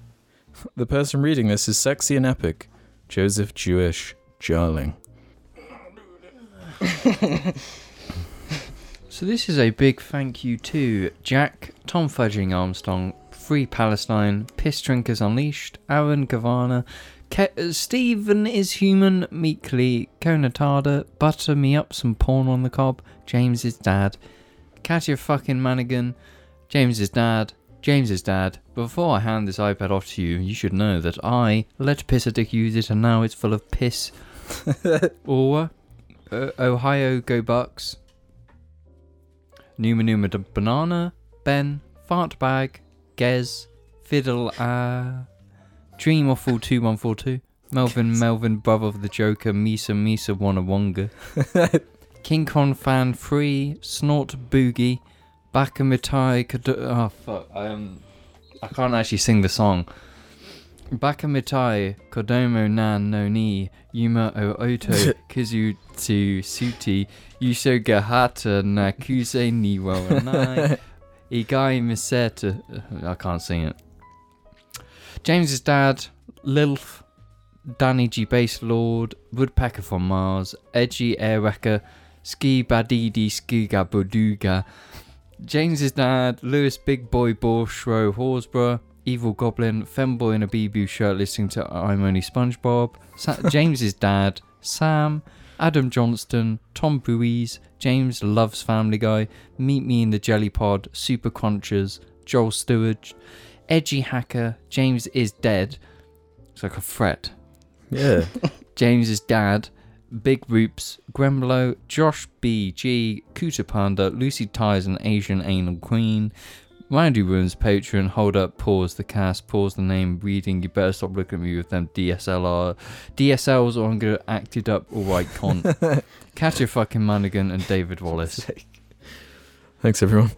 Speaker 1: The person reading this is sexy and epic. Joseph Jewish Jarling.
Speaker 3: So this is a big thank you to Jack, Tom Fudging Armstrong, Free Palestine, Piss Drinkers Unleashed, Aaron Gavana, Ke- uh, Stephen is Human, Meekly, Konatada, Butter Me Up Some Porn on the Cob, James's Dad, Katia Fucking Manigan, James's Dad, James's Dad. Before I hand this iPad off to you, you should know that I let Piss a Dick use it and now it's full of piss. or uh, Ohio Go Bucks. Numa Numa da Banana, Ben, Fartbag, Gez, Fiddle, uh, Dream Awful 2142, Melvin Melvin, Brother of the Joker, Misa Misa Wanawonga, King Kong Fan 3, Snort Boogie, Bakamitai, Kado- oh fuck, I, um, I can't actually sing the song. Bakamitai, Kodomo Nan no ni, Yuma o Oto, Kizutsu Suti, Yushogahata Nakuse ni wa Wanai, Igai Miseta. I can't sing it. James's dad, Lilf, Danny G Bass Lord, Woodpecker from Mars, Edgy Airwrecker, Ski Badidi Skiga Boduga, James's dad, Lewis Big Boy Borshro Horsborough, Evil Goblin, Femboy in a BB shirt listening to I'm Only SpongeBob, Sa- James's dad, Sam, Adam Johnston, Tom Buies, James Loves Family Guy, Meet Me in the Jelly Pod, Super Crunchers, Joel Stewart, Edgy Hacker, James is Dead. It's like a threat.
Speaker 1: Yeah.
Speaker 3: James's dad, Big Roops, Gremlo, Josh BG, Cooter Panda, Lucy Ties and Asian Anal Queen, Randy Ruins Patron, Hold Up, Pause the Cast, Pause the Name, Reading, You Better Stop Looking at Me with Them DSLR, DSLs or I'm Gonna Act It Up, Alright Con, Catch Your Fucking Manigan and David Wallace.
Speaker 1: Thanks, everyone.